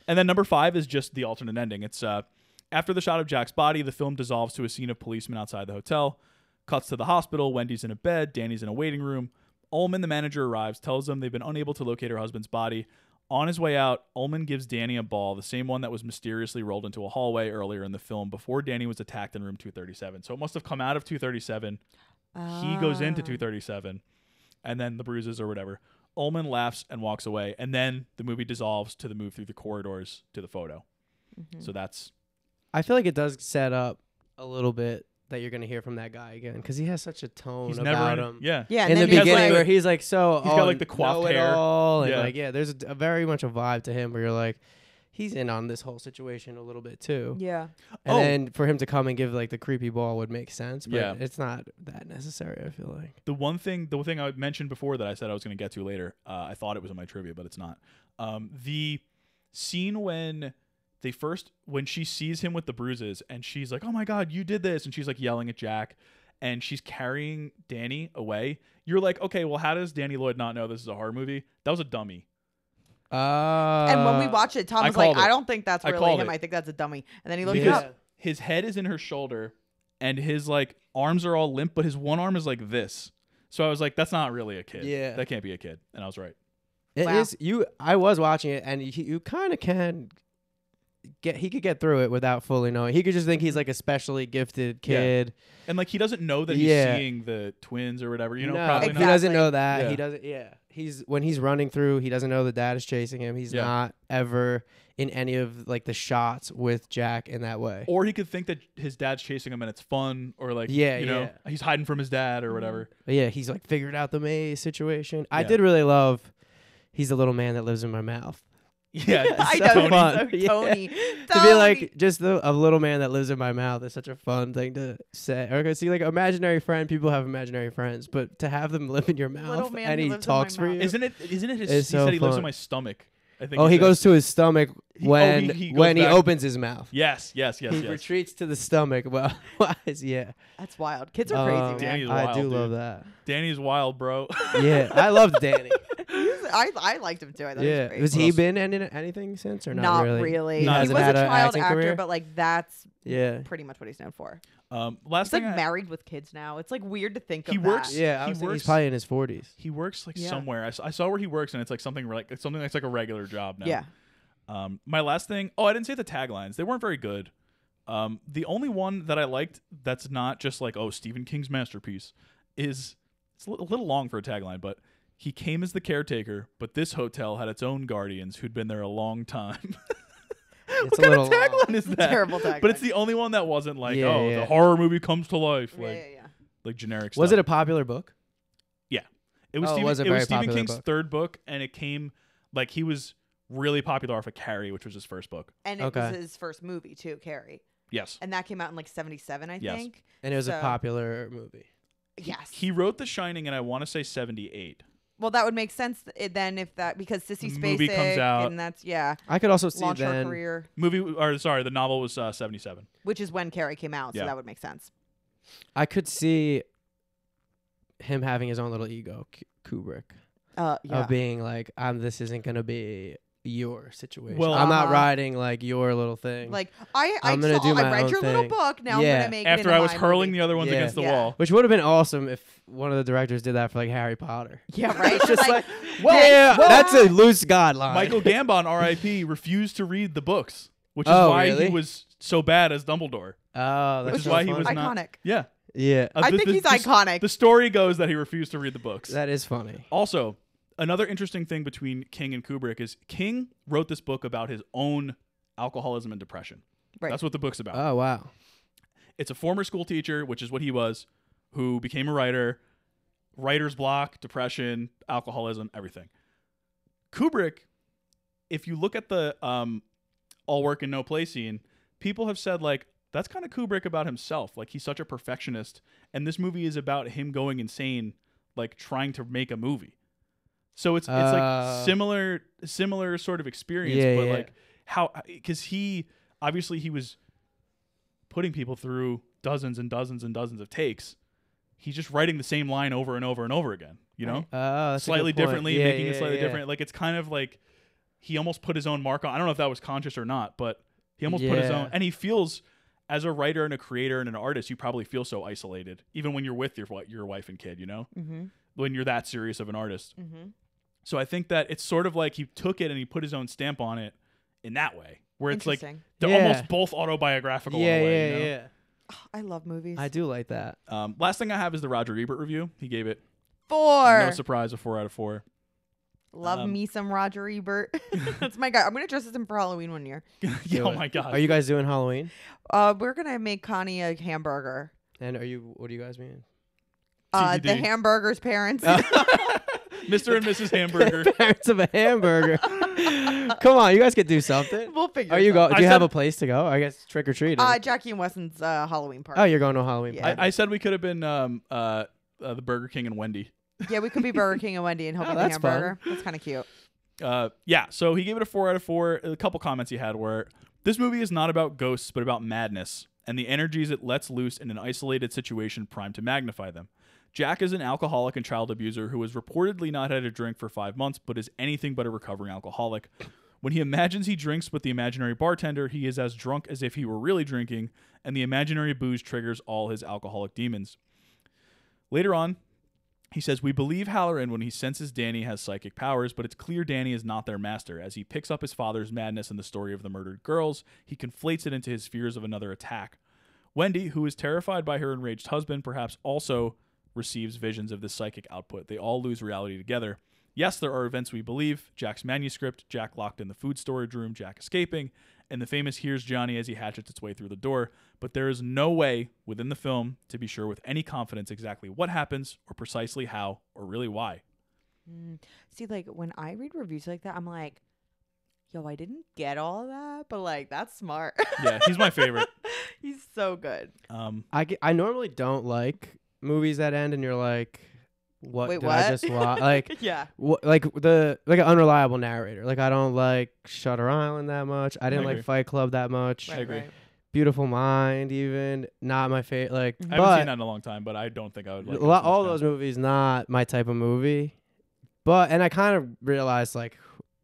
Speaker 3: and then number five is just the alternate ending. It's uh after the shot of Jack's body, the film dissolves to a scene of policemen outside the hotel, cuts to the hospital, Wendy's in a bed, Danny's in a waiting room. Ullman, the manager, arrives, tells them they've been unable to locate her husband's body. On his way out, Ullman gives Danny a ball, the same one that was mysteriously rolled into a hallway earlier in the film before Danny was attacked in room 237. So it must have come out of 237 he goes into
Speaker 2: Oh.
Speaker 5: Ah.
Speaker 3: 237 and then the bruises or whatever. Ullman laughs and walks away. And then the movie dissolves to the move through the corridors to the photo. So that's
Speaker 4: I feel like it does set up a little bit that you're gonna hear from that guy again because he has such a tone
Speaker 3: he's never
Speaker 4: about
Speaker 3: in,
Speaker 4: him.
Speaker 3: Yeah.
Speaker 5: Yeah,
Speaker 4: in
Speaker 5: and
Speaker 4: the
Speaker 5: then
Speaker 3: he has,
Speaker 4: beginning
Speaker 3: like-
Speaker 4: where he's like so
Speaker 3: He's got,
Speaker 4: oh,
Speaker 3: like, the coiffed hair.
Speaker 4: know-it-all, and
Speaker 3: Yeah.
Speaker 4: like yeah there's a, a very much a vibe to him where you're like he's in on this whole situation a little bit too.
Speaker 5: Yeah.
Speaker 4: And
Speaker 3: Oh.
Speaker 4: then for him to come and give like the creepy ball would make sense, but
Speaker 3: Yeah.
Speaker 4: it's not that necessary. I feel like.
Speaker 3: The one thing, the thing I mentioned before that I said I was going to get to later, uh, I thought it was in my trivia, but it's not. Um, the scene when they first, when she sees him with the bruises and she's like, oh my God, you did this. And she's like yelling at Jack and she's carrying Danny away. You're like, okay, well, how does Danny Lloyd not know this is a horror movie? That was a dummy.
Speaker 4: Uh,
Speaker 5: and when we watched it, Tom
Speaker 3: I
Speaker 5: was like,
Speaker 3: called
Speaker 5: "I
Speaker 3: it.
Speaker 5: don't think that's
Speaker 3: I
Speaker 5: really
Speaker 3: called
Speaker 5: him.
Speaker 3: it.
Speaker 5: I think that's a dummy." And then he looked it
Speaker 3: Because
Speaker 5: up.
Speaker 3: his head is in her shoulder and his like arms are all limp, but his one arm is like this. So I was like, that's not really a kid.
Speaker 4: Yeah.
Speaker 3: That can't be a kid. And I was right.
Speaker 4: It is
Speaker 5: Wow.
Speaker 4: you. I was watching it, and you, you kind of can get. He could get through it without fully knowing. He could just think
Speaker 5: Mm-hmm.
Speaker 4: he's like a specially gifted
Speaker 3: Yeah.
Speaker 4: kid.
Speaker 3: And like he doesn't know that he's
Speaker 4: Yeah.
Speaker 3: seeing the twins or whatever. You know,
Speaker 4: No,
Speaker 3: probably
Speaker 4: he
Speaker 5: Exactly.
Speaker 3: not.
Speaker 4: doesn't know that.
Speaker 3: Yeah.
Speaker 4: He doesn't. Yeah, he's when he's running through, he doesn't know the dad is chasing him. He's
Speaker 3: Yeah.
Speaker 4: not ever in any of like the shots with Jack in that way.
Speaker 3: Or he could think that his dad's chasing him and it's fun, or like
Speaker 4: Yeah,
Speaker 3: you know,
Speaker 4: yeah.
Speaker 3: he's hiding from his dad or whatever.
Speaker 4: But yeah, he's like figured out the maze situation. I
Speaker 3: Yeah.
Speaker 4: did really love. He's a little man that lives in my mouth. Mm-hmm.
Speaker 3: Yeah,
Speaker 5: I
Speaker 3: so
Speaker 5: know
Speaker 3: Tony-
Speaker 4: fun.
Speaker 5: Tony.
Speaker 4: Yeah.
Speaker 5: Tony.
Speaker 4: to be
Speaker 5: Tony.
Speaker 4: like just the, a little man that lives in my mouth is such a fun thing to say. Or 'cause see, like imaginary friend, people have imaginary friends, but to have them live in your mouth
Speaker 5: man
Speaker 4: and
Speaker 5: who
Speaker 4: he
Speaker 5: lives in my
Speaker 4: talks for
Speaker 5: mouth.
Speaker 4: you.
Speaker 3: isn't it? Isn't it? His, he
Speaker 4: It's so
Speaker 3: said he lives in
Speaker 4: fun.
Speaker 3: my stomach. I think.
Speaker 4: oh, he
Speaker 3: said.
Speaker 4: goes to his stomach
Speaker 3: He- oh,
Speaker 4: when
Speaker 3: he- he goes
Speaker 4: when he
Speaker 3: back-
Speaker 4: opens his mouth.
Speaker 3: Yes, yes, yes,
Speaker 4: he
Speaker 3: yes.
Speaker 4: retreats to the stomach. Well, yeah,
Speaker 5: That's wild. Kids are crazy.
Speaker 4: Um,
Speaker 5: man.
Speaker 3: Danny's
Speaker 4: I
Speaker 3: wild,
Speaker 4: do
Speaker 3: dude.
Speaker 4: love that.
Speaker 3: Danny's wild, bro.
Speaker 4: Yeah, I loved Danny.
Speaker 5: He's- I, I liked him too. I thought
Speaker 4: yeah,
Speaker 5: he was
Speaker 4: was
Speaker 5: great.
Speaker 4: he
Speaker 3: else?
Speaker 4: been in it- anything since or not? really,
Speaker 5: He,
Speaker 4: He
Speaker 3: Not
Speaker 5: was a
Speaker 4: hasn't had a
Speaker 5: child
Speaker 4: acting
Speaker 5: actor,
Speaker 4: career?
Speaker 5: but like that's
Speaker 4: yeah,
Speaker 5: pretty much what he's known for.
Speaker 3: um, last
Speaker 5: He's like
Speaker 3: thing, I,
Speaker 5: married with kids now. It's like weird to think
Speaker 3: He
Speaker 5: of
Speaker 3: works-
Speaker 5: that.
Speaker 4: yeah. I
Speaker 3: He
Speaker 4: was thinking
Speaker 3: works-
Speaker 4: he's probably in his forties.
Speaker 3: he works like
Speaker 5: Yeah.
Speaker 3: somewhere. I, s- I saw where he works, and it's like something like it's something that's like a regular job now.
Speaker 5: Yeah.
Speaker 3: Um, my last thing. Oh, I didn't say the taglines. They weren't very good. Um, the only one that I liked that's not just like oh Stephen King's masterpiece is it's a li- a little long for a tagline, but he came as the caretaker, but this hotel had its own guardians who'd been there a long time.
Speaker 4: It's
Speaker 3: what
Speaker 4: a
Speaker 3: kind
Speaker 4: little
Speaker 3: of tagline is that?
Speaker 5: Terrible tagline.
Speaker 3: But it's the only one that wasn't like
Speaker 4: Yeah,
Speaker 3: oh
Speaker 4: yeah.
Speaker 3: the horror movie comes to life
Speaker 5: yeah,
Speaker 3: like
Speaker 5: yeah, yeah.
Speaker 3: like generic.
Speaker 4: Was
Speaker 3: stuff.
Speaker 4: it a popular book?
Speaker 3: It was
Speaker 4: Oh, it
Speaker 3: Stephen,
Speaker 4: was a
Speaker 3: it was
Speaker 4: very
Speaker 3: Stephen
Speaker 4: popular
Speaker 3: King's
Speaker 4: book.
Speaker 3: third book, and it came like he was really popular off of Carrie, which was his first book.
Speaker 5: And it was
Speaker 4: Okay.
Speaker 5: his first movie too, Carrie,
Speaker 3: Yes,
Speaker 5: and that came out in like '77, I
Speaker 3: Yes.
Speaker 5: think.
Speaker 4: And it was
Speaker 5: So-
Speaker 4: a popular movie.
Speaker 5: Yes.
Speaker 3: he wrote The Shining, and I want to say seventy eight.
Speaker 5: well, that would make sense th- it- then if that because Sissy
Speaker 3: The
Speaker 5: Spacek
Speaker 3: movie comes out.
Speaker 5: and that's yeah,
Speaker 4: I could also see
Speaker 5: launch her
Speaker 4: then.
Speaker 5: career,
Speaker 3: Movie or sorry, the novel was uh, seventy seven.
Speaker 5: which is when Carrie came out, so
Speaker 3: Yeah.
Speaker 5: that would make sense.
Speaker 4: I could see him having his own little ego, K- Kubrick,
Speaker 5: Uh, yeah.
Speaker 4: of being like, "I'm. This isn't gonna be your situation.
Speaker 3: Well-
Speaker 4: I'm not
Speaker 5: Uh-huh.
Speaker 4: riding like your little thing."
Speaker 5: Like I, I
Speaker 4: I'm gonna
Speaker 5: saw-
Speaker 4: do
Speaker 5: I
Speaker 4: my
Speaker 5: read
Speaker 4: own
Speaker 5: your little
Speaker 4: thing.
Speaker 5: book. Now I'm
Speaker 4: Yeah.
Speaker 5: gonna make it
Speaker 3: After
Speaker 5: into
Speaker 3: I was
Speaker 5: my
Speaker 3: hurling
Speaker 5: movie.
Speaker 3: the other ones
Speaker 4: Yeah.
Speaker 3: against the
Speaker 5: Yeah.
Speaker 3: wall.
Speaker 4: which would have been awesome if one of the directors did that for like Harry Potter.
Speaker 5: Yeah, right.
Speaker 4: It's just
Speaker 5: Like,
Speaker 4: like, yeah,
Speaker 5: well-
Speaker 4: that's a loose guideline.
Speaker 3: Michael Gambon, R.I.P., refused to read the books, which is
Speaker 4: Oh,
Speaker 3: why
Speaker 4: really?
Speaker 3: he was so bad as Dumbledore.
Speaker 4: Oh, that's
Speaker 3: Which is
Speaker 4: so
Speaker 3: why he
Speaker 4: funny.
Speaker 3: was
Speaker 5: iconic.
Speaker 3: not- Yeah,
Speaker 4: yeah,
Speaker 3: Uh,
Speaker 5: I
Speaker 3: the-
Speaker 5: think
Speaker 3: the-
Speaker 5: he's
Speaker 3: the s-
Speaker 5: iconic.
Speaker 3: The story goes that he refused to read the books.
Speaker 4: that is funny.
Speaker 3: Also, another interesting thing between King and Kubrick is King wrote this book about his own alcoholism and depression.
Speaker 5: Right.
Speaker 3: That's what the book's about.
Speaker 4: Oh wow,
Speaker 3: it's a former school teacher, which is what he was, who became a writer, writer's block, depression, alcoholism, everything. Kubrick, if you look at the um, all work and no play scene, people have said like that's kind of Kubrick about himself. Like he's such a perfectionist, and this movie is about him going insane, like trying to make a movie. So it's it's
Speaker 4: Uh.
Speaker 3: like similar similar sort of experience,
Speaker 4: Yeah,
Speaker 3: but
Speaker 4: yeah.
Speaker 3: like how because he obviously he was putting people through dozens and dozens and dozens of takes. He's just writing the same line over and over and over again, you know,
Speaker 4: oh, that's a good
Speaker 3: slightly
Speaker 4: point.
Speaker 3: differently,
Speaker 4: Yeah,
Speaker 3: making it
Speaker 4: yeah,
Speaker 3: slightly
Speaker 4: yeah.
Speaker 3: different. Like it's kind of like he almost put his own mark on. I don't know if that was conscious or not, but he almost put his
Speaker 4: Yeah.
Speaker 3: own. And he feels, as a writer and a creator and an artist, you probably feel so isolated, even when you're with your wi- your wife and kid. You know,
Speaker 5: Mm-hmm.
Speaker 3: when you're that serious of an artist.
Speaker 5: Mm-hmm.
Speaker 3: So I think that it's sort of like he took it and he put his own stamp on it in that way, where it's like
Speaker 5: Interesting.
Speaker 3: they're
Speaker 4: Yeah.
Speaker 3: almost both autobiographical.
Speaker 4: Yeah,
Speaker 3: in a way,
Speaker 4: yeah,
Speaker 3: you know?
Speaker 4: yeah.
Speaker 5: I love movies.
Speaker 4: I do like that.
Speaker 3: Um, last thing I have is the Roger Ebert review. He gave it
Speaker 5: Four.
Speaker 3: no surprise a four out of four.
Speaker 5: love
Speaker 3: um,
Speaker 5: me some Roger Ebert. That's my guy. I'm gonna dress as him for Halloween one year.
Speaker 3: yeah,
Speaker 4: Do
Speaker 3: oh
Speaker 4: it.
Speaker 3: my god.
Speaker 4: Are you guys doing Halloween?
Speaker 5: Uh, we're gonna make Connie a hamburger.
Speaker 4: And are you? What do you guys mean?
Speaker 5: Uh, the
Speaker 3: TBD.
Speaker 4: Oh.
Speaker 5: hamburger's parents.
Speaker 3: Mr. and Mrs. Hamburger?
Speaker 4: parents of a hamburger. Come on, you guys could do something.
Speaker 2: we'll figure.
Speaker 4: Are Oh, you go?
Speaker 2: something
Speaker 4: Do
Speaker 3: I
Speaker 4: you have
Speaker 3: said-
Speaker 4: a place to go? I guess trick or treat.
Speaker 2: out. Uh, Jackie and Weston's uh, Halloween party.
Speaker 4: oh, you're going to a Halloween.
Speaker 2: yeah.
Speaker 4: party.
Speaker 3: I, I said we could have been um, uh, uh, the Burger King and Wendy.
Speaker 2: yeah, we could be Burger King and Wendy and
Speaker 4: Oh,
Speaker 2: Hope oh,
Speaker 4: that's fun.
Speaker 2: Hamburger. That's kind of cute.
Speaker 3: Uh, yeah, so he gave it a four out of four. A couple comments he had were this movie is not about ghosts, but about madness and the energies it lets loose in an isolated situation primed to magnify them. Jack is an alcoholic and child abuser who has reportedly not had a drink for five months, but is anything but a recovering alcoholic. When he imagines he drinks with the imaginary bartender, he is as drunk as if he were really drinking, and the imaginary booze triggers all his alcoholic demons. Later on, he says, We believe Halloran when he senses Danny has psychic powers, but it's clear Danny is not their master. As he picks up his father's madness and the story of the murdered girls, he conflates it into his fears of another attack. Wendy, who is terrified by her enraged husband, perhaps also receives visions of this psychic output. They all lose reality together. Yes, there are events we believe Jack's manuscript, Jack locked in the food storage room, Jack escaping, and the famous hears Johnny as he hatchets its way through the door. But there is no way within the film to be sure with any confidence exactly what happens, or precisely how, or really why.
Speaker 2: Mm. See, like when I read reviews like that, I'm like, yo, I didn't get all that, but like that's smart.
Speaker 3: Yeah, he's my favorite.
Speaker 2: He's so good.
Speaker 3: Um,
Speaker 4: I, ge- I normally don't like movies that end and you're like, what
Speaker 2: Wait,
Speaker 4: did
Speaker 2: what?
Speaker 4: I just watch? like,
Speaker 2: yeah.
Speaker 4: wha- like the like an unreliable narrator. Like I don't like Shutter Island that much. I didn't
Speaker 3: I agree.
Speaker 4: like Fight Club that much.
Speaker 3: I agree.
Speaker 4: Beautiful Mind, even not my favorite. Like,
Speaker 2: I
Speaker 3: I haven't seen
Speaker 4: but
Speaker 3: that in a long time, but I don't think I would like
Speaker 4: a lot, all those movies not my type of movie. But and I kind of realized like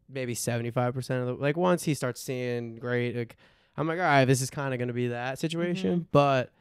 Speaker 4: maybe seventy five percent of the like once he starts seeing great, like I'm like all right, this is kind of gonna be that situation,
Speaker 2: Mm-hmm.
Speaker 4: but.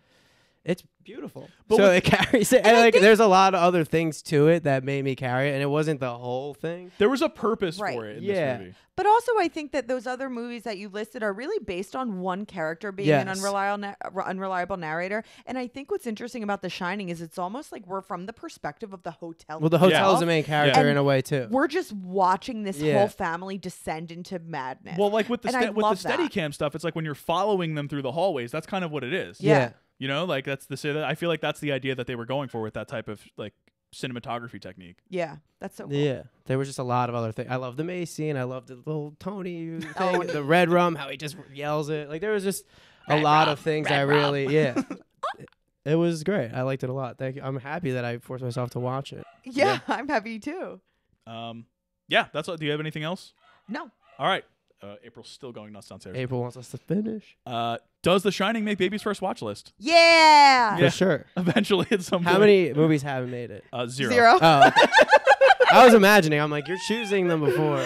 Speaker 4: It's beautiful,
Speaker 3: But
Speaker 4: so
Speaker 3: with-
Speaker 4: it carries it. And like, there's a lot of other things to it that made me carry it, and it wasn't the whole thing.
Speaker 3: There was a purpose
Speaker 2: Right,
Speaker 3: for it in
Speaker 4: yeah.
Speaker 3: this movie.
Speaker 2: But also, I think that those other movies that you listed are really based on one character being an
Speaker 4: Yes.
Speaker 2: unreliable, na- uh, unreliable narrator. And I think what's interesting about The Shining is it's almost like we're from the perspective of the hotel.
Speaker 4: Well, the hotel is
Speaker 2: itself.
Speaker 4: the main character
Speaker 2: And
Speaker 4: in a way too.
Speaker 2: We're just watching this
Speaker 4: Yeah.
Speaker 2: whole family descend into madness.
Speaker 3: Well, like with the
Speaker 2: And I
Speaker 3: ste- with the
Speaker 2: love that.
Speaker 3: steady cam stuff, it's like when you're following them through the hallways. That's kind of what it is.
Speaker 2: Yeah.
Speaker 3: You know, like that's the so that- I feel like that's the idea that they were going for with that type of like cinematography technique.
Speaker 2: yeah, that's so cool.
Speaker 4: Yeah, there was just a lot of other things. I love the Macy, and I loved the little Tony thing,
Speaker 2: Oh,
Speaker 4: the red rum, how he just yells it. Like there was just a lot of things I really, yeah. It was great. I liked it a lot. Thank you. I'm happy that I forced myself to watch it.
Speaker 2: Yeah,
Speaker 3: Yeah.
Speaker 2: I'm happy too.
Speaker 3: Um, yeah, that's all. Do you have anything else?
Speaker 2: No.
Speaker 3: All right. Uh, April's still going nuts downstairs.
Speaker 4: April wants us to finish
Speaker 3: Uh, does The Shining make baby's first watch list?
Speaker 2: Yeah.
Speaker 3: Yeah.
Speaker 4: for sure.
Speaker 3: Eventually, at some point.
Speaker 4: How many movies haven't made it?
Speaker 3: Uh, zero.
Speaker 4: Oh, okay. I was imagining. I'm like, you're choosing them before.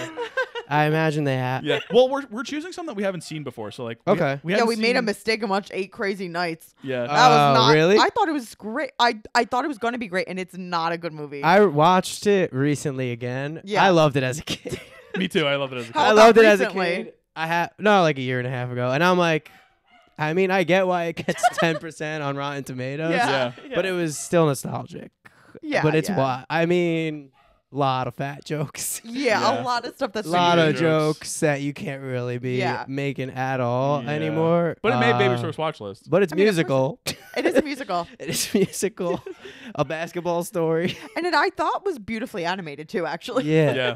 Speaker 4: I imagine they have.
Speaker 3: Yeah. Well, we're we're choosing some that we haven't seen before. So like. we-
Speaker 4: Okay.
Speaker 3: We,
Speaker 2: Yeah,
Speaker 3: haven't
Speaker 2: we made a
Speaker 3: seen-
Speaker 2: mistake and watched Eight Crazy Nights.
Speaker 3: Yeah.
Speaker 4: Uh,
Speaker 2: That was
Speaker 4: Oh,
Speaker 2: not
Speaker 4: really?
Speaker 2: I thought it was great. I I thought it was going to be great, and it's not a good movie.
Speaker 4: I watched it recently again.
Speaker 2: Yeah.
Speaker 4: I loved it as a kid.
Speaker 3: me too. I love it as a
Speaker 2: How
Speaker 4: I
Speaker 2: about
Speaker 4: loved it as a
Speaker 2: recently?
Speaker 4: kid. I had no, like a year and a half ago, and I'm like, I mean, I get why it gets ten percent on Rotten Tomatoes,
Speaker 3: Yeah.
Speaker 4: but it was still nostalgic.
Speaker 2: Yeah,
Speaker 4: but it's
Speaker 2: yeah.
Speaker 4: why. I mean, lot of fat jokes,
Speaker 2: Yeah,
Speaker 3: Yeah.
Speaker 2: a lot of stuff that's
Speaker 4: a lot
Speaker 3: good
Speaker 4: of
Speaker 3: jokes.
Speaker 4: jokes. that you can't really be
Speaker 2: Yeah.
Speaker 4: making at all
Speaker 3: Yeah.
Speaker 4: anymore.
Speaker 3: But it made baby's
Speaker 4: Uh,
Speaker 3: first watch list.
Speaker 4: But it's
Speaker 2: I mean, of
Speaker 4: musical.
Speaker 2: It is a musical,
Speaker 4: it is musical. a basketball story.
Speaker 2: and it I thought was beautifully animated too. Actually,
Speaker 4: yeah.
Speaker 3: Yeah.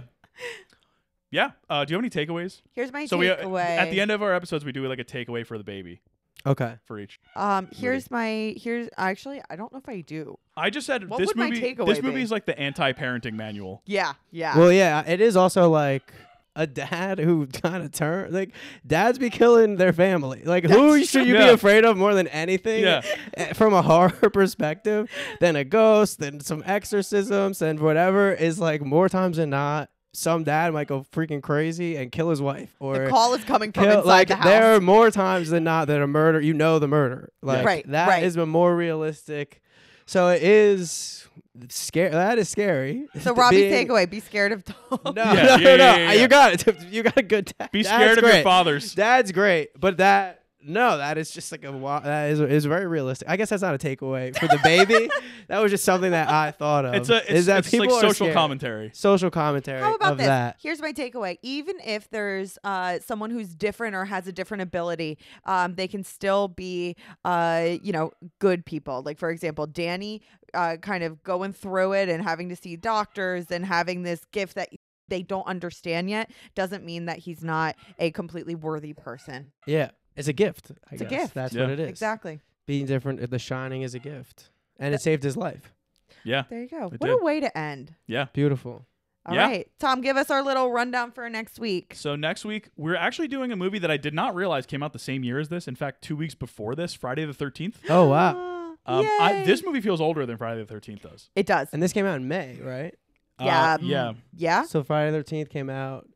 Speaker 3: Yeah. Uh, do you have any takeaways?
Speaker 2: here's my
Speaker 3: So we
Speaker 2: takeaway.
Speaker 3: uh, at the end of our episodes we do like a takeaway for the baby
Speaker 4: Okay.
Speaker 3: for each.
Speaker 2: um, here's my here's actually I don't know if I do.
Speaker 3: I just said
Speaker 2: What
Speaker 3: this
Speaker 2: would my
Speaker 3: movie.
Speaker 2: takeaway
Speaker 3: This movie
Speaker 2: be?
Speaker 3: is like the anti-parenting manual.
Speaker 2: Yeah, yeah.
Speaker 4: Well, yeah, uh, it is also like a dad who kind of turn like dads be killing their family. Like who should you
Speaker 3: Yeah.
Speaker 4: be afraid of more than anything?
Speaker 3: Yeah.
Speaker 4: eh, From a horror perspective, than a ghost, than some exorcisms, and whatever is like more times than not, some dad might go freaking crazy and kill his wife or
Speaker 2: the call is coming from
Speaker 4: kill
Speaker 2: inside
Speaker 4: like
Speaker 2: the house.
Speaker 4: there are more times than not that a murder you know the murder like
Speaker 2: Right,
Speaker 4: that
Speaker 2: right.
Speaker 4: is a more realistic so it is scary that is scary
Speaker 2: so Robbie's
Speaker 4: Being-
Speaker 2: takeaway: be scared of dogs.
Speaker 4: no,
Speaker 3: Yeah,
Speaker 4: no,
Speaker 3: yeah,
Speaker 4: no, no.
Speaker 3: yeah, yeah, yeah.
Speaker 4: You got it. You got a good dad.
Speaker 3: Be
Speaker 4: Dad's
Speaker 3: scared of
Speaker 4: great.
Speaker 3: your fathers.
Speaker 4: Dad's great, but that no, that is just like a wa- that is is very realistic. I guess that's not a takeaway for the baby. that was just something that I thought of.
Speaker 3: It's a it's,
Speaker 4: is that
Speaker 3: it's like
Speaker 4: people are
Speaker 3: social
Speaker 4: scared.
Speaker 3: commentary.
Speaker 4: Social commentary
Speaker 2: How about
Speaker 4: of
Speaker 2: this?
Speaker 4: that.
Speaker 2: Here's my takeaway. Even if there's uh, someone who's different or has a different ability, um, they can still be, uh, you know, good people. Like, for example, Danny uh, kind of going through it and having to see doctors and having this gift that they don't understand yet doesn't mean that he's not a completely worthy person.
Speaker 4: Yeah, it's a gift. I
Speaker 2: It's a
Speaker 4: guess.
Speaker 2: gift.
Speaker 4: That's
Speaker 3: Yeah.
Speaker 4: what it is.
Speaker 2: Exactly.
Speaker 4: Being different, uh, The Shining is a gift, and it saved his life.
Speaker 3: Yeah.
Speaker 2: There you go.
Speaker 3: It
Speaker 2: what a
Speaker 3: did.
Speaker 2: way to end.
Speaker 4: Beautiful.
Speaker 2: All right,
Speaker 3: Yeah.
Speaker 2: Tom, give us our little rundown for next week.
Speaker 3: So next week we're actually doing a movie that I did not realize came out the same year as this. In fact, two weeks before this, Friday the Thirteenth.
Speaker 4: Oh wow!
Speaker 3: Um, I,
Speaker 2: Yay.
Speaker 3: this movie feels older than Friday the Thirteenth does.
Speaker 2: it does.
Speaker 4: And this came out in May, right?
Speaker 3: Uh,
Speaker 2: Yeah. Mm.
Speaker 3: yeah.
Speaker 2: Yeah.
Speaker 4: So Friday the Thirteenth came out.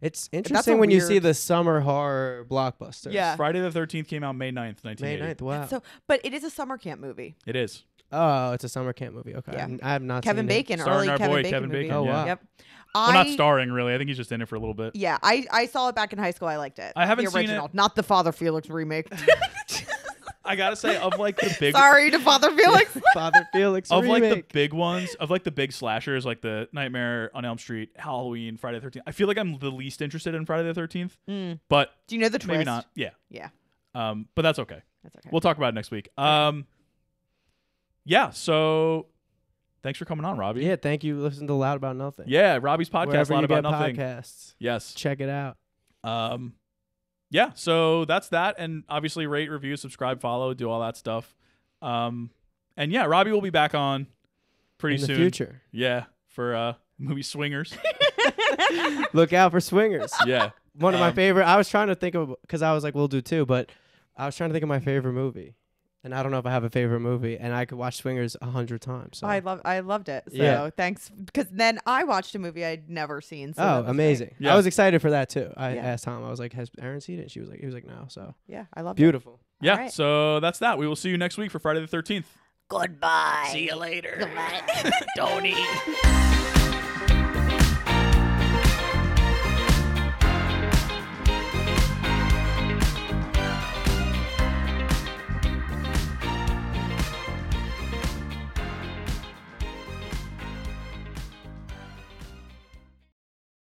Speaker 4: It's
Speaker 2: a
Speaker 4: interesting when you see
Speaker 2: weird-
Speaker 4: the summer horror blockbuster.
Speaker 2: Yeah.
Speaker 3: Friday the Thirteenth came out May 9th, nineteen
Speaker 4: May
Speaker 3: eighty.
Speaker 4: 9th. Wow.
Speaker 2: So, but it is a summer camp movie.
Speaker 3: It is.
Speaker 4: oh, it's a summer camp movie. Okay.
Speaker 2: Yeah.
Speaker 4: N- I have not.
Speaker 2: Kevin
Speaker 4: seen it.
Speaker 2: Bacon,
Speaker 3: Starring
Speaker 2: early
Speaker 3: our
Speaker 2: Kevin
Speaker 3: boy,
Speaker 2: Bacon
Speaker 3: Kevin
Speaker 2: movie.
Speaker 3: Bacon,
Speaker 4: Oh, yeah. wow.
Speaker 2: Yep.
Speaker 3: Well,
Speaker 2: I,
Speaker 3: not starring really. I think he's just in it for a little bit.
Speaker 2: Yeah, I, I saw it back in high school. I liked it.
Speaker 3: I haven't
Speaker 2: the
Speaker 3: seen it.
Speaker 2: original, not the Father Felix remake.
Speaker 3: I gotta say, of like the big
Speaker 2: Sorry to Father Felix.
Speaker 4: Father Felix
Speaker 3: of like the
Speaker 4: remake.
Speaker 3: big ones, of like the big slashers, like the Nightmare on Elm Street, Halloween, Friday the Thirteenth. I feel like I'm the least interested in Friday the Thirteenth,
Speaker 2: Mm.
Speaker 3: but
Speaker 2: Do you know the twist?
Speaker 3: maybe not. Yeah.
Speaker 2: Yeah.
Speaker 3: Um, but that's okay.
Speaker 2: That's okay.
Speaker 3: We'll talk about it next week. Um, yeah. So, thanks for coming on, Robbie.
Speaker 4: yeah. Thank you. Listen to Loud About Nothing.
Speaker 3: Yeah, Robbie's podcast,
Speaker 4: Wherever
Speaker 3: a lot
Speaker 4: you
Speaker 3: about
Speaker 4: get
Speaker 3: nothing.
Speaker 4: podcasts.
Speaker 3: Yes.
Speaker 4: Check it out.
Speaker 3: Um, yeah. So that's that, and obviously rate, review, subscribe, follow, do all that stuff. Um, and yeah, Robbie will be back on pretty
Speaker 4: in
Speaker 3: soon.
Speaker 4: the future.
Speaker 3: Yeah, for uh, movie Swingers.
Speaker 4: Look out for swingers.
Speaker 3: yeah.
Speaker 4: One of my
Speaker 3: Um,
Speaker 4: favorite. I was trying to think of because I was like, we'll do two, but I was trying to think of my favorite movie, and I don't know if I have a favorite movie, and I could watch Swingers a hundred times. So.
Speaker 2: Oh, I love I loved it. So
Speaker 4: Yeah.
Speaker 2: thanks because then I watched a movie I'd never seen. So that
Speaker 4: oh,
Speaker 2: was
Speaker 4: amazing!
Speaker 2: great.
Speaker 3: Yeah.
Speaker 4: I was excited for that too. I
Speaker 2: Yeah.
Speaker 4: asked Tom. I was like, "Has Aaron seen it?" She was like, "He was like, no." So
Speaker 2: Yeah, I loved it.
Speaker 4: beautiful.
Speaker 3: Yeah.
Speaker 2: right.
Speaker 3: So that's that. We will see you next week for Friday the 13th.
Speaker 1: Goodbye.
Speaker 6: See you later.
Speaker 1: Goodbye.
Speaker 6: Don't eat.